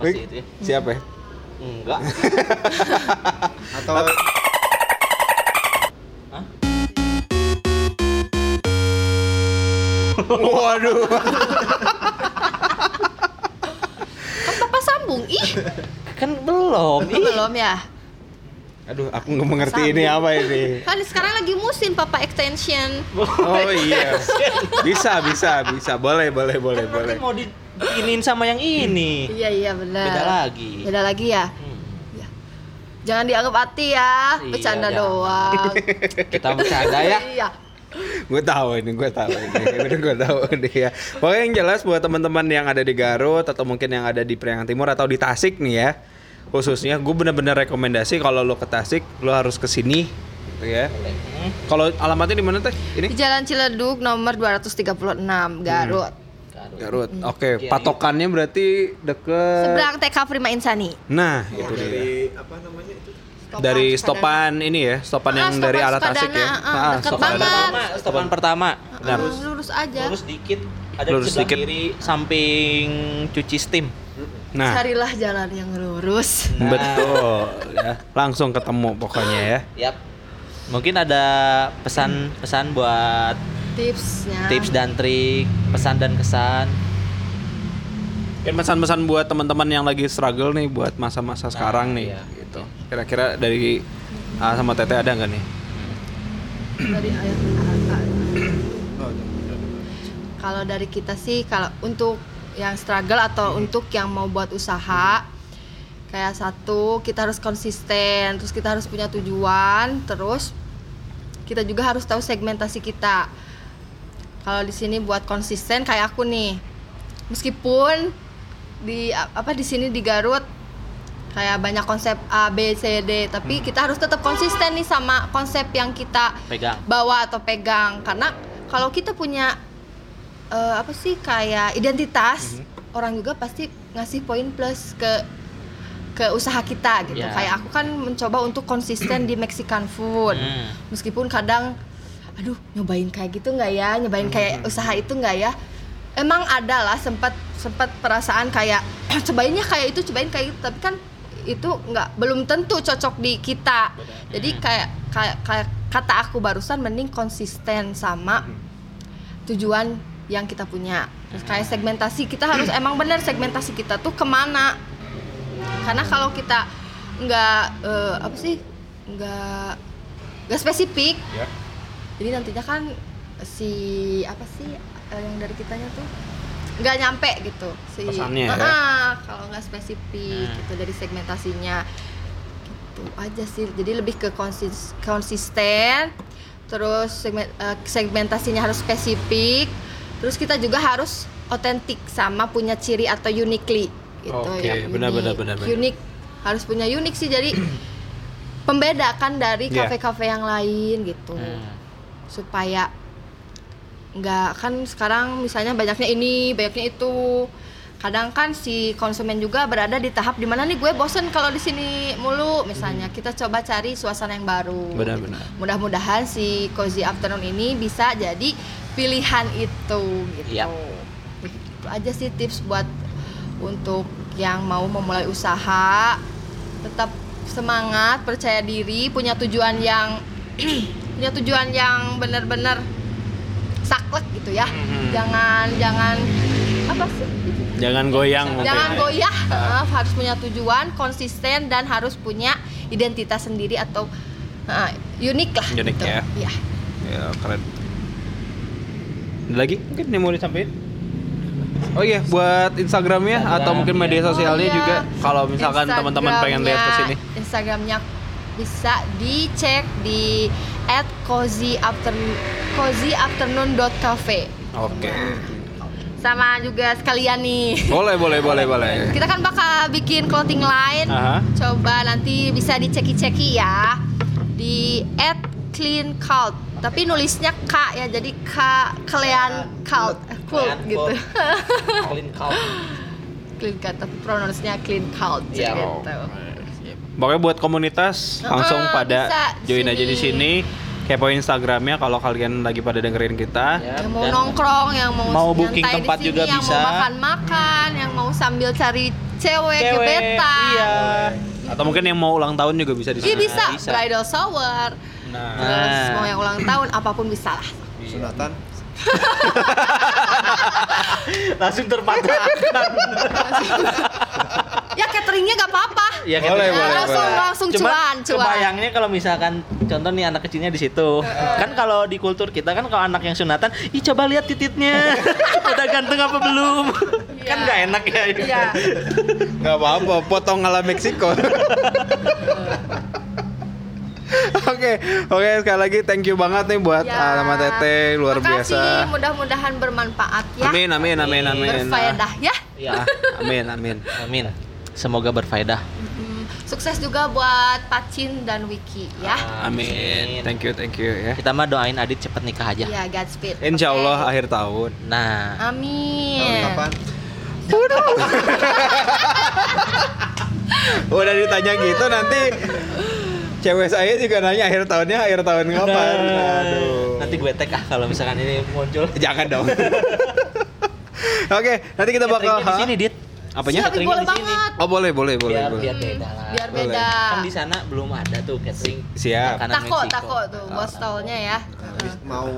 [SPEAKER 1] Wih,
[SPEAKER 2] Pasti itu ya.
[SPEAKER 1] Siapa ya?
[SPEAKER 2] Enggak.
[SPEAKER 4] Atau
[SPEAKER 1] Waduh.
[SPEAKER 3] Kan Papa sambung. Ih,
[SPEAKER 2] Kan belum. Ih.
[SPEAKER 3] belum ya?
[SPEAKER 1] Aduh, aku nggak mengerti ini apa ini.
[SPEAKER 3] Kan sekarang lagi musim Papa extension.
[SPEAKER 1] Oh iya. Bisa, bisa, bisa. Boleh, boleh, boleh,
[SPEAKER 2] Kan nanti
[SPEAKER 1] boleh.
[SPEAKER 2] mau di iniin sama yang ini.
[SPEAKER 3] Iya iya benar.
[SPEAKER 2] Beda lagi.
[SPEAKER 3] Beda lagi ya.
[SPEAKER 2] Hmm.
[SPEAKER 3] Jangan dianggap hati ya,
[SPEAKER 2] Iya,
[SPEAKER 3] bercanda
[SPEAKER 2] jangan.
[SPEAKER 3] doang.
[SPEAKER 2] Kita bercanda ya.
[SPEAKER 3] Iya.
[SPEAKER 1] gue tahu ini gue tahu ini bener gue tahu ini ya pokoknya yang jelas buat teman-teman yang ada di Garut atau mungkin yang ada di Priangan Timur atau di Tasik nih ya khususnya gue bener-bener rekomendasi kalau lo ke Tasik lo harus ke sini gitu ya
[SPEAKER 2] Hmm.
[SPEAKER 1] kalau alamatnya di mana teh ini
[SPEAKER 3] Di Jalan Ciledug nomor 236 Garut.
[SPEAKER 1] Garut oke patokannya berarti deket
[SPEAKER 3] Seberang TK Prima Insani.
[SPEAKER 1] nah itu dia
[SPEAKER 2] iya.
[SPEAKER 4] dari apa namanya itu?
[SPEAKER 1] dari stopan ini ya, stopan
[SPEAKER 3] Ah,
[SPEAKER 1] yang
[SPEAKER 3] stopan
[SPEAKER 1] dari alat
[SPEAKER 3] Sukadana,
[SPEAKER 1] asik ya.
[SPEAKER 3] ah,
[SPEAKER 1] stopan
[SPEAKER 3] deket banget.
[SPEAKER 1] adat.
[SPEAKER 2] Pertama, stopan pertama.
[SPEAKER 1] Benar.
[SPEAKER 3] lurus, lurus aja
[SPEAKER 2] Lurus dikit, ada
[SPEAKER 1] Lurus
[SPEAKER 2] di sebelah
[SPEAKER 1] dikit.
[SPEAKER 2] kiri samping cuci steam.
[SPEAKER 1] Nah,
[SPEAKER 3] carilah jalan yang lurus
[SPEAKER 1] betul ya. Langsung ketemu pokoknya ya.
[SPEAKER 2] Yap. Mungkin ada pesan-pesan buat
[SPEAKER 3] tipsnya
[SPEAKER 2] tips dan trik, pesan dan kesan.
[SPEAKER 1] Mungkin pesan-pesan buat teman-teman yang lagi struggle nih buat masa-masa sekarang nih
[SPEAKER 2] iya.
[SPEAKER 1] gitu. Kira-kira dari A sama Tete ada nggak nih?
[SPEAKER 3] dari ayat Al-Quran.
[SPEAKER 4] Oh, iya.
[SPEAKER 3] kalau dari kita sih kalau untuk yang struggle atau untuk yang mau buat usaha kayak satu kita harus konsisten terus kita harus punya tujuan terus kita juga harus tahu segmentasi kita kalau di sini buat konsisten kayak aku nih meskipun di apa di sini di Garut kayak banyak konsep A B C D tapi kita harus tetap konsisten nih sama konsep yang kita
[SPEAKER 2] Pegang.
[SPEAKER 3] bawa atau pegang karena kalau kita punya eh, apa sih kayak identitas orang juga pasti ngasih poin plus ke ke usaha kita gitu
[SPEAKER 2] Ya.
[SPEAKER 3] kayak aku kan mencoba untuk konsisten di Mexican food
[SPEAKER 2] Hmm.
[SPEAKER 3] meskipun kadang aduh nyobain kayak gitu nggak ya nyobain kayak usaha itu nggak ya emang ada lah sempat sempat perasaan kayak cobainnya kayak itu cobain kayak itu tapi kan itu nggak belum tentu cocok di kita jadi kayak kayak, kayak kata aku barusan mending konsisten sama tujuan yang kita punya terus kayak segmentasi kita harus emang bener segmentasi kita tuh kemana karena kalau kita nggak eh, apa sih nggak nggak spesifik
[SPEAKER 1] Ya.
[SPEAKER 3] jadi nantinya kan si apa sih eh, yang dari kitanya tuh nggak nyampe gitu si
[SPEAKER 1] Pesannya ya. Nah.
[SPEAKER 3] Ah, kalau nggak spesifik gitu dari segmentasinya gitu aja sih jadi lebih ke konsis- konsisten terus segmen- eh, segmentasinya harus spesifik terus kita juga harus otentik sama punya ciri atau uniquely gitu
[SPEAKER 1] Oke,
[SPEAKER 3] yang
[SPEAKER 1] benar,
[SPEAKER 3] unik.
[SPEAKER 1] benar, benar, benar.
[SPEAKER 3] Unik, harus punya unik sih jadi pembedakan dari
[SPEAKER 1] Iya.
[SPEAKER 3] kafe-kafe yang lain gitu
[SPEAKER 2] Hmm.
[SPEAKER 3] supaya nggak kan sekarang misalnya banyaknya ini banyaknya itu kadang kan si konsumen juga berada di tahap dimana nih gue bosen kalau di sini mulu misalnya kita coba cari suasana yang baru
[SPEAKER 1] Benar-benar.
[SPEAKER 3] mudah-mudahan si cozy afternoon ini bisa jadi pilihan itu gitu
[SPEAKER 2] Yap.
[SPEAKER 3] itu aja sih tips buat untuk yang mau memulai usaha tetap semangat percaya diri punya tujuan yang punya tujuan yang benar-benar saklek gitu ya jangan jangan apa sih
[SPEAKER 1] Jangan goyang mungkin.
[SPEAKER 3] jangan goyah Maaf, harus punya tujuan konsisten dan harus punya identitas sendiri atau eh, unik lah
[SPEAKER 1] Unik
[SPEAKER 3] gitu.
[SPEAKER 1] ya.
[SPEAKER 3] Iya.
[SPEAKER 1] Ya, keren. Ada lagi mungkin yang mau disampaikan? Oh iya, buat Instagramnya atau mungkin media sosialnya
[SPEAKER 3] Oh, iya.
[SPEAKER 1] juga kalau misalkan teman-teman pengen lihat ke sini.
[SPEAKER 3] Instagramnya- Instagramnya bisa dicek di at cozy afternoon
[SPEAKER 1] Oke.
[SPEAKER 3] sama juga sekalian nih
[SPEAKER 1] Boleh, boleh, boleh, boleh.
[SPEAKER 3] kita kan bakal bikin clothing line
[SPEAKER 1] Aha.
[SPEAKER 3] coba nanti bisa diceki-ceki ya di at clean cult tapi nulisnya K ya jadi K kalian cult eh, cult gitu
[SPEAKER 2] Clean cult.
[SPEAKER 3] clean cult tapi pronounsnya clean cult
[SPEAKER 2] Iya.
[SPEAKER 3] gitu
[SPEAKER 1] Pokoknya buat komunitas langsung
[SPEAKER 3] Ah,
[SPEAKER 1] pada
[SPEAKER 3] bisa di
[SPEAKER 1] join aja di sini.
[SPEAKER 3] sini.
[SPEAKER 1] Kepo Instagramnya kalau kalian lagi pada dengerin kita.
[SPEAKER 2] Yap,
[SPEAKER 3] yang mau
[SPEAKER 2] Ya, dan-
[SPEAKER 3] nongkrong, yang mau
[SPEAKER 2] mau
[SPEAKER 3] nyantai
[SPEAKER 2] booking
[SPEAKER 3] di
[SPEAKER 2] tempat
[SPEAKER 3] sini,
[SPEAKER 2] juga
[SPEAKER 3] yang
[SPEAKER 2] bisa.
[SPEAKER 3] mau makan-makan, yang mau sambil cari cewek, gebetan.
[SPEAKER 2] Iya. Nah,
[SPEAKER 1] Atau mungkin yang mau ulang tahun juga bisa di
[SPEAKER 3] Iya
[SPEAKER 1] sini.
[SPEAKER 3] bisa.
[SPEAKER 2] bisa.
[SPEAKER 3] bridal shower.
[SPEAKER 1] Nah,
[SPEAKER 3] Terus
[SPEAKER 2] Nah.
[SPEAKER 3] mau yang ulang tahun apapun bisa lah.
[SPEAKER 4] sunatan
[SPEAKER 2] Langsung terpatahkan.
[SPEAKER 3] Ya cateringnya gak apa-apa.
[SPEAKER 2] ya,
[SPEAKER 1] Boleh,
[SPEAKER 2] ketika-
[SPEAKER 1] boleh,
[SPEAKER 3] langsung
[SPEAKER 1] boleh.
[SPEAKER 3] langsung
[SPEAKER 2] Cuman
[SPEAKER 3] cuan, cuan.
[SPEAKER 2] Kebayangnya kalau misalkan contoh nih anak kecilnya di situ. kan kalau di kultur kita kan kalau anak yang sunatan, ih coba lihat tititnya. Udah ganteng apa belum? kan nggak enak ya.
[SPEAKER 3] Iya.
[SPEAKER 1] nggak apa-apa, potong ala Meksiko. Oke, oke sekali lagi thank you banget nih buat
[SPEAKER 3] Ya.
[SPEAKER 1] ah, sama Tete luar
[SPEAKER 3] Makasih, Ya.
[SPEAKER 1] biasa.
[SPEAKER 3] Mudah-mudahan bermanfaat ya.
[SPEAKER 1] Amin, amin, amin, amin.
[SPEAKER 3] Berfaedah ya.
[SPEAKER 2] Iya.
[SPEAKER 1] Ah, amin, amin.
[SPEAKER 2] Amin. Semoga berfaedah.
[SPEAKER 3] Mm, Sukses juga buat Pacin dan Wiki ya.
[SPEAKER 1] Amin. Thank you, thank you ya.
[SPEAKER 2] Kita mah doain Adit cepet nikah aja.
[SPEAKER 3] Iya, Godspeed.
[SPEAKER 1] Insya
[SPEAKER 3] Oke.
[SPEAKER 1] Allah akhir tahun.
[SPEAKER 2] Nah,
[SPEAKER 3] Amin.
[SPEAKER 4] kapan
[SPEAKER 1] Udah ditanya gitu nanti Cewek saya juga nanya akhir tahunnya akhir tahun kapan. Aduh.
[SPEAKER 2] Nanti gue tag ah kalau misalkan ini muncul.
[SPEAKER 1] Jangan dong. Oke, nanti kita bakal
[SPEAKER 2] Cateringnya Iya, di sini, Dit.
[SPEAKER 1] Apanya?
[SPEAKER 3] Siap,
[SPEAKER 2] Cateringnya
[SPEAKER 3] boleh
[SPEAKER 2] di sini.
[SPEAKER 3] banget. Mm,
[SPEAKER 1] Oh, boleh, boleh, boleh,
[SPEAKER 2] biar
[SPEAKER 1] boleh.
[SPEAKER 2] biar beda lah.
[SPEAKER 3] Biar
[SPEAKER 1] Boleh.
[SPEAKER 3] beda.
[SPEAKER 2] Kan di sana belum ada tuh catering.
[SPEAKER 1] Siap.
[SPEAKER 2] makanan
[SPEAKER 3] Tako,
[SPEAKER 2] Meksiko. Oh.
[SPEAKER 3] tako tuh, bostolnya ya.
[SPEAKER 4] Habis mau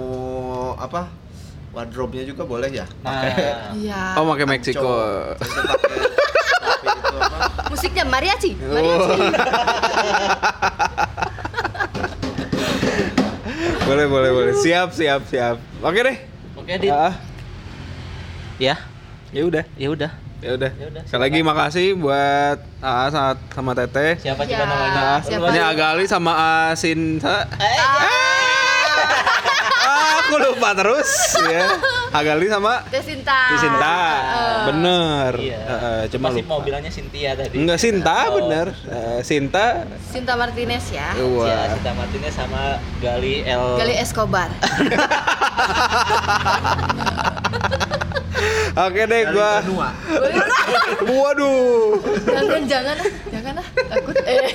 [SPEAKER 4] apa? Wardrobe-nya juga boleh ya?
[SPEAKER 2] Nah,
[SPEAKER 3] Iya.
[SPEAKER 1] Oh, pakai Meksiko.
[SPEAKER 4] Cowok. Terus pakai- tapi itu apa?
[SPEAKER 3] Musiknya mariachi,
[SPEAKER 1] Oh.
[SPEAKER 3] mariachi.
[SPEAKER 1] boleh, boleh, boleh. Siap, siap, siap. Oke deh.
[SPEAKER 2] Oke, Dit.
[SPEAKER 1] Ah,
[SPEAKER 2] Ya,
[SPEAKER 1] ya udah.
[SPEAKER 2] ya udah.
[SPEAKER 1] Ya udah.
[SPEAKER 2] Ya udah,
[SPEAKER 1] Sekali lagi makasih buat Aa sama, sama Teteh.
[SPEAKER 2] Siapa
[SPEAKER 3] Ya,
[SPEAKER 2] coba namanya? Ah.
[SPEAKER 3] siapa?
[SPEAKER 1] Ini Agali sama Asin.
[SPEAKER 3] Eh,
[SPEAKER 1] Ah! aku lupa terus ya. Agali sama
[SPEAKER 3] Tesinta.
[SPEAKER 1] Sinta.
[SPEAKER 3] Eh,
[SPEAKER 1] Bener.
[SPEAKER 2] Ah. Iya.
[SPEAKER 1] Heeh, Eh, cuma
[SPEAKER 2] Cuma sih
[SPEAKER 1] lupa.
[SPEAKER 2] mau bilangnya Cynthia tadi.
[SPEAKER 1] Enggak Sinta
[SPEAKER 2] Oh.
[SPEAKER 1] bener. Eh, Sinta.
[SPEAKER 3] Sinta Martinez ya.
[SPEAKER 1] Oh.
[SPEAKER 2] Iya,
[SPEAKER 1] Wah.
[SPEAKER 2] Sinta Martinez sama Gali L.
[SPEAKER 3] Gali Escobar.
[SPEAKER 1] Oke deh gua.
[SPEAKER 4] Benua.
[SPEAKER 1] Waduh.
[SPEAKER 3] jangan jangan ah, jangan ah, takut. Eh.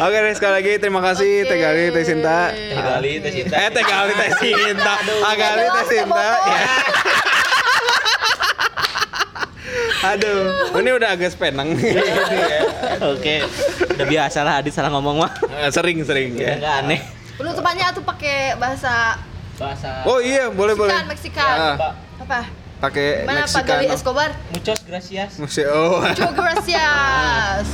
[SPEAKER 1] Oke deh sekali lagi terima kasih
[SPEAKER 3] Oke.
[SPEAKER 1] Teh Gali, Teh Sinta.
[SPEAKER 2] Teh Gali, Teh Sinta.
[SPEAKER 1] Eh Teh Gali, Teh Sinta. Agali, Teh Sinta. Ya. Aduh, ini udah agak sepenang.
[SPEAKER 2] Oke. Udah biasa lah Adit salah ngomong mah.
[SPEAKER 1] Sering-sering
[SPEAKER 2] Udah
[SPEAKER 1] ya.
[SPEAKER 2] enggak aneh.
[SPEAKER 3] Penutupannya tuh pakai bahasa
[SPEAKER 2] Bahasa
[SPEAKER 1] Oh iya, boleh boleh.
[SPEAKER 3] Meksikan, Meksikan.
[SPEAKER 1] Ah,
[SPEAKER 3] apa?
[SPEAKER 2] Eh,
[SPEAKER 1] pakai
[SPEAKER 3] Mana Pak Gali
[SPEAKER 1] Meksikan.
[SPEAKER 3] Escobar?
[SPEAKER 2] Muchos gracias.
[SPEAKER 1] Musik- Oh.
[SPEAKER 3] Muchas gracias.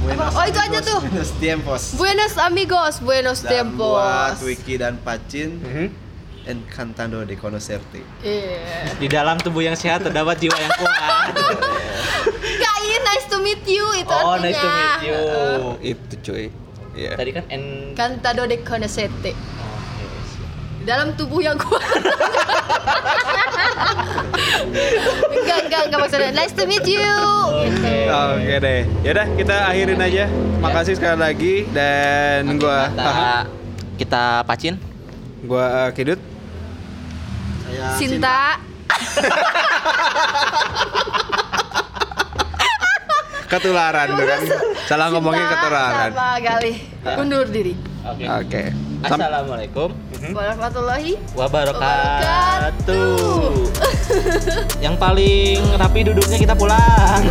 [SPEAKER 4] Buenos
[SPEAKER 3] Oh, itu aja
[SPEAKER 4] amigos,
[SPEAKER 3] tuh.
[SPEAKER 4] Buenos tiempos.
[SPEAKER 3] Buenos amigos, buenos
[SPEAKER 4] Dan buat
[SPEAKER 3] tiempos.
[SPEAKER 4] Wiki dan Pacin
[SPEAKER 1] Mhm.
[SPEAKER 4] encantado de conocerte.
[SPEAKER 3] Yeah.
[SPEAKER 2] Di dalam tubuh yang sehat terdapat jiwa yang kuat.
[SPEAKER 3] Kain, iya, nice to meet you itu
[SPEAKER 2] oh,
[SPEAKER 3] artinya. Uh,
[SPEAKER 2] nice to meet you.
[SPEAKER 1] Oh, Itu cuy. Iya.
[SPEAKER 2] Tadi kan en
[SPEAKER 3] Cantado de
[SPEAKER 2] Oh,
[SPEAKER 3] conoscete.
[SPEAKER 2] Oke, siap.
[SPEAKER 3] Dalam tubuh yang kuat. enggak, enggak, enggak maksudnya. Nice to meet you.
[SPEAKER 2] Oke.
[SPEAKER 1] Oke deh. Yaudah kita akhirin aja. Makasih sekali lagi dan gua Aha.
[SPEAKER 2] Kita- kita pacin.
[SPEAKER 1] gua uh, Kidut.
[SPEAKER 4] Saya
[SPEAKER 3] Sinta.
[SPEAKER 1] Ketularan tuh kan. Salah ngomongnya
[SPEAKER 3] Sinta
[SPEAKER 1] ketularan.
[SPEAKER 3] Sama Gali.
[SPEAKER 2] Ah.
[SPEAKER 3] Undur diri.
[SPEAKER 2] Oke.
[SPEAKER 1] Oke. Sam-
[SPEAKER 2] Assalamualaikum
[SPEAKER 3] Warahmatullahi.
[SPEAKER 2] wabarakatuh. Yang paling rapi duduknya kita pulang.